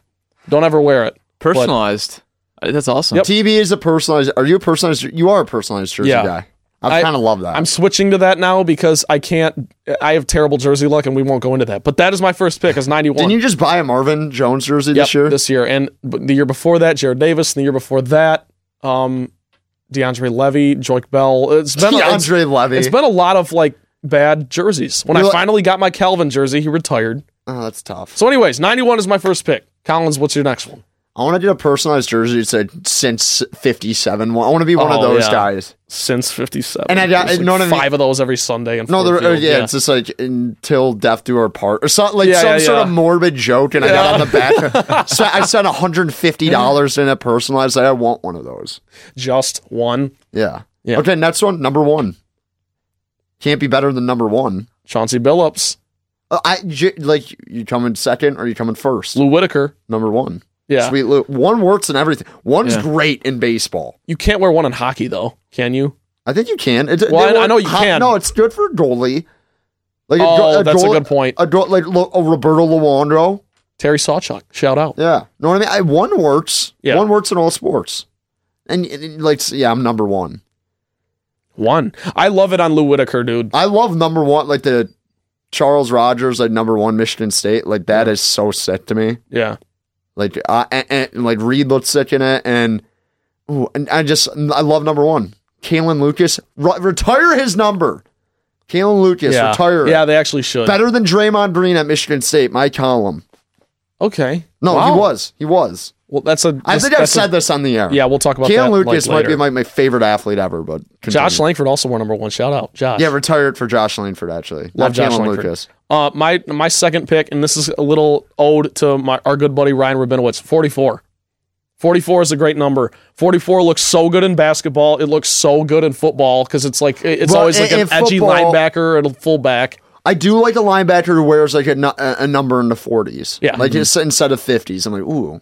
E: Don't ever wear it.
F: personalized. Uh, That's awesome.
D: TB is a personalized. Are you a personalized? You are a personalized jersey
E: Yeah.
D: guy. I,
E: I-
D: kind of love that.
E: I'm switching to that now because I can't. I have terrible jersey luck, and we won't go into that. But that is my first pick. Is 91.
D: Didn't you just buy a Marvin Jones jersey
E: Yep,
D: this year?
E: This year, and b- the year before that, Jared Davis. And the year before that, um, DeAndre Levy, Joik Bell. It's been a, it's,
D: DeAndre Levy.
E: it's been a lot of like bad jerseys. When
D: You're
E: I
D: like-
E: finally got my Calvin jersey, he retired.
D: oh, that's tough.
E: So, anyways, 91 is my first pick. Collins, what's your next one?
D: I want to do a personalized jersey that said since '57. I want to be one of
E: Oh,
D: those
E: yeah.
D: guys.
E: Since 57.
D: And I got-
E: There's, like,
D: no, what I mean-
E: five of those every Sunday. In
D: No, there,
E: Ford
D: uh,
E: Field.
D: yeah, it's just like until death do our part, or something like
E: Yeah,
D: some
E: yeah,
D: sort of
E: yeah.
D: morbid joke. And I got on the back. so I spent 150 dollars in it personalized. I want one of those.
E: just one.
D: Yeah.
E: Yeah.
D: Okay, next one, number one. Can't be better than number one.
E: Chauncey Billups,
D: Uh, I j- like you coming second or you coming first?
E: Lou Whitaker.
D: Number one.
E: Yeah.
D: Sweet Lou. One works in everything. One's great in baseball.
E: You can't wear one in hockey, though, can you?
D: I think you can. It's,
E: Well,
D: they
E: I- I
D: work
E: know you can.
D: No, it's good for a goalie. Like
E: Oh, that's a good point.
D: A goal, like lo, a Roberto Luandro.
E: Terry Sawchuk, shout out.
D: Yeah. Know what I mean? I, one works.
E: Yeah.
D: One works in all sports. And, and, and, like, yeah, I'm number one.
E: One. I love it on Lou Whitaker, dude.
D: I love number one, like the Charles Rogers, like number one Michigan State. Like that is so sick to me.
E: Yeah.
D: Like I and, and, like Reed looked sick in it, and ooh, and I just I love number one, Kalen Lucas. Re- retire his number, Kalen Lucas.
E: yeah.
D: Retire. it.
E: Yeah, they actually should.
D: better than Draymond Green at Michigan State. My column.
E: Okay.
D: No,
E: Wow.
D: he was. He was.
E: Well, that's a.
D: I
E: that's-
D: think I've
E: that's a-
D: said this on the air.
E: Yeah, we'll talk about that.
D: Kalen
E: like,
D: Lucas might
E: later.
D: be my, my favorite athlete ever, but continue.
E: Josh Langford also wore number one. Shout out, Josh.
D: Yeah, retired for Josh Langford actually.
E: Love
D: Not
E: Josh
D: Kalen
E: Langford.
D: Lucas.
E: Uh, my my second pick, and this is a little ode to my our good buddy Ryan Rabinowitz. Forty four. 44 is a great number. 44 looks so good in basketball. It looks so good in football because it's like it's
D: Well,
E: always
D: in-
E: like an
D: in
E: edgy
D: football-
E: linebacker and a fullback.
D: I do like a linebacker who wears like a, nu- a a number in the 40s.
E: Yeah. Mm-hmm.
D: Like just instead of 50s. I'm like, ooh,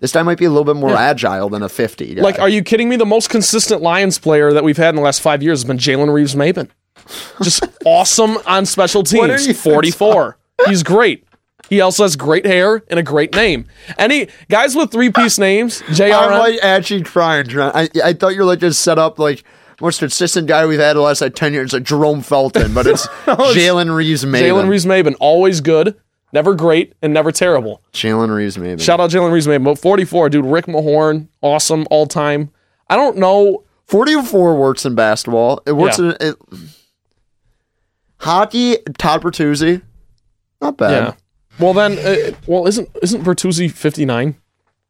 D: this guy might be a little bit more agile than a 50. guy.
E: Like, are you kidding me? The most consistent Lions player that we've had in the last five years has been Jalen Reeves Maben. Just awesome on special
D: What are
E: teams.
D: you
E: 44. He's great. He also has great hair and a great name. Any guys with three piece names,
D: I'm
E: JRM,
D: like actually trying, John. I, I thought you were like just set up like most consistent guy we've had the last like 10 years, like Jerome Felton, but it's Jalen Reeves Maven.
E: Oh, Jalen Reeves Maben, always good, never great, and never terrible.
D: Jalen Reeves Maven.
E: Shout out Jalen Reeves Maben. But 44, dude, Rick Mahorn, awesome all time. I don't know.
D: 44 works in basketball. It works
E: Yeah.
D: in it, hockey, Todd Bertuzzi. Not bad.
E: Yeah. Well then, uh, well isn't isn't Bertuzzi 59?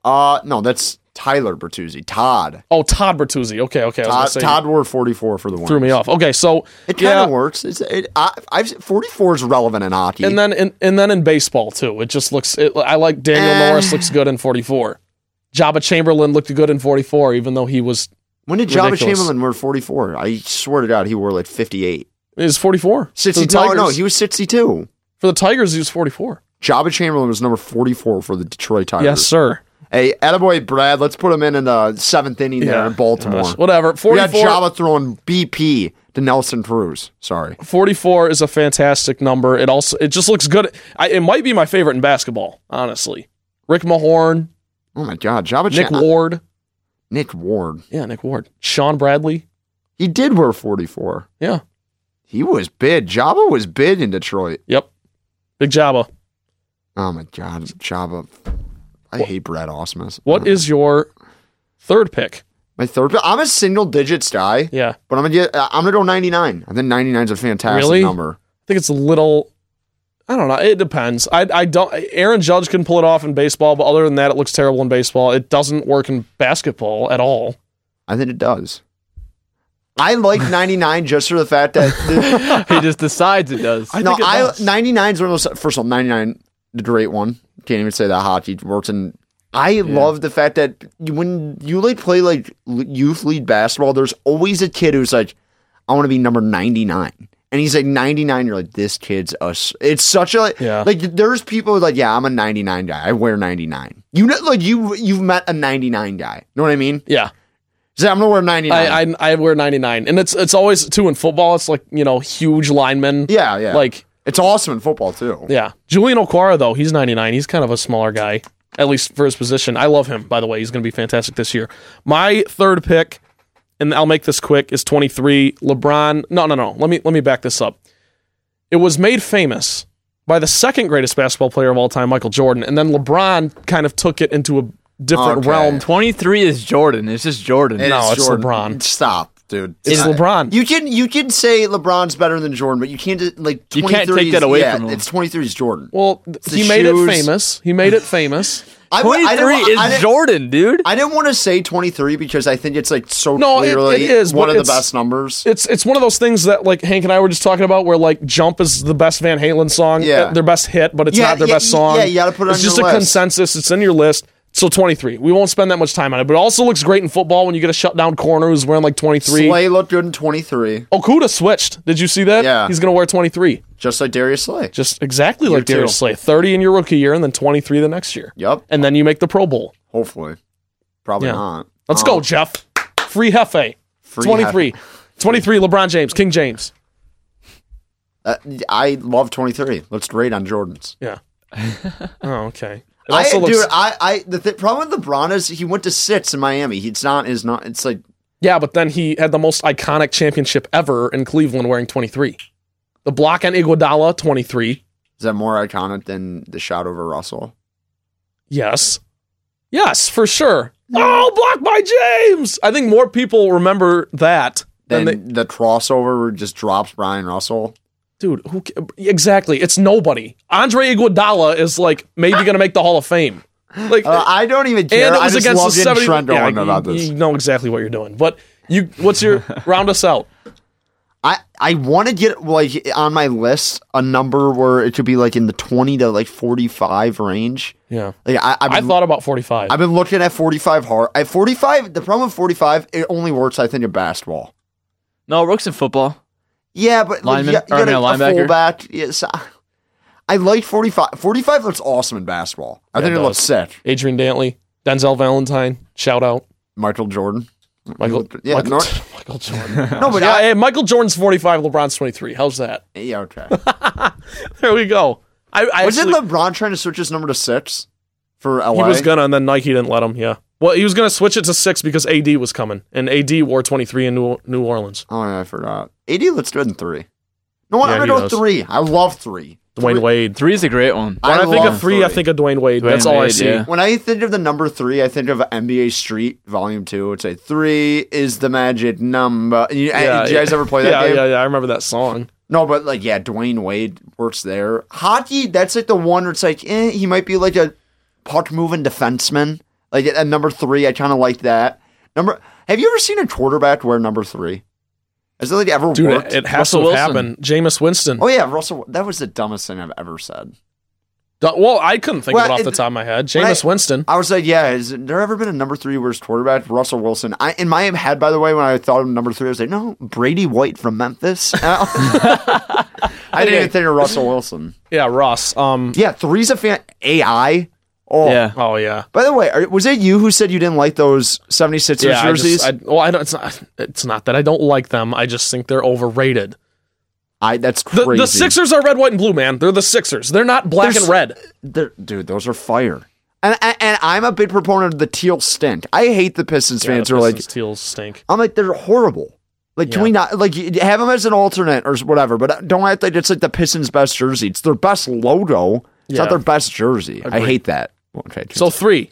D: Uh, no, that's Tyler Bertuzzi. Todd.
E: Oh, Todd Bertuzzi. Okay, okay. I was gonna
D: Todd,
E: say-
D: Todd wore 44 for the one.
E: threw me off. Okay, so
D: It kind
E: yeah,
D: of works. It's, it, I, I've 44 is relevant in hockey.
E: and then in, and then in baseball too. It just looks. It, I like Daniel
D: Eh.
E: Norris looks good in forty four. Jabba Chamberlain looked good in forty four, even though he was
D: when did Java
E: ridiculous.
D: Chamberlain wear 44? I swear to God, he wore like 58.
E: is forty four.
D: 62. No, no, he was 62.
E: for the Tigers, he was forty four.
D: Java Chamberlain was number 44 for the Detroit Tigers.
E: Yes, sir.
D: Hey, attaboy, Brad, let's put him in in the seventh inning there in Baltimore.
E: Gosh, whatever.
D: we
E: 44,
D: got Java throwing BP to Nelson Cruz. Sorry.
E: 44 is a fantastic number. It also it just looks good. I, it might be my favorite in basketball, honestly. Rick Mahorn,
D: Oh, my God. Java
E: Nick
D: Cham-
E: Ward.
D: Nick Ward.
E: Yeah, Nick Ward. Sean Bradley.
D: He did wear 44.
E: Yeah.
D: He was big. Java was big in Detroit.
E: Yep. Big Jabba.
D: Oh my God, Jabba! I hate Brad Osmus. Uh,
E: What is your third pick?
D: my third? I'm a single digits guy,
E: Yeah.
D: but I'm gonna get. uh, I'm gonna go 99. I think 99 is a fantastic
E: Really?
D: number.
E: I think it's a little. I don't know. It depends. I I don't. Aaron Judge can pull it off in baseball, but other than that, it looks terrible in baseball. It doesn't work in basketball at all.
D: I think it does. I like 99 just for the fact that
F: he just decides it does.
E: I
D: no,
E: think it
D: I
E: does.
D: 99 is one of those. First of all, 99, the great one. Can't even say that hockey works in. I love the fact that you- when you like play like l- youth league basketball, there's always a kid who's like, I want to be number 99. And he's like 99. You're like, this kid's us. It's such a
E: Yeah.
D: like. There's people who's like, yeah, I'm a 99 guy. I wear 99. You know, like you you've met a 99 guy. Know what I mean?
E: Yeah,
D: He's like, I'm gonna wear 99.
E: I I, I wear ninety nine, and it's it's always too in football. It's like you know huge linemen.
D: yeah, yeah.
E: Like
D: it's awesome in football too.
E: yeah, Julian Okwara though he's ninety nine. He's kind of a smaller guy. at least for his position. I love him, by the way. He's going to be fantastic this year. My third pick, and I'll make this quick, is 23. LeBron. No, no, no. Let me let me back this up. It was made famous by the second greatest basketball player of all time, Michael Jordan, and then LeBron kind of took it into a different
D: Okay.
E: realm.
F: 23 is Jordan. It's just Jordan.
D: It
E: No,
D: is
E: it's LeBron.
D: Stop, dude.
E: It's
D: not-
E: LeBron.
D: You can you can say LeBron's better than Jordan, but you can't just, like
F: You can't
D: 23
F: take that
D: is-
F: away
D: yeah,
F: from him.
D: It's 23's Jordan.
E: Well,
D: the
E: he made
D: shoes.
E: it famous. He made it famous.
D: I, w-
F: 23
D: I didn't wa-
F: is
D: I didn't-
F: Jordan, dude.
D: I didn't want to say 23 because I think it's like so
E: No, it-
D: clearly
E: it is,
D: one
E: but
D: of the
E: it's-
D: best numbers.
E: it's it's one of those things that like Hank and I were just talking about, where like "Jump" is the best Van Halen song,
D: Yeah.
E: uh, their best hit, but it's
D: Yeah,
E: not their
D: yeah,
E: best song.
D: yeah, you gotta put it
E: It's
D: on
E: just
D: your
E: a
D: list.
E: consensus. It's in your list. So twenty three. We won't spend that much time on it, but it also looks great in football when you get a shutdown corner who's wearing like twenty three.
D: Slay looked good in 23,
E: Okuda switched. Did you see that?
D: Yeah.
E: he's gonna wear twenty three,
D: just like Darius Slay.
E: just exactly like
D: two.
E: Darius Slay. Thirty in your rookie year, and then twenty three the next year.
D: Yep.
E: And then you make the Pro Bowl.
D: Hopefully, probably
E: Yeah.
D: not.
E: Let's
D: Um,
E: go, Jeff. Free Hefe.
D: Free
E: Twenty three.
D: Hefe.
E: Twenty three. LeBron James. King James.
D: Uh, I love 23. Let's rate on Jordan's.
E: Yeah. oh, okay. It
D: I,
E: also looks-
D: dude, I, I, the th- problem with LeBron is he went to six in Miami. He's not, is not, it's like,
E: yeah, but then he had the most iconic championship ever in Cleveland wearing 23. The block on Iguodala, 23.
D: is that more iconic than the shot over Russell?
E: Yes. Yes, for sure. Oh, block by James. I think more people remember that than
D: Then
E: they,
D: the crossover where it just drops Brian Russell.
E: dude, who ca- exactly? It's nobody. Andre Iguodala is like maybe going to make the Hall of Fame. Like
D: Uh, I don't even care.
E: and it
D: I
E: was
D: just
E: against
D: love
E: the
D: getting
E: 70
D: Trent
E: yeah,
D: going
E: you,
D: about this.
E: you know exactly what you're doing. But you what's your round us out?
D: I, I want to get like on my list a number where it could be like in the 20 to like 45 range.
E: Yeah.
D: Like I, I've
E: I
D: been,
E: thought about 45.
D: Mm-hmm. I've been looking at 45 hard. At 45, the problem with 45, it only works, I think, in basketball.
F: no, it works in football.
D: Yeah, but like,
F: Lineman?
D: you got, you
F: Or
D: got a,
F: no,
D: a
F: linebacker?
D: fullback. Yes, I- I like 45. 45 looks awesome in basketball. I think it,
E: it
D: looks sick.
E: Adrian Dantley, Denzel Valentine, shout out.
D: Michael Jordan.
E: Michael,
D: Yeah,
E: Michael,
D: Nor-
E: Michael Jordan.
D: No, but
E: yeah,
D: I-
E: hey, Michael Jordan's 45, LeBron's 23. How's that?
D: yeah, okay.
E: There we go. I, I
D: Wasn't
E: actually-
D: LeBron trying to switch his number to six for LA?
E: he was gonna, and then Nike didn't let him. Yeah. Well, he was gonna switch it to six because AD was coming, and AD wore 23 in New, New Orleans.
D: Oh, yeah, I forgot. AD looks good in three. No, I'm
E: Yeah,
D: gonna
E: he
D: go
E: does.
D: three. I love three.
E: Dwayne Wade.
F: Three is a great one.
E: When I, think
D: love
E: of three, I think of Dwayne Wade.
F: Dwayne
E: That's all I
F: Wade,
E: see.
F: yeah.
D: When I think of the number three, I think of NBA Street Volume Two. It's a three is the magic number. You,
E: Yeah,
D: did you guys
E: yeah.
D: ever play that
E: yeah,
D: game?
E: Yeah, yeah, I remember that song.
D: No, but like, yeah, Dwayne Wade works there. Hockey, that's like the one where it's like, eh, he might be like a puck moving defenseman. Like at, at number three, I kind of like that. Number, have you ever seen a quarterback wear number three? Has that like ever
E: Dude,
D: worked?
E: it, it has
F: Russell
E: to
F: Wilson.
E: happen. Jameis Winston.
D: oh yeah, Russell. That was the dumbest thing I've ever said.
E: Duh, Well, I couldn't think
D: Well,
E: of it off
D: it-
E: the top of my head.
D: when I-
E: Jameis Winston.
D: I was like, yeah, has there ever been a number three worst quarterback? Russell Wilson. I in my head, by the way, when I thought of number three, I was like, no, Brady White from Memphis. I didn't even think of Russell Wilson.
E: Yeah, Ross. Um.
D: Yeah, three's a fan AI. Oh,
F: Yeah.
E: Oh yeah.
D: By the way, are, was it you who said you didn't like those 76ers
E: yeah,
D: jerseys?
E: I just, I, well, I don't. It's not. It's not that I don't like them. I just think they're overrated.
D: I- that's
E: The,
D: crazy.
E: the Sixers are red, white, and blue, man. They're the Sixers. They're not black
D: There's-
E: and red.
D: They're- dude, those are fire. And, and and I'm a big proponent of the teal stint. I hate the Pistons fans who are like,
E: Pistons teals stink.
D: I'm like they're horrible. Like, can
E: Yeah.
D: we not like you- have them as an alternate or whatever? But don't act like it's like the Pistons' best jersey. It's their best logo. It's not
E: Yeah.
D: their best jersey. I
E: Agreed.
D: hate that. Okay,
E: So three,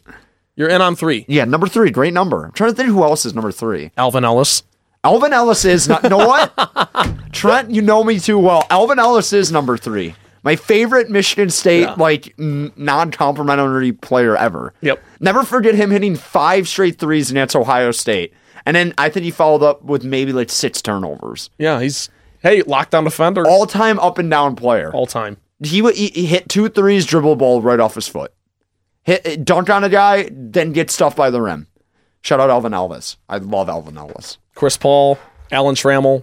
E: you're in on three.
D: yeah, number three, great number. I'm trying to think who else is number three.
E: Alvin Ellis.
D: Alvin Ellis is not. You know what? Trent, you know me too well. Alvin Ellis is number three. My favorite Michigan State like n- non-complimentary player ever.
E: Yep.
D: Never forget him hitting five straight threes against Ohio State, and then I think he followed up with maybe like six turnovers.
E: Yeah, he's hey lockdown defender all,
D: All-time up and down player.
E: time.
D: He, wa- he he hit two threes, dribble the ball right off his foot, hit dunk on a guy, then get stuffed by the rim. Shout out Alvin Ellis. I love Alvin Ellis.
E: Chris Paul, Alan Trammell.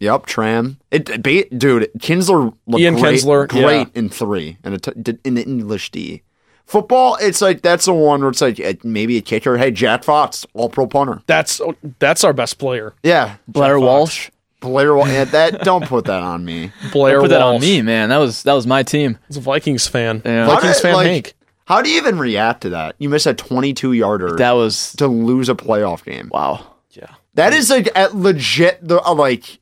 D: Yep, Tram. It, it be, dude, Kinsler looked
E: Ian
D: great,
E: Kinsler,
D: great
E: yeah.
D: in three and a t- did- in the English D. Football, it's like that's the one where it's like eh, maybe a kicker. Hey, Jack Fox, all pro punter.
E: That's that's our best player.
D: Yeah,
F: Blair Walsh.
D: Blair. Wa- yeah, that don't put that on me.
E: Blair
F: Put that on
E: Walsh.
F: me, man. That was that was my team.
E: He's a Vikings fan.
F: Yeah.
D: How
E: Vikings
D: did,
E: fan
D: like,
E: Hank.
D: How do you even react to that? You miss a 22 yarder
F: That was
D: to lose a playoff game.
F: wow.
D: That is like at legit the uh, like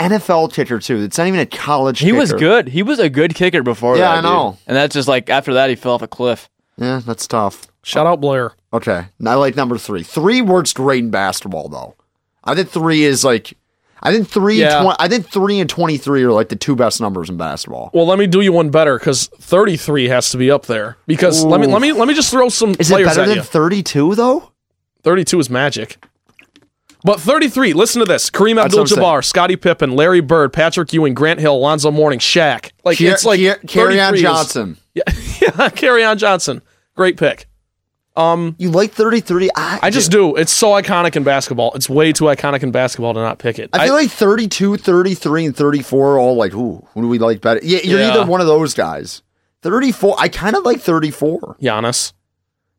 D: NFL kicker too. It's not even a college.
F: He was
D: kicker.
F: good. He was a good kicker before
D: Yeah,
F: that.
D: I
F: dude.
D: know.
F: And that's just like after that he fell off a cliff.
D: Yeah, that's tough.
E: Shout out Blair.
D: Okay, I like number three. Three worst grade in basketball though. I think three is like, I think three.
E: Yeah.
D: And twen- I think three and twenty three are like the two best numbers in basketball.
E: Well, let me do you one better because 33 has to be up there. Because let me let me let me just throw some
D: Is it
E: players
D: better
E: at
D: than
E: you.
D: thirty two though?
E: 32 is magic. But 33, listen to this. Kareem
D: That's what I'm
E: Abdul-Jabbar, Scottie Pippen, Larry Bird, Patrick Ewing, Grant Hill, Alonzo Mourning, Shaq. Like
D: Kier-
E: it's like
D: Kier- Kerryon
E: 33 is-
D: Johnson.
E: yeah, carry on Johnson. Great pick.
D: You like thirty three? I,
E: I just do. It's so iconic in basketball. It's way too iconic in basketball to not pick it.
D: I feel like 32, 33, and 34 are all like, ooh, who do we like better? Yeah, you're
E: Yeah.
D: either one of those guys. 34, I kind of like 34.
E: Giannis.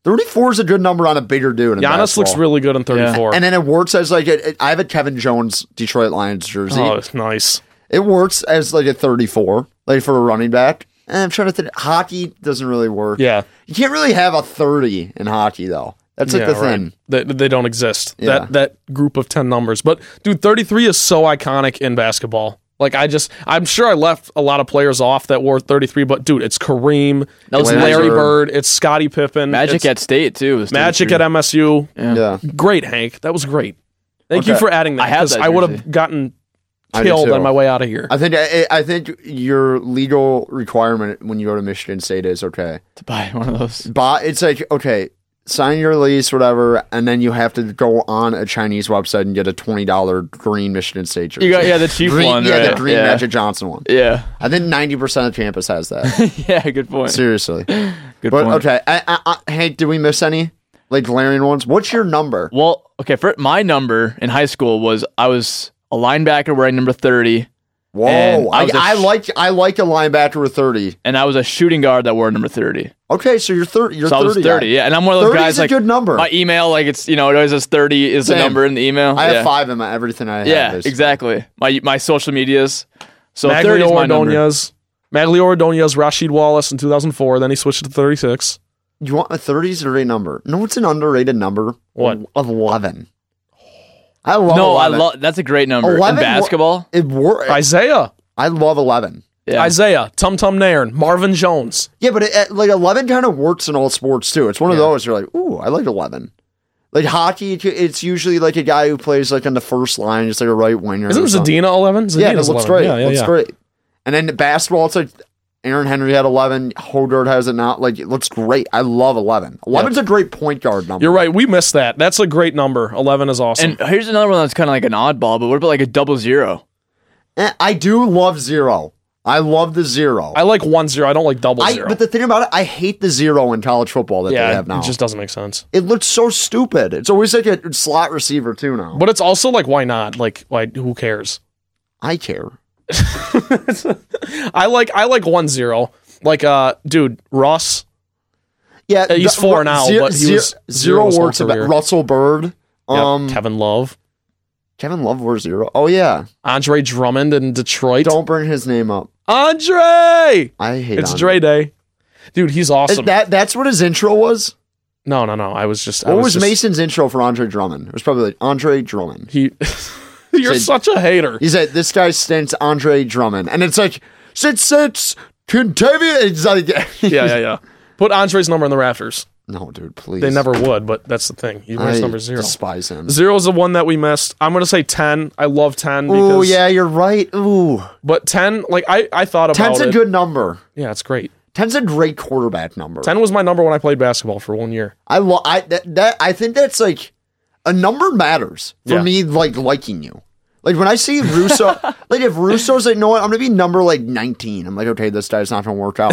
D: 34 is a good number on a bigger dude. In
E: Giannis looks
D: basketball.
E: really good in 34.
D: And then it works as like, a, I have a Kevin Jones Detroit Lions jersey.
E: oh, it's nice.
D: It works as like a 34, like for a running back. And I'm trying to think, hockey doesn't really work.
E: Yeah.
D: You can't really have a 30 in hockey, though. That's like
E: yeah,
D: the
E: right.
D: thing.
E: They, they don't exist.
D: Yeah.
E: That that group of 10 numbers. But dude, 33 is so iconic in basketball. Like I just I'm sure I left a lot of players off that wore 33, but dude, it's Kareem, it's
F: was
E: Larry
D: Magic.
E: Bird, it's Scottie Pippen,
F: Magic
E: it's
F: at State too. was
E: Magic
F: 33.
E: at MSU.
D: Yeah.
E: Great, Hank. That was great. Thank you
D: Okay.
E: for adding that.
F: I have
E: 'cause
F: that
E: I, would
F: jersey.
E: have gotten
D: I do
E: killed
D: too.
E: on my way out of here.
D: I think I, I think your legal requirement when you go to Michigan State is okay.
F: to buy one of those.
D: But it's like okay, sign your lease, whatever, and then you have to go on a Chinese website and get a twenty dollar green Michigan State jersey.
F: You got yeah the cheap
D: green,
F: one.
D: yeah,
F: right?
D: the green
F: yeah.
D: Magic Johnson one.
F: Yeah,
D: I think ninety percent of campus has that.
F: yeah. Good point.
D: Seriously,
F: Good
D: but
F: point.
D: okay, I, I, I, Hank, did we miss any like glaring ones? What's your number?
F: Well, okay. For my number in high school was I was a linebacker wearing number thirty,
D: Whoa,
F: And I
D: I,
F: was a
D: I
F: sh-
D: like I like a linebacker with thirty.
F: and I was a shooting guard that wore number thirty.
D: Okay, so you're thirty. You're
F: So I was
D: thirty.
F: thirty.
D: guy.
F: Yeah, and I'm one of those
D: 30 is
F: guys
D: a
F: like
D: good number.
F: My email, like it's you know it always says thirty is
D: Same.
F: the number in the email.
D: I have
F: yeah.
D: five in my everything I have.
F: Yeah,
D: basically.
F: exactly. My my social medias. So thirty
E: Maglio
F: is my number.
E: Ordonez, Maglio Ordonez, Rashid Wallace in 2004. Then he switched to 36.
D: You want a 30 is a great number. No, it's an underrated number.
E: What?
D: Of 11. I love
F: No, I
D: 11.
F: love that's a great number in
D: 11 wa-
F: basketball.
D: It wor- I,
E: Isaiah,
D: love 11.
F: Yeah.
E: Isaiah, Tum Tum Nairn, Marvin Jones.
D: Yeah, but it, it- like 11 kind of works in all sports too. It's one of those you're like, ooh, I like 11. Like hockey, it- it's usually like a guy who plays like on the first line, just like a right winger. or
E: Isn't
D: something.
E: Zadina 11? Zadina's
D: Yeah, and it looks
E: 11.
D: great.
E: Yeah, yeah,
D: looks
E: yeah.
D: great. And then the basketball, it's like Aaron Henry had 11. Hodort has it now. Like it looks great. I love 11. 11's a great point guard number.
E: You're right. We missed that. That's a great number. 11 is awesome.
F: And here's another one that's kind of like an oddball, but what about like a double zero?
D: Eh, I do love zero. I love the zero.
E: I like one zero. I don't like double
D: I,
E: zero.
D: but the thing about it, I hate the zero in college football that they
E: yeah,
D: have now.
E: it just doesn't make sense.
D: it looks so stupid. It's always like a slot receiver too now.
E: But it's also like, why not? Like, why? Who cares?
D: I care.
E: I like I like one zero. Like, uh, dude, Ross.
D: Yeah,
E: he's
D: the-
E: four now, but he was zero his whole
D: works about
E: career.
D: Russell Bird.
E: Yep,
D: Um,
E: Kevin Love,
D: Kevin Love wore zero. Oh yeah,
E: Andre Drummond in Detroit.
D: don't bring his name up.
E: Andre.
D: I hate.
E: It's
D: on
E: Dre Day, dude. He's
D: Is
E: awesome.
D: That that's what his intro was.
E: no, no, no. I was just. I
D: What was,
E: just-
D: Mason's intro for Andre Drummond? It was probably like Andre Drummond.
E: He. You're
D: Said-
E: such a hater.
D: He said, "This guy stints Andre Drummond," and it's like since since Contavia. It's like
E: Yeah, yeah, yeah. Put Andre's number in the rafters.
D: no, dude, please.
E: They never would, but that's the thing. He wears
D: I
E: number zero.
D: Despise him.
E: Zero is the one that we missed. I'm gonna say ten. I love ten because.
D: Ooh, yeah, you're right. Ooh,
E: But ten, like I, I thought about
D: ten's a
E: it.
D: good number.
E: yeah, it's great.
D: Ten's a great quarterback number.
E: Ten was my number when I played basketball for one year.
D: I lo- I that, that I think that's like a number matters for
E: Yeah.
D: me. Like liking you. Like when I see Russo, like if Russo's like, no, what, I'm gonna be number like 19. I'm like, okay, this guy's not gonna work out.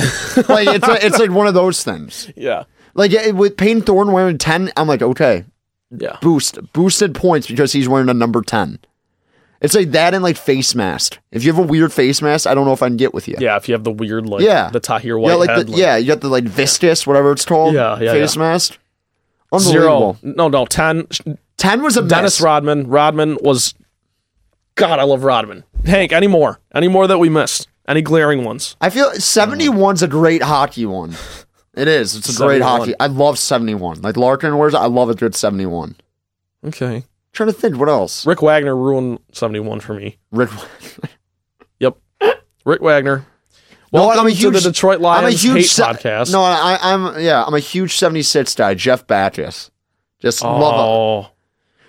D: like it's like, it's like one of those things.
E: Yeah,
D: Like eh, with Payne Thorne wearing 10, I'm like, okay,
E: yeah.
D: boost boosted points because he's wearing a number 10. It's like that and like face mask. If you have a weird face mask, I don't know if I can get with you.
E: Yeah, if you have the weird like
D: Yeah.
E: the Tahir White
D: yeah, like
E: head,
D: the,
E: like,
D: yeah, you got the like viscous, whatever it's called.
E: Yeah, yeah,
D: Face
E: yeah.
D: mask.
E: zero.
D: Unbelievable.
E: No, no, ten.
D: Ten was a
E: Dennis
D: miss.
E: Rodman. Rodman was. God, I love Rodman. Hank, any more? Any more that we missed? Any glaring ones?
D: I feel 71's a great hockey one. It is. It's a great
E: 71.
D: hockey. I love 71. Like Larkin wears it. I love a good 71.
E: Okay.
D: trying to think what else.
E: Rick Wagner ruined 71 for me.
D: Rick.
E: Yep. Rick Wagner.
D: No,
E: Welcome to the Detroit Lions hate
D: se-
E: podcast.
D: No, I, I'm yeah, I'm a huge 76 guy, Jeff Backus. Just love
E: Oh.
D: him.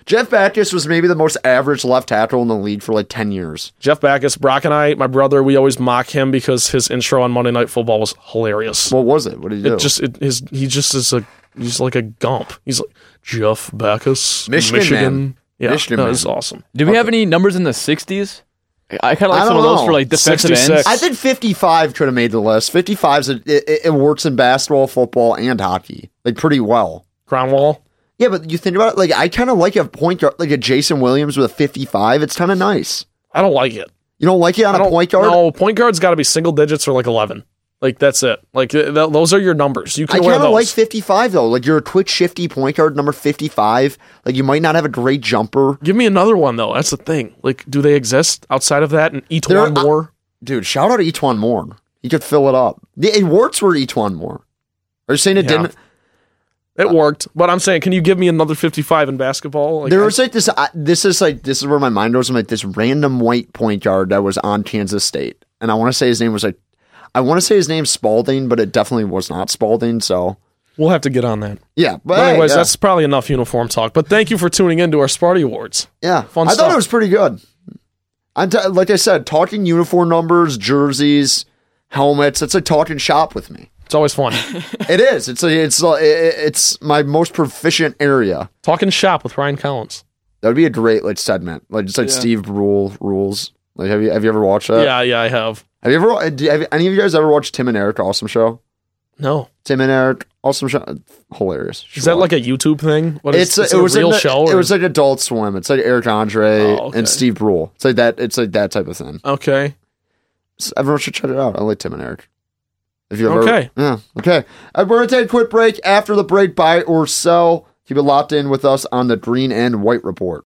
D: Jeff Backus was maybe the most average left tackle in the league for like 10 years.
E: Jeff Backus, Brock and I, my brother, we always mock him because his intro on Monday Night Football was hilarious.
D: What was it? What did he do?
E: It just it, his he just is a he's like a gump. He's like Jeff Backus,
D: Michigan man.
E: Yeah,
D: Michigan
E: no,
D: man.
E: he's awesome.
F: Do we have any numbers in the 60s? I- I kind of
D: I
F: like some
D: don't
F: of those
D: know.
F: for like defensive
E: 66.
F: ends.
D: I think 55 could have made the list. 55's a, it, it- it works in basketball, football, and hockey like pretty well.
E: Cromwell,
D: Yeah, but you think about it, like I kind of like a point guard, like a Jason Williams with a 55. It's kind of nice.
E: I don't like it.
D: You don't like it on
E: I
D: a
E: don't,
D: point guard?
E: No, point guard's got to be single digits or like eleven. Like that's it. Like th- th- those are your numbers. You
D: I
E: can wear
D: kind of
E: those.
D: like 55 though. Like you're a quick shifty point guard number 55. Like you might not have a great jumper.
E: Give me another one though. That's the thing. Like, do they exist outside of that? And each
D: There- uh,
E: one more.
D: Dude, shout out to Etwan Moore. He could fill it up. The it works for Etwan Moore. Are you saying it
E: Yeah.
D: didn't?
E: It worked, but I'm saying, can you give me another 55 in basketball? Like,
D: There
E: I-
D: was like this. I, this is like this is where my mind goes. I'm like this random white point guard that was on Kansas State, and I want to say his name was like, I want to say his name's Spalding, but it definitely was not Spalding. So
E: we'll have to get on that.
D: yeah, but,
E: But
D: hey,
E: anyways,
D: yeah,
E: that's probably enough uniform talk. But thank you for tuning in to our Sparty Awards.
D: yeah.
E: fun
D: I
E: stuff.
D: thought it was pretty good. I'm t- like I said, talking uniform numbers, jerseys, helmets. It's like talking shop with me.
E: It's always fun.
D: It is. It's a, it's a, it's my most proficient area.
E: Talking shop with Ryan Collins.
D: That would be a great like segment. Like just like Steve Rule rules. Like have you have you ever watched that?
E: yeah, yeah, I have.
D: Have you ever wa- do- have any of you guys ever watched Tim and Eric Awesome Show?
E: No,
D: Tim and Eric Awesome Show, hilarious.
E: is that like a YouTube thing? What is,
D: it's,
E: it's
D: it
E: a
D: was
E: real
D: like the-
E: show?
D: It
E: or-
D: was like Adult Swim. It's like Eric Andre
E: Oh, okay.
D: and Steve Brule. It's like that. It's like that type of thing.
E: okay.
D: So everyone should check it out. I like Tim and Eric. If you ever,
E: Okay.
D: yeah, okay. Uh, we're gonna take a quick break. After the break, buy or sell. Keep it locked in with us on the Green and White Report.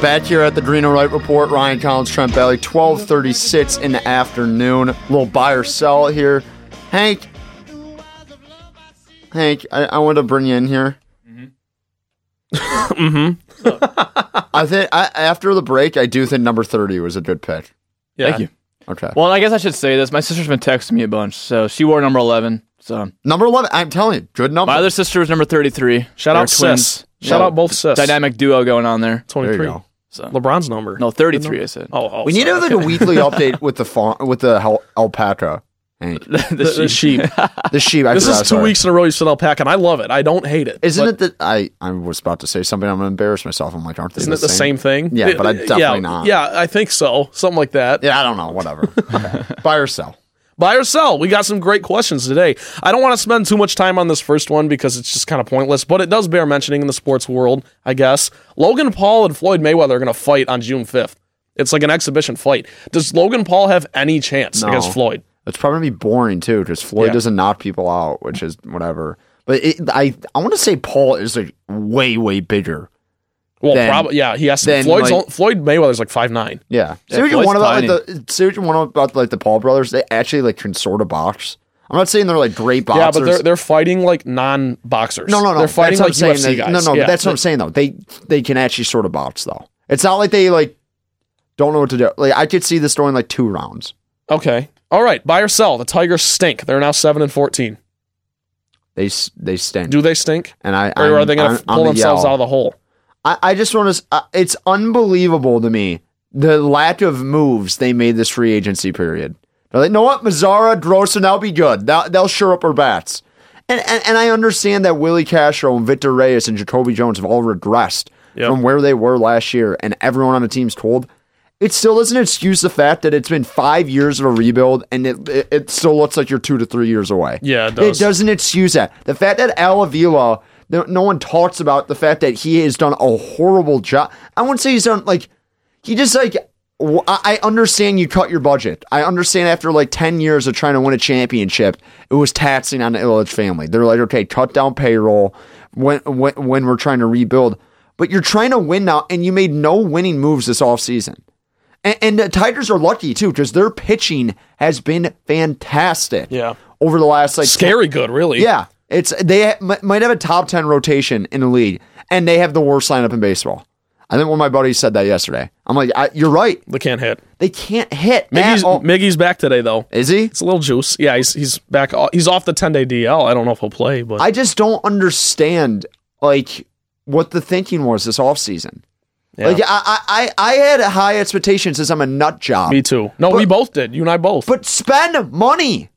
D: Back here at the Green and White Report, Ryan Collins, Trent Valley, twelve thirty six in the afternoon. little buy or sell here, Hank. Hank, I, I want to bring you in here. I think I, after the break, I do think number thirty was a good pick.
E: Yeah.
F: Thank you.
D: Okay,
F: Well, I guess I should say this. My sister's been texting me a bunch, so she wore number 11. So
D: number eleven. I'm telling you, good number.
F: my other sister was number 33.
E: Shout
F: They're
E: out sis. Shout
D: Yeah.
E: out both sis.
F: Dynamic duo going on there.
D: there you
E: 23.
D: go.
E: LeBron's number.
F: No, 33. I said.
E: Oh, oh
D: We need to have like a weekly update with the fawn, with the hel- alpaca. Hank.
F: the,
E: the, the
F: sheep.
E: sheep.
D: The sheep. I
E: this
D: forgot,
E: is two
D: sorry.
E: weeks in a row you said alpaca, and I love it. I don't hate it.
D: Isn't
E: but
D: it that I? I was about to say something. I'm gonna embarrass myself. I'm like, aren't they
E: Isn't it the same thing?
D: Yeah,
E: It-
D: but I definitely
E: yeah,
D: not.
E: Yeah, I think so. Something like that.
D: Yeah, I don't know. Whatever. Okay. Buy or sell.
E: buy or sell. We got some great questions today. I don't want to spend too much time on this first one because it's just kind of pointless, but it does bear mentioning in the sports world, I guess. Logan Paul and Floyd Mayweather are going to fight on June 5th. It's like an exhibition fight. Does Logan Paul have any chance
D: No.
E: against Floyd?
D: It's probably gonna be boring too, because Floyd
E: Yeah.
D: doesn't knock people out, which is whatever. But it, I, I want to say Paul is like way, way bigger.
E: Well,
D: Then-
E: probably. Yeah, he has to.
D: then,
E: Floyd's
D: like-
E: on- Floyd Mayweather's like five nine.
D: Yeah. See what you
F: Floyd's
D: want about like,
F: tiny.
D: the see what you want about like the Paul brothers. They actually like can sort of box. I'm not saying they're like great boxers.
E: Yeah, but they're they're fighting like non boxers.
D: no, no, no.
E: They're fighting like
D: that's what I'm
E: UFC
D: saying.
E: guys.
D: No, no.
E: Yeah.
D: That's what I'm saying though. They they can actually sort of box though. It's not like they like don't know what to do. Like I could see this going like two rounds.
E: okay. All right, buy or sell. The Tigers stink. They're now seven and fourteen.
D: They s- they stand.
E: Do they stink,
D: and I
E: or are they going to pull themselves out of the hole?
D: I, I just want to. Uh, it's unbelievable to me the lack of moves they made this free agency period. They're like, you know what, Mazzara, Drosen, that'll be good. They'll, they'll sure up our bats. And, and and I understand that Willie Castro and Victor Reyes and Jacoby Jones have all regressed
E: Yep.
D: from where they were last year, and everyone on the team's cold. It still doesn't excuse the fact that it's been five years of a rebuild, and it it, it still looks like you're two to three years away.
E: Yeah, it does.
D: It doesn't excuse that. The fact that Al Avila, no, no one talks about the fact that he has done a horrible job. I wouldn't say he's done like he just like. w- I I understand you cut your budget. I understand after like ten years of trying to win a championship, it was taxing on the Illich family. They're like, okay, cut down payroll when when when we're trying to rebuild. But you're trying to win now, and you made no winning moves this offseason. And, and the Tigers are lucky too because their pitching has been fantastic.
E: Yeah.
D: Over the last like
E: Scary good, really.
D: yeah, it's they ha- mi- might have a top ten rotation in the league, and they have the worst lineup in baseball. I think one of my buddies said that yesterday. I'm like, I, you're right.
E: They can't hit.
D: They can't hit.
E: Miggy's,
D: At all.
E: Miggy's back today though.
D: Is he?
E: It's a little juice. Yeah, he's he's back. o- He's off the ten day DL. I don't know if he'll play, but
D: I just don't understand like what the thinking was this offseason. Like I, I, I I had high expectations as I'm a nut job.
E: me too. No, we both did. You and I both.
D: But spend money.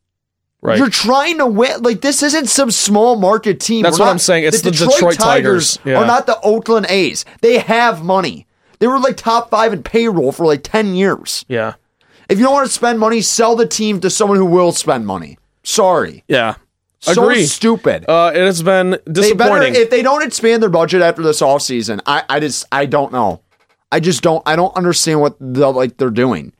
E: right.
D: You're trying to win. Like this isn't some small market team.
E: That's
D: We're
E: what
D: not-
E: I'm saying. It's the Detroit Tigers. Yeah.
D: are not the Oakland A's. They have money. They were like top five in payroll for like ten years.
E: yeah.
D: If you don't want to spend money, sell the team to someone who will spend money. Sorry,
E: Yeah.
D: so
E: Agree.
D: stupid.
E: uh, it has been
D: they better
E: disappointing.
D: if they don't expand their budget after this offseason, I, I just I don't know. I just don't I don't understand what the like they're doing.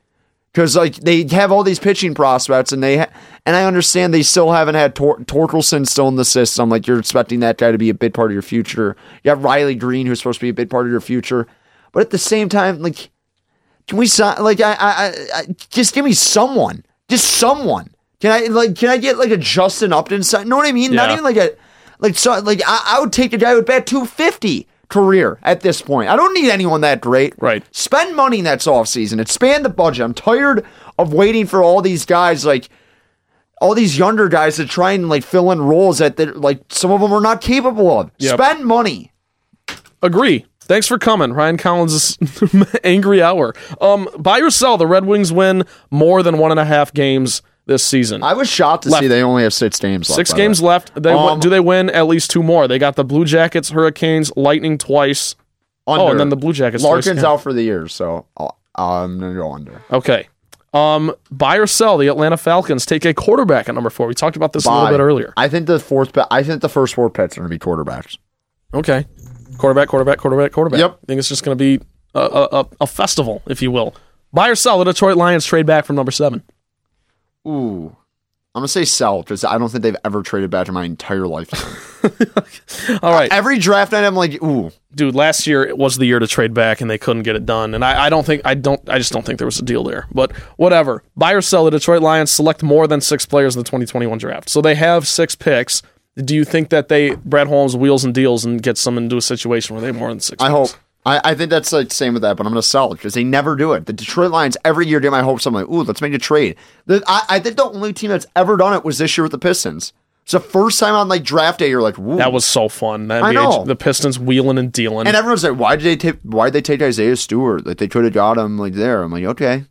D: Cuz like they have all these pitching prospects and they ha- and I understand they still haven't had Tor- Torkelson still in the system like you're expecting that guy to be a big part of your future. You have Riley Green who's supposed to be a big part of your future. But at the same time like can we sign? Like, I, I, I- I, just give me someone, just someone. Can I like? Can I get like a Justin Upton sign? Know what I mean? Not
E: Yeah.
D: even like a, like so, like I, I would take a guy with bat two fifty career at this point. I don't need anyone that great.
E: Right.
D: Spend money that's offseason. Expand the budget. I'm tired of waiting for all these guys like. All these younger guys to try and like fill in roles that they're, like some of them are not capable of.
E: Yep.
D: Spend money.
E: Agree. Thanks for coming, Ryan Collins' angry hour. Um, buy or sell? The Red Wings win more than one and a half games this season.
D: I was shocked to
E: Left.
D: see they only have six games. Left,
E: Six
D: by the way.
E: games left. They win
D: Um,
E: do they win at least two more? They got the Blue Jackets, Hurricanes, Lightning twice. Oh,
D: Under.
E: and then the Blue Jackets. twice,
D: Larkin's
E: yeah.
D: out for the year, so I'll, I'm gonna go under.
E: Okay. Um, buy or sell? The Atlanta Falcons take a quarterback at number four. We talked about this a
D: Bye.
E: little bit earlier.
D: I think the fourth. Pet, I think the first four pets are gonna be quarterbacks.
E: Okay. Quarterback, quarterback, quarterback, quarterback.
D: Yep.
E: I think it's just going to be a, a, a, a festival, if you will. Buy or sell? The Detroit Lions trade back from number seven.
D: Ooh, I'm gonna say sell because I don't think they've ever traded back in my entire lifetime.
E: All right.
D: Every draft night, I'm like, ooh,
E: dude, last year it was the year to trade back and they couldn't get it done. And I, I don't think I don't I just don't think there was a deal there. But whatever. Buy or sell the Detroit Lions select more than six players in the twenty twenty one draft. So they have six picks. Do you think that they Brad Holmes wheels and deals and gets them into a situation where they have more than six
D: I
E: picks?
D: hope. I, I think that's like same with that, but I'm gonna sell it because they never do it. The Detroit Lions every year get my hopes. I'm like, ooh, let's make a trade. The, I, I think the only team that's ever done it was this year with the Pistons. It's the first time on like draft day you're like, ooh.
E: That was so fun. That
D: I
E: the-
D: know.
E: the Pistons wheeling and dealing.
D: And everyone's like, why did they take? Why did they take Isaiah Stewart? Like they could have got him like there. I'm like, okay,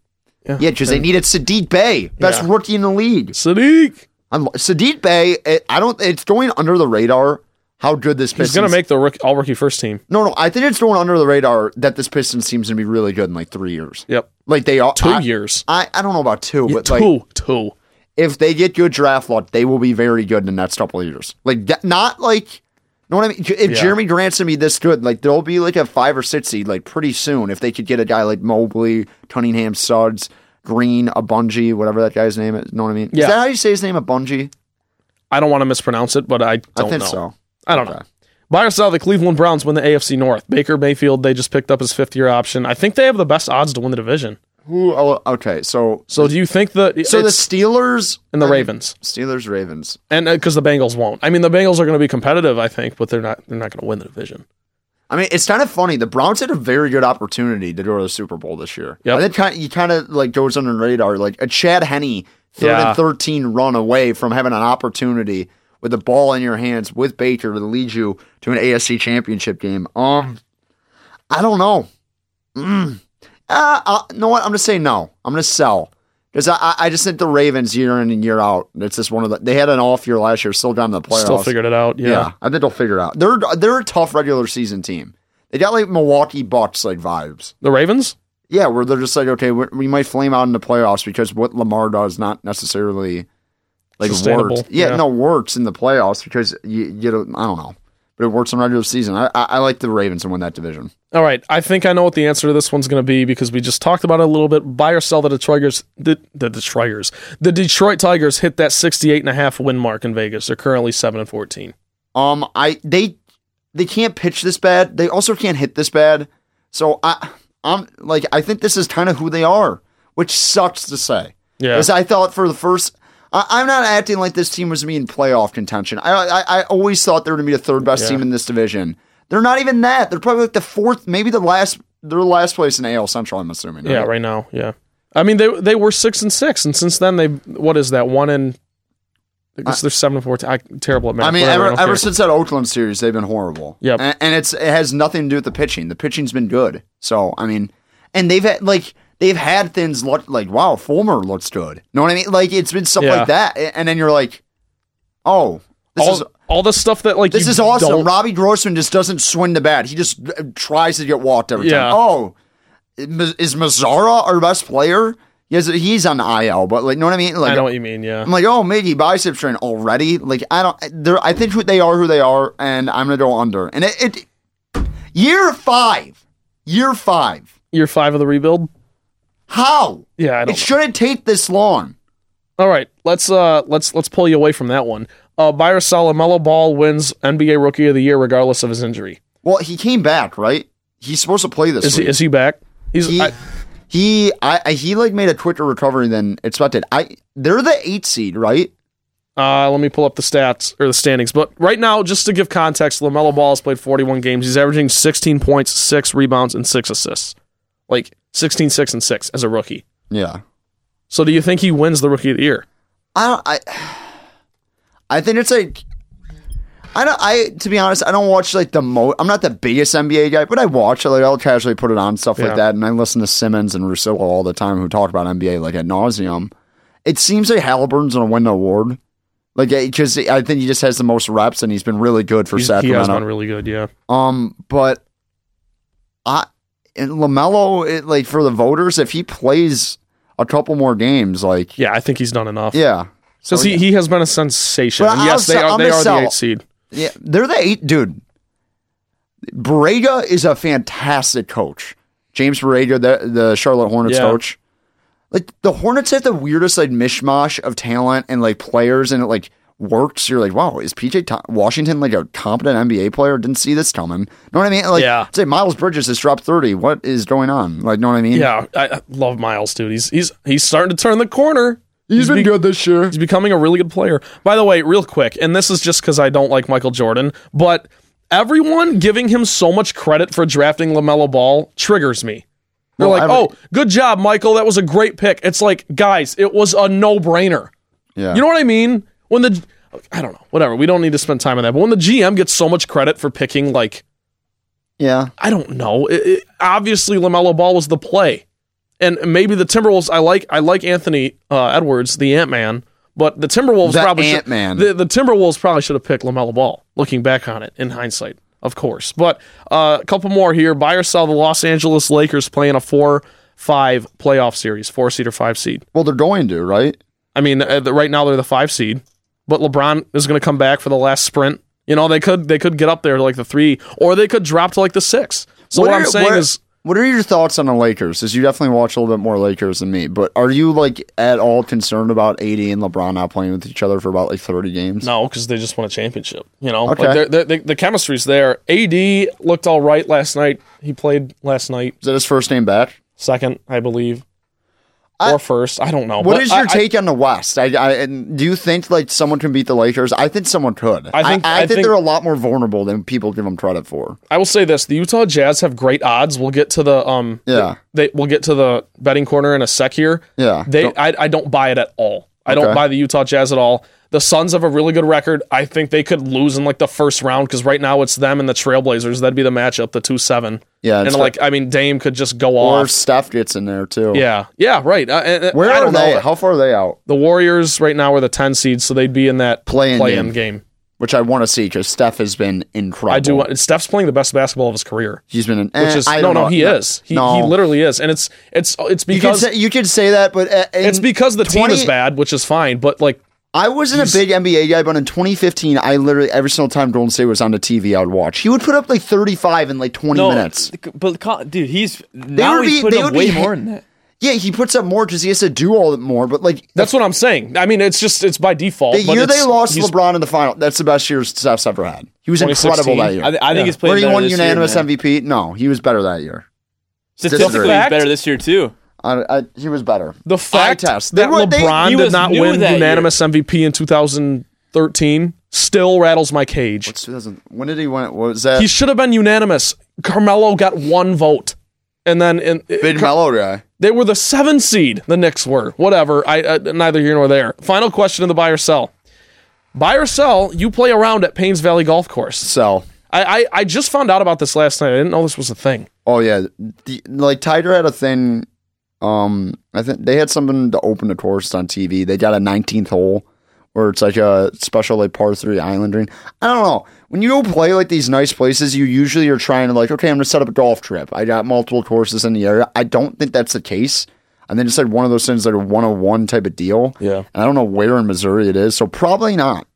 D: yeah, because they needed Sadiq Bay, best
E: Yeah.
D: rookie in the league.
E: Sadiq.
D: I'm, Sadiq Bay, it, I don't. It's going under the radar how good this Pistons.
E: He's gonna make the rook, all rookie first team.
D: no, no. I think it's going under the radar that this Pistons seems to be really good in like three years.
E: Yep.
D: Like they are
E: Two
D: I-
E: years.
D: I, I don't know about two, but
E: two,
D: like
E: two.
D: if they get good draft luck, they will be very good in the next couple of years. Like that, not like. Know what I mean? If
E: Yeah.
D: Jeremy Grant's gonna be this good, like there'll be like a five or six seed, like pretty soon, if they could get a guy like Mobley, Cunningham, Suds, Green, Abungie, whatever that guy's name is. Know what I mean?
E: Yeah.
D: Is that how you say his name? Abungie?
E: I don't want to mispronounce it, but I
D: I
E: don't
D: think
E: know.
D: so.
E: I don't know. Buy or sell, the Cleveland Browns win the AFC North. Baker Mayfield, they just picked up his fifth year option. I think they have the best odds to win the division.
D: Who? Oh, okay, so
E: So do you think the
D: so the
E: it's-
D: Steelers
E: and the
D: I mean,
E: Ravens
D: Steelers, Ravens.
E: and because the Bengals won't? I mean, the Bengals are going to be competitive, I think, but they're not. They're not going to win the division.
D: I mean, it's kind of funny. The Browns had a very good opportunity to go to the Super Bowl this year.
E: Yep.
D: And it kind of, you kind of like goes under the radar, like a Chad Henney third
E: Yeah.
D: and thirteen run away from having an opportunity with the ball in your hands with Baker to lead you to an ASC championship game. Um, I don't know. Mm. Uh, uh, you know what? I'm gonna say no. I'm gonna sell because I, I I just think the Ravens year in and year out. It's just one of the they had an off year last year, still down in the playoffs.
E: Still figured it out. Yeah.
D: Yeah. I think they'll figure it out. They're they're a tough regular season team. They got like Milwaukee Bucks like vibes.
E: the Ravens.
D: Yeah, where they're just like, okay, we we might flame out in the playoffs because what Lamar does not necessarily like
E: Sustainable,
D: works. Yeah,
E: yeah.
D: no works in the playoffs because you you don't, I don't know, but it works in regular season. I, I I like the Ravens to win that division.
E: All right, I think I know what the answer to this one's going to be because we just talked about it a little bit. Buy or sell the Detroiters, the, the Detroiters, the Detroit Tigers hit that 68 and a half win mark in Vegas. They're currently seven and 14.
D: Um, I they they can't pitch this bad. They also can't hit this bad. So I I'm like I think this is kind of who they are, which sucks to say.
E: Yeah.
D: Because I thought for the first, I, I'm not acting like this team was in playoff contention. I, I I always thought they were going to be the third best team in this division. They're not even that. They're probably like the fourth, maybe the last. They're last place in AL Central. I'm assuming.
E: Yeah, right now. Yeah. I mean, they they were six and six, and since then they what is that one and I guess they're seven and four. I, terrible at math.
D: I mean,
E: whatever,
D: ever,
E: don't
D: ever
E: care.
D: since that Oakland series, they've been horrible.
E: Yep.
D: and, and it's it has nothing to do with the pitching. The pitching's been good. So I mean, and they've had like they've had things look like wow, Fulmer looks good. Know what I mean? Like it's been stuff
E: Yeah.
D: like that, A- and then you're like, oh, this
E: all,
D: is
E: all the stuff that like
D: this
E: you
D: is awesome.
E: don't-
D: Robbie Grossman just doesn't swing the bat. He just uh, tries to get walked every
E: Yeah.
D: time. Oh, is is Mazzara our best player? Yes, he's on the IL, but like, know what I mean? Like,
E: I know what you mean. Yeah.
D: I'm like, oh, Miggy bicep strain already. Like, I don't. They're, I think who they are, who they are, and I'm gonna go under. And it, it year five, year five.
E: Year five of the rebuild.
D: How?
E: Yeah, I don't
D: It shouldn't take this long.
E: All right, let's uh let's let's pull you away from that one. Uh, Byron Salamello Ball wins NBA Rookie of the Year regardless of his injury.
D: Well, he came back, right? He's supposed to play this.
E: Is he
D: week.
E: is he back? He's
D: he,
E: I,
D: he, I, I, he like made a quicker recovery than expected. I, they're the eight seed, right?
E: uh, let me pull up the stats or the standings. But right now, just to give context, Lamelo Ball has played 41 games. He's averaging 16 points, six rebounds, and six assists, like 16, six, and six as a rookie.
D: Yeah.
E: So, do you think he wins the Rookie of the Year?
D: I don't. I. I think it's like. I don't. I to be honest, I don't watch like the most. I'm not the biggest NBA guy, but I watch. Like I'll casually put it on stuff
E: Yeah.
D: like that, and I listen to Simmons and Russo all the time who talk about NBA like at nauseum. It seems like Halliburton's gonna win the award, like because I think he just has the most reps and he's been really good for
E: He's- he
D: Sacramento.
E: has been really good. Yeah,
D: Um, but I and Lamelo, it, like for the voters, if he plays a couple more games, like
E: yeah, I think he's done enough.
D: yeah, so
E: because he, he has been a sensation.
D: But
E: And yes,
D: I'll
E: they
D: sell-
E: are they
D: I'm
E: are
D: gonna
E: the
D: sell.
E: eighth seed.
D: Yeah, they're the eight dude. Borrega is a fantastic coach. James Borrega, the the Charlotte Hornets
E: Yeah.
D: coach. Like the Hornets have the weirdest like mishmash of talent and like players, and it like works. You're like, wow, is PJ Tom- Washington like a competent NBA player? Didn't see this coming. Know what I mean? Like,
E: Yeah.
D: say Miles Bridges has dropped thirty. What is going on? Like, know what I mean?
E: Yeah, I I love Miles, dude. He's he's he's starting to turn the corner.
D: he's been
E: be-
D: good this year.
E: He's becoming a really good player. By the way, real quick, and this is just because I don't like Michael Jordan, but everyone giving him so much credit for drafting LaMelo Ball triggers me. They're
D: Well,
E: like,
D: I would-
E: oh, good job, Michael. That was a great pick. It's like, guys, it was a no brainer.
D: Yeah,
E: You know what I mean? When the, I don't know, whatever. We don't need to spend time on that. But when the GM gets so much credit for picking, like,
D: yeah.
E: I don't know. It, it, obviously, Lamelo Ball was the play, and maybe the Timberwolves. I like I like Anthony uh, Edwards, the Ant Man, but the Timberwolves
D: The
E: probably should-
D: Ant-Man.
E: The, the Timberwolves probably should have picked Lamelo Ball. Looking back on it in hindsight, of course. But uh, a couple more here. Buy or sell the Los Angeles Lakers playing a four-five playoff series, four seed or five seed.
D: Well, they're going to right.
E: I mean, uh, the- right now they're the five seed, but LeBron is going to come back for the last sprint. You know, they could they could get up there to like the three, or they could drop to like the six. So what,
D: are-
E: I'm saying
D: what-
E: is,
D: what are your thoughts on the Lakers? Is you definitely watch a little bit more Lakers than me, but are you like at all concerned about AD and LeBron not playing with each other for about like thirty games?
E: No, because they just won a championship. You know,
D: Okay.
E: like they're, they're, they the chemistry's there. AD looked all right last night. He played last night,
D: Is that his first name back?
E: second, I believe,
D: I-
E: or first. I don't know.
D: What
E: But
D: is
E: I-
D: your
E: I-
D: take on the West? I, I and do you think like someone can beat the Lakers? I think someone could.
E: I think-
D: I,
E: I
D: think,
E: think-
D: they're a lot more vulnerable than people give them credit for.
E: I will say this: the Utah Jazz have great odds. We'll get to the um,
D: Yeah.
E: they, we'll get to the betting corner in a sec here.
D: Yeah.
E: they, I, I don't buy it at all. I
D: Okay.
E: don't buy the Utah Jazz at all. The Suns have a really good record. I think they could lose in like the first round because right now it's them and the Trailblazers. That'd be the matchup, the two seven.
D: Yeah,
E: and
D: it's-
E: like I mean, Dame could just go
D: Or
E: off.
D: Steph gets in there too.
E: Yeah, yeah, right. Uh, and- and
D: Where
E: I
D: are
E: don't
D: they?
E: know.
D: How far are they out?
E: The Warriors right now are the ten seed, so they'd be in that
D: Play-in
E: play-in game.
D: Which I want to see because Steph has been incredible.
E: I do. want- Steph's playing the best basketball of his career,
D: He's been an. eh,
E: which is no, no. He is. He, he literally is, and it's it's it's
D: You could
E: because
D: say, you could say that, but uh, in
E: it's because the team
D: 20
E: is bad, which is fine. But like,
D: I wasn't a big NBA guy, but in 2015, I literally every single time Golden State was on the TV, I would watch. He would put up like 35 in like 20 minutes.
F: th- but Con- dude, he's now
D: would
F: he's
D: be-
F: putting
D: they
F: up
D: would
F: way
D: be-
F: more than that.
D: Yeah, he puts up more because he has to do all that more. But like
E: that's what I'm saying. I mean, it's just it's by default.
D: the
E: but
D: year they
E: it's-
D: lost
E: he's-
D: LeBron in the final, that's the best year Steph's ever had. He was
E: 2016?
D: incredible that
F: I,
D: year.
F: th- I think he's playing
D: Where he
F: better
D: won
F: this
D: unanimous
F: year, man.
D: MVP? No, he was better that year.
F: Statistically,
D: Disagree.
F: he's better this year too.
D: I, I, he was better.
E: The fact
D: test. They
E: that
D: were- they-
E: LeBron
F: he
E: did
F: was
E: not
F: new
E: win
F: that year.
E: unanimous MVP in 2013 still rattles my cage.
D: 2000. When did he win? What was that?
E: he should have been unanimous. Carmelo got one vote. And then in,
D: Big mellow guy.
E: they were the seven seed. The Knicks were whatever. I uh, neither here nor there. Final question of the buy or sell. Buy or sell. You play around at Paynes Valley Golf Course.
D: So,
E: I, I I just found out about this last night. I didn't know this was a thing.
D: oh yeah, the, like Tiger had a thing. Um, I think they had something to open the course on TV. They got a 19th hole where it's like a special like par three island green. I don't know. When you go play like these nice places, you usually are trying to like, okay, I'm gonna set up a golf trip. I got multiple courses in the area. I don't think that's the case. And then it's like one of those things like a one on one type of deal.
E: Yeah.
D: And I don't know where in Missouri it is, so probably not.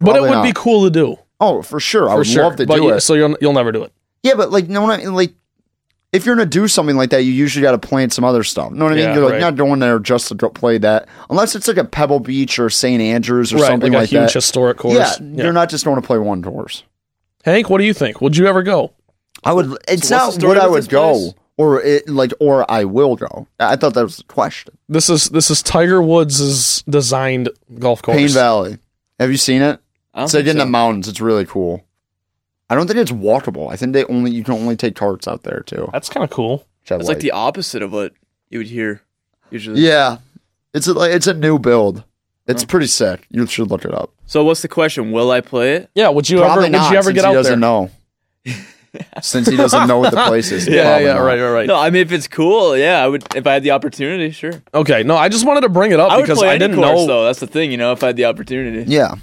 E: But it
D: Probably
E: would be
D: not.
E: cool to do.
D: Oh, for sure. I
E: For
D: would
E: sure.
D: love to
E: but
D: do
E: you-
D: it.
E: So you'll you'll never do it.
D: Yeah, but like, no, I mean, like, if you're gonna do something like that, you usually got to plan some other stuff. No, what I mean?
E: Yeah,
D: you're like
E: right.
D: not going there just to dr- play that, unless it's like a Pebble Beach or St. Andrews or
E: right.
D: something
E: like a
D: like,
E: huge
D: that.
E: historic course.
D: yeah,
E: Yeah.
D: you're not just going to play one course.
E: Hank, what do you think? Would you ever go?
D: I would. It's
F: So what's the
D: not
F: story
D: what I
F: with
D: would
F: this
D: go
F: place?
D: or it like or I will go. I thought that was the question.
E: This is this is Tiger Woods' designed golf course.
D: Payne Valley. Have you seen it?
F: I don't
D: It's like
F: think
D: in the
F: so.
D: mountains. It's really cool. I don't think it's walkable. I think they only you can only take carts out there too.
E: That's kind of cool.
D: which I
F: That's like the opposite of what you would hear usually.
D: Yeah, it's a, like it's a new build. It's pretty sick. You should look it up.
F: So what's the question? Will I play it?
E: Yeah. Would you
D: Probably
E: ever?
D: not.
E: would you ever
D: since
E: get
D: he
E: out
D: doesn't
E: there?
D: know. since he doesn't know what the place is.
E: Yeah.
D: probably
E: Yeah.
D: not.
E: Right. Right. Right.
F: No, I mean if it's cool, yeah, I would if I had the opportunity, sure.
E: Okay. No, I just wanted to bring it up
F: I would
E: because
F: play
E: I
F: any
E: didn't
F: course
E: know.
F: though. That's the thing, you know, if I had the opportunity.
D: Yeah,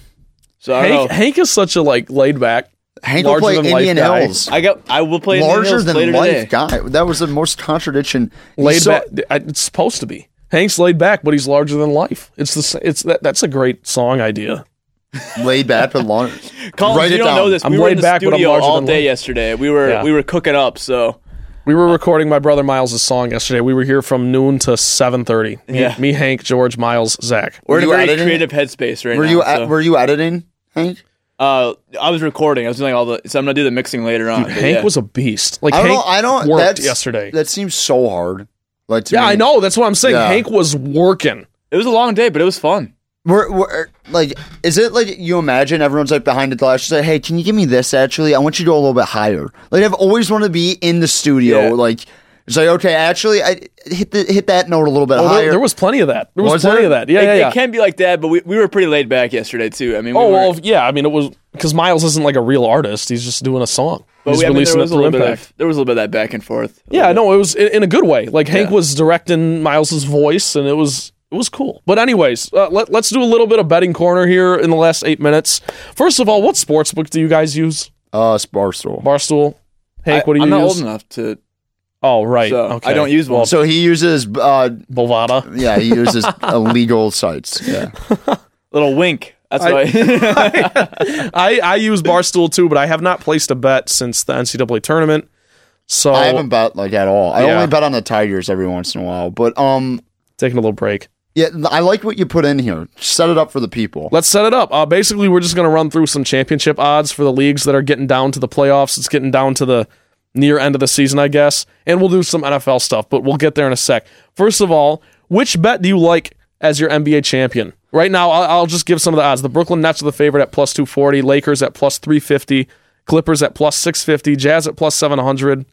F: So I don't
E: Hank,
F: know.
E: Hank is such a like laid back.
D: Hank will
E: Larger
D: play
E: than life
D: Indian
E: guy.
D: Hills.
F: I got I will play Indian
D: Larger
F: Hills
D: than
F: later
D: life
F: today.
D: guy. That was the most contradiction. He's
E: laid
D: so-
E: back. I- It's supposed to be. Hank's laid back, but he's larger than life. It's the s- it's that that's a great song idea.
D: laid back, but long.
F: Collins,
D: Write
F: you
D: it
F: don't
D: down.
F: know this.
E: I'm
F: we were
E: laid
F: in the
E: back, but I'm
F: studio
E: larger
F: all
E: than
F: day
E: life.
F: yesterday. We were
E: Yeah.
F: we were cooking up, so
E: We were recording my brother Miles' song yesterday. We were here from noon to seven thirty.
F: Yeah.
E: me, Hank, George, Miles, Zach.
F: we're in a
D: you
F: very
D: editing it?
F: creative headspace right
D: Were
F: now.
D: you at,
F: so.
D: were you editing Hank?
F: Uh, I was recording. I was doing all the. So I'm gonna do the mixing later on. but
E: Hank
F: yeah.
E: was a beast. Like
D: I don't.
E: Hank
D: know, I don't.
E: worked
D: that's,
E: yesterday.
D: That seems so hard. Like to
E: yeah,
D: me.
E: I know. That's what I'm saying.
D: Yeah.
E: Hank was working.
F: It was a long day, but it was fun.
D: We're, we're like, is it like you imagine everyone's like behind the glass? Just like, hey, can you give me this? Actually, I want you to go a little bit higher. Like, I've always wanted to be in the studio.
F: Yeah.
D: Like, it's like, okay, actually, I hit the, hit that note a little bit
E: Oh,
D: higher.
E: there, there was plenty of that. There was,
D: Was
E: plenty
D: there?
E: of that. Yeah,
F: it,
E: yeah,
F: it
E: yeah.
F: can be like that, but we, we were pretty laid back yesterday too. I mean, we
E: oh
F: were,
E: well, yeah. I mean, it was because Miles isn't like a real artist. He's just doing a song.
F: but
E: He's
F: we, I mean, there
E: releasing
F: was
E: it
F: a
E: through
F: little bit
E: Impact.
F: of there was a little bit of that back and forth. A
E: Yeah,
F: little
E: no, it was in, in a good way. Like Hank
F: Yeah.
E: was directing Miles's voice, and it was it was cool. But anyways, uh, let, let's do a little bit of betting corner here in the last eight minutes. First of all, what sports book do you guys use?
D: uh, Barstool.
E: Barstool.
F: bit.
E: Hank, what do you
F: I'm
E: use?
F: not old enough to.
E: Oh, right.
F: so,
E: okay.
F: I don't use one.
D: So he uses, uh,
E: Bovada.
D: yeah, he uses illegal sites. Yeah,
F: Little wink. That's why.
E: I, I use Barstool too, but I have not placed a bet since the NCAA tournament. So
D: I haven't bet like at all. I
E: Yeah.
D: only bet on the Tigers every once in a while. But um,
E: taking a little break.
D: yeah, I like what you put in here. Set it up for the people.
E: Let's set it up. Uh, basically, we're just going to run through some championship odds for the leagues that are getting down to the playoffs. It's getting down to the near end of the season, I guess. And we'll do some NFL stuff, but we'll get there in a sec. First of all, which bet do you like as your NBA champion? Right now, I'll, I'll just give some of the odds. The Brooklyn Nets are the favorite at plus 240, Lakers at plus 350, Clippers at plus 650, Jazz at plus 700.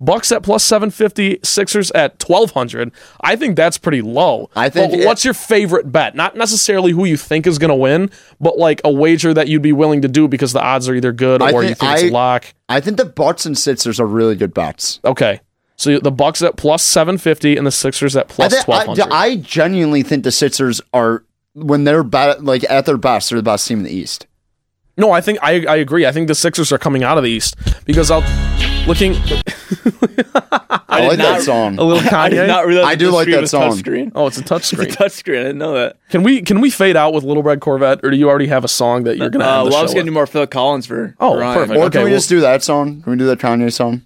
E: Bucks at plus 750, Sixers at 1200. I think that's pretty low.
D: I think
E: But
D: it-
E: what's your favorite bet? Not necessarily who you think is going to win, but like a wager that you'd be willing to do because the odds are either good
D: I think
E: or you think it's
D: I-
E: a lock.
D: I think the Bucks and Sixers are really good bets.
E: Okay. So the Bucks at plus 750 and the Sixers at plus
D: I, thi- I-
E: 1200.
D: I genuinely think the Sixers are when they're ba- like at their best, they're the best team in the East.
E: no, I think I, I agree. I think the Sixers are coming out of the East because I'll looking
D: I, like
F: not-
D: that song.
E: a little
F: I did not
E: Kanye.
F: realize.
D: I do
F: the
D: like
F: screen
D: that
F: was
D: song.
F: Touchscreen.
E: Oh, it's a touchscreen.
F: Touchscreen. I didn't know that.
E: Can we can we fade out with Little Red Corvette or do you already have a song that you're going to
F: Uh,
E: end the
F: well, I
E: show
F: was gonna
E: with?
F: do more Phil Collins for.
E: Oh,
F: for Ryan.
E: perfect.
D: or
E: okay,
D: can we
E: well-
D: just do that song? Can we do that Kanye song?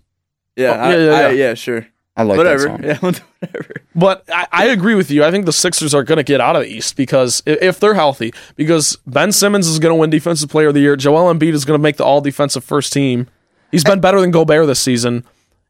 F: Yeah,
E: Oh,
F: I,
E: yeah,
F: yeah,
E: yeah,
F: yeah,
E: yeah.
F: sure.
D: I like
F: whatever.
D: that song.
F: Yeah, whatever.
E: But I, I agree with you. I think the Sixers are going to get out of the East because i- if they're healthy, because Ben Simmons is going to win Defensive Player of the Year, Joel Embiid is going to make the All Defensive First Team. He's been better than Gobert this season,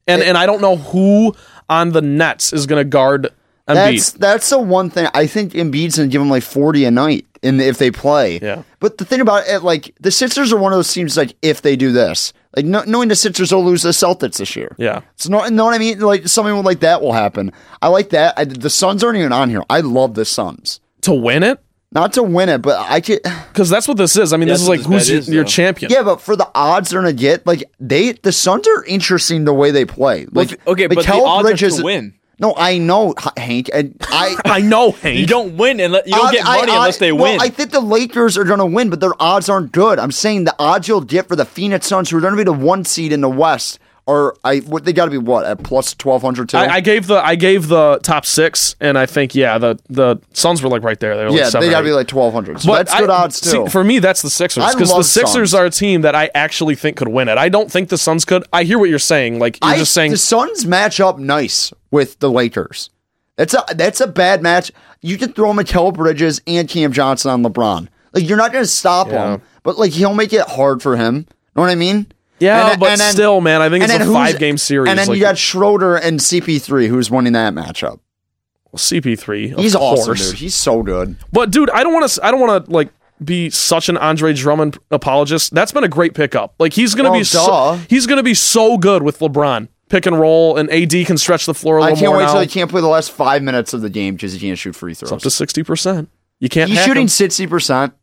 E: and and I don't know who on the nets is going to guard Embiid.
D: That's that's the one thing I think Embiid's gonna give them like forty a night, in if they play.
E: Yeah.
D: But the thing about it, like the Sixers are one of those teams. Like if they do this, like kno- knowing the Sixers will lose the Celtics this year.
E: yeah.
D: So no, know what I mean? Like something like that will happen. I like that. I, the Suns aren't even on here. I love the Suns.
E: To win it?
D: Not to win it, but I could.
E: Because that's what this is. I mean, this
F: that's
E: is
F: what
E: like who's
F: this bet
E: your,
F: is,
E: your
F: though.
E: champion?
D: Yeah, but for the odds they're gonna get, like they the Suns are interesting the way they play. Like
F: okay, but the
D: Mikal
F: odds are
D: Bridges-
F: to win.
D: No, I know H- Hank, and I.
E: I know, Hank.
F: You don't win unless you don't
D: Odds-
F: get money
D: I-
F: unless
D: I-
F: they
D: well,
F: win.
D: I think the Lakers are going to win, but their odds aren't good. I'm saying the odds you'll get for the Phoenix Suns, who are going to be the one seed in the West, are I what they got to be what at plus twelve hundred.
E: I, I gave the I gave the top six, and I think yeah, the the Suns were like right there. They were like
D: yeah, they
E: seven or
D: got to
E: eight.
D: be like twelve hundred. So
E: But
D: that's good
E: I-
D: odds
E: see,
D: too.
E: for me, that's the Sixers
D: I
E: because the
D: love
E: Sixers
D: Suns.
E: are a team that I actually think could win it. I don't think the Suns could. I hear what you're saying. Like you're
D: I-
E: just saying
D: the Suns match up nice with the Lakers. That's a that's a bad match. You can throw Mikael Bridges and Cam Johnson on LeBron. Like you're not going to stop him, but like he'll make it hard for him. Know what I mean?
E: yeah,
D: And-
E: but
D: and then-
E: still, man, I think
D: and
E: it's
D: then
E: a
D: who's-
E: five game series.
D: And then
E: like,
D: you got Schroeder and CP3, who's winning that matchup.
E: CP3. Of
D: He's
E: course.
D: awesome, dude. He's so good.
E: But dude, I don't want to. I don't want to like be such an Andre Drummond apologist. That's been a great pickup. Like he's gonna
D: Well,
E: be
D: duh.
E: so, he's gonna be so good with LeBron pick and roll, and AD can stretch the floor a
D: I
E: little
D: can't
E: more
D: wait
E: now.
D: till he can't play the last five minutes of the game because he can't shoot free
E: up to
D: throws.
E: sixty percent. You can't.
D: He's
E: hack
D: shooting
E: him.
D: sixty percent.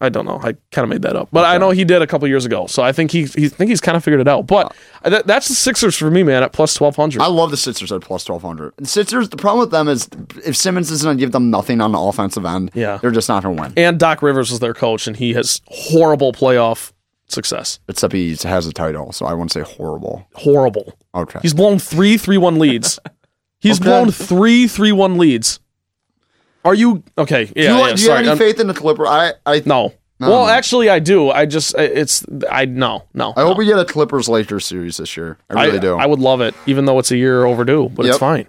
E: I don't know. I kind of made that up, but I know he did a couple years ago. So I think he, he I think he's kind of figured it out. But that, that's the Sixers for me, man. At plus twelve hundred.
D: Uh, I love the Sixers at plus twelve hundred. The Sixers. The problem with them is if Simmons is going to give them nothing on the offensive end,
E: Yeah.
D: they're just not going to win.
E: And Doc Rivers is their coach, and he has horrible playoff success.
D: Except he has a title, so I wouldn't say horrible.
E: Horrible.
D: Okay.
E: He's blown three three one leads. He's
D: Okay.
E: blown three three one leads. Are you okay? Yeah.
D: do you,
E: yeah,
D: do you
E: sorry.
D: have any
E: I'm-
D: faith in the Clipper? I I,
E: no.
D: No,
E: Well,
D: no.
E: actually, I do. I just I- it's I no no.
D: I hope we get a Clippers Lakers series this year. I really do.
E: I would love it, even though it's a year overdue, but it's
D: Yep.
E: fine.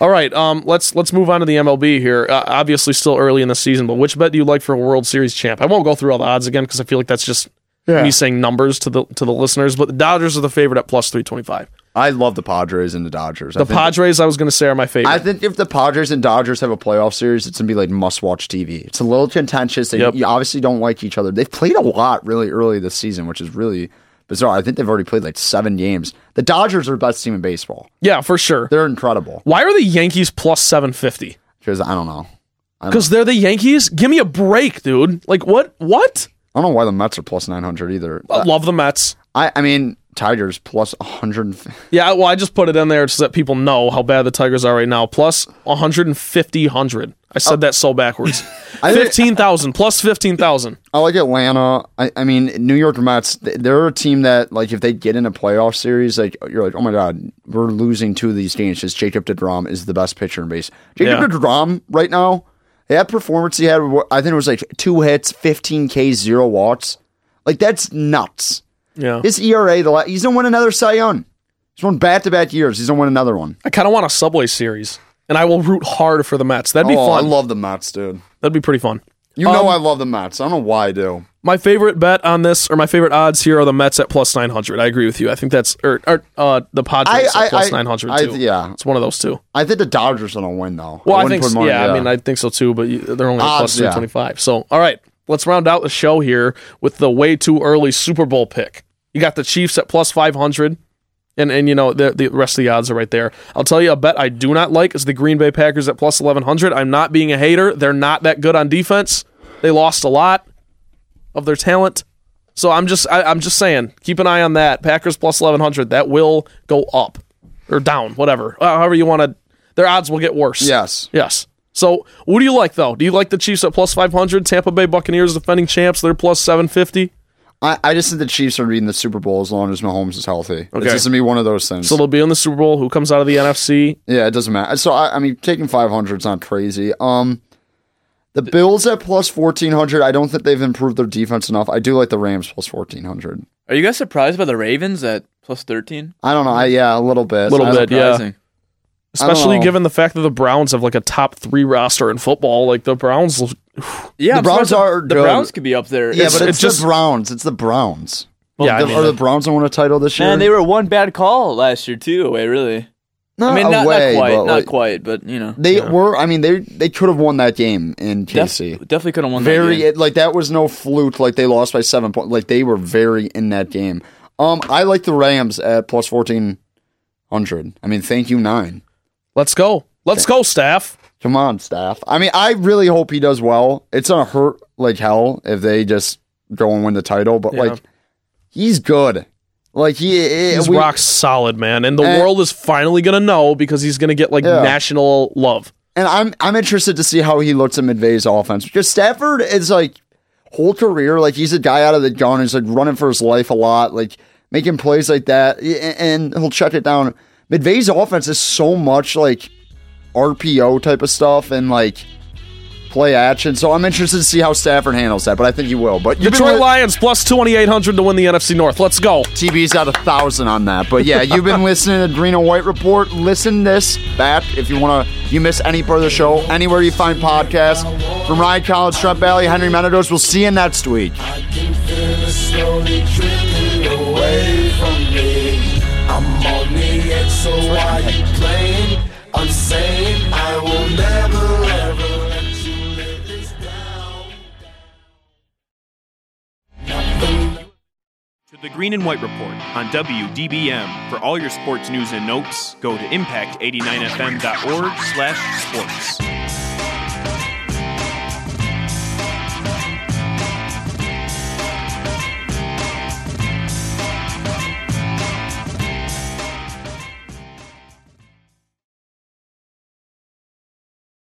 E: All right, um, let's let's move on to the MLB here. Uh, obviously, still early in the season, but which bet do you like for a World Series champ? I won't go through all the odds again because I feel like that's just
D: Yeah.
E: me saying numbers to the to the listeners. But the Dodgers are the favorite at plus three twenty five.
D: I love the Padres and the Dodgers.
E: The Padres, I was going to say, are my favorite.
D: I think if the Padres and Dodgers have a playoff series, it's gonna be like must-watch TV. It's a little contentious. They
E: Yep.
D: you obviously don't like each other. They've played a lot really early this season, which is really bizarre. I think they've already played like seven games. The Dodgers are the best team in baseball.
E: yeah, for sure.
D: They're incredible.
E: Why are the Yankees plus seven fifty?
D: Because I don't know,
E: Because they're the Yankees. Give me a break, dude. Like what? What?
D: I don't know why the Mets are plus nine hundred either.
E: I love the Mets.
D: I I mean Tigers plus one hundred.
E: Yeah, well, I just put it in there so that people know how bad the Tigers are right now. Plus 150, 100. I said that so backwards.
D: I-
E: 15,000, plus 15,000.
D: I like Atlanta. I, I mean, New York Mets. th- They're a team that, like, if they get in a playoff series, like, you're like, oh my god, we're losing two of these games because Jacob Degrom is the best pitcher in base. Jacob
E: Yeah.
D: Degrom right now, that performance he had, wa- I think it was like two hits, fifteen K, zero walks. Like that's nuts.
E: Yeah.
D: His ERA, the la- he's gonna win another Cy Young. He's won back to back years. He's gonna win another one.
E: I kind of want a Subway series, and I will root hard for the Mets. That'd be
D: oh,
E: fun. Um,
D: I love the Mets, dude.
E: That'd be pretty fun.
D: You know I love the Mets. I don't know why I do.
E: My favorite bet on this, or my favorite odds here, are the Mets at plus 900. I agree with you. I think that's, or, or uh, the Padres
D: I-
E: at plus
D: I-
E: 900,
D: I-
E: too.
D: yeah.
E: It's one of those two.
D: I think the Dodgers are gonna win though.
E: Well, I,
D: wouldn't
E: think,
D: put
E: so,
D: money-
E: yeah, I mean, I think so too, but you- they're only at plus
D: Odds, yeah.
E: 325. So, all right, let's round out the show here with the way too early Super Bowl pick. You got the Chiefs at plus 500, and, and you know, the, the rest of the odds are right there. I'll tell you a bet I do not like is the Green Bay Packers at plus 1100. I'm not being a hater. They're not that good on defense. They lost a lot of their talent. So I'm just I, I'm just saying, keep an eye on that. Packers plus 1100. That will go up or down, whatever. Uh, However you want to their odds will get worse.
D: yes.
E: Yes. So, what do you like though? Do you like the Chiefs at plus 500, Tampa Bay Buccaneers defending champs, they're plus 750?
D: I, I just think the Chiefs are beating the Super Bowl as long as Mahomes is healthy.
E: Okay.
D: It's just gonna be one of those things.
E: So they'll be in the Super Bowl. Who comes out of the NFC?
D: yeah, it doesn't matter. So I, I mean, taking five hundred is not crazy. Um, the Bills at plus fourteen hundred. I don't think they've improved their defense enough. I do like the Rams plus fourteen hundred.
F: Are you guys surprised by the Ravens at plus thirteen?
D: I don't know. I, yeah, a little bit.
E: Little
D: I don't-
E: bit. Yeah.
F: Surprising.
E: Especially
D: know.
E: given the fact that the Browns have like a top three roster in football. Like the Browns, well,
F: Yeah,
D: The
F: I'm
D: Browns
F: surprised
D: are
F: the, the
D: good.
F: Browns could be up there.
D: Yeah, but it's,
E: it's
D: the
E: just-
D: Browns. It's the Browns.
E: yeah, I
D: The-
E: mean,
D: are the Browns gonna win a title this year?
F: man, they were one bad call last year too. Away, really.
D: Not
F: I mean, not,
D: away,
F: not quite,
D: but,
F: not
D: like,
F: quite, but you know,
D: They were. I mean, they they could have won that game in
F: def-
D: KC.
F: definitely could have won.
D: very
F: that game.
D: it, like that was no fluke. Like they lost by seven points. Like they were very in that game. Um, I like the Rams at plus fourteen hundred. I mean, thank you nine.
E: Let's go. Let's go, staff.
D: Come on, staff. I mean, I really hope he does well. It's gonna hurt like hell if they just go and win the title, but
E: Yeah.
D: like he's good. Like he eh,
E: He's
D: we-
E: rock solid, man, and the
D: Eh.
E: world is finally gonna know because he's gonna get like
D: Yeah.
E: national love.
D: And I'm I'm interested to see how he looks in McVay's offense because Stafford is like whole career like he's a guy out of the gun. He's like running for his life a lot, like making plays like that, y- and he'll shut it down. McVay's offense is so much like RPO type of stuff and like play action. So I'm interested to see how Stafford handles that, but I think he will. But you've been
E: Detroit
D: with-
E: Lions plus twenty eight hundred to win the NFC North. Let's go.
D: TB's at a thousand on that. But yeah, you've been listening to Green and White Report. Listen this back if you want to. You miss any part of the show anywhere you find podcasts from Ryan Collins, Trent Valley, Henry Menados. We'll see you next week.
B: I can feel it slowly dripping away from me. I'm on the edge, so why you playing? I'm saying I will never ever let you live this down. Nothing
C: To the Green and White Report on WDBM. For all your sports news and notes, go to impact89fm.org slash sports.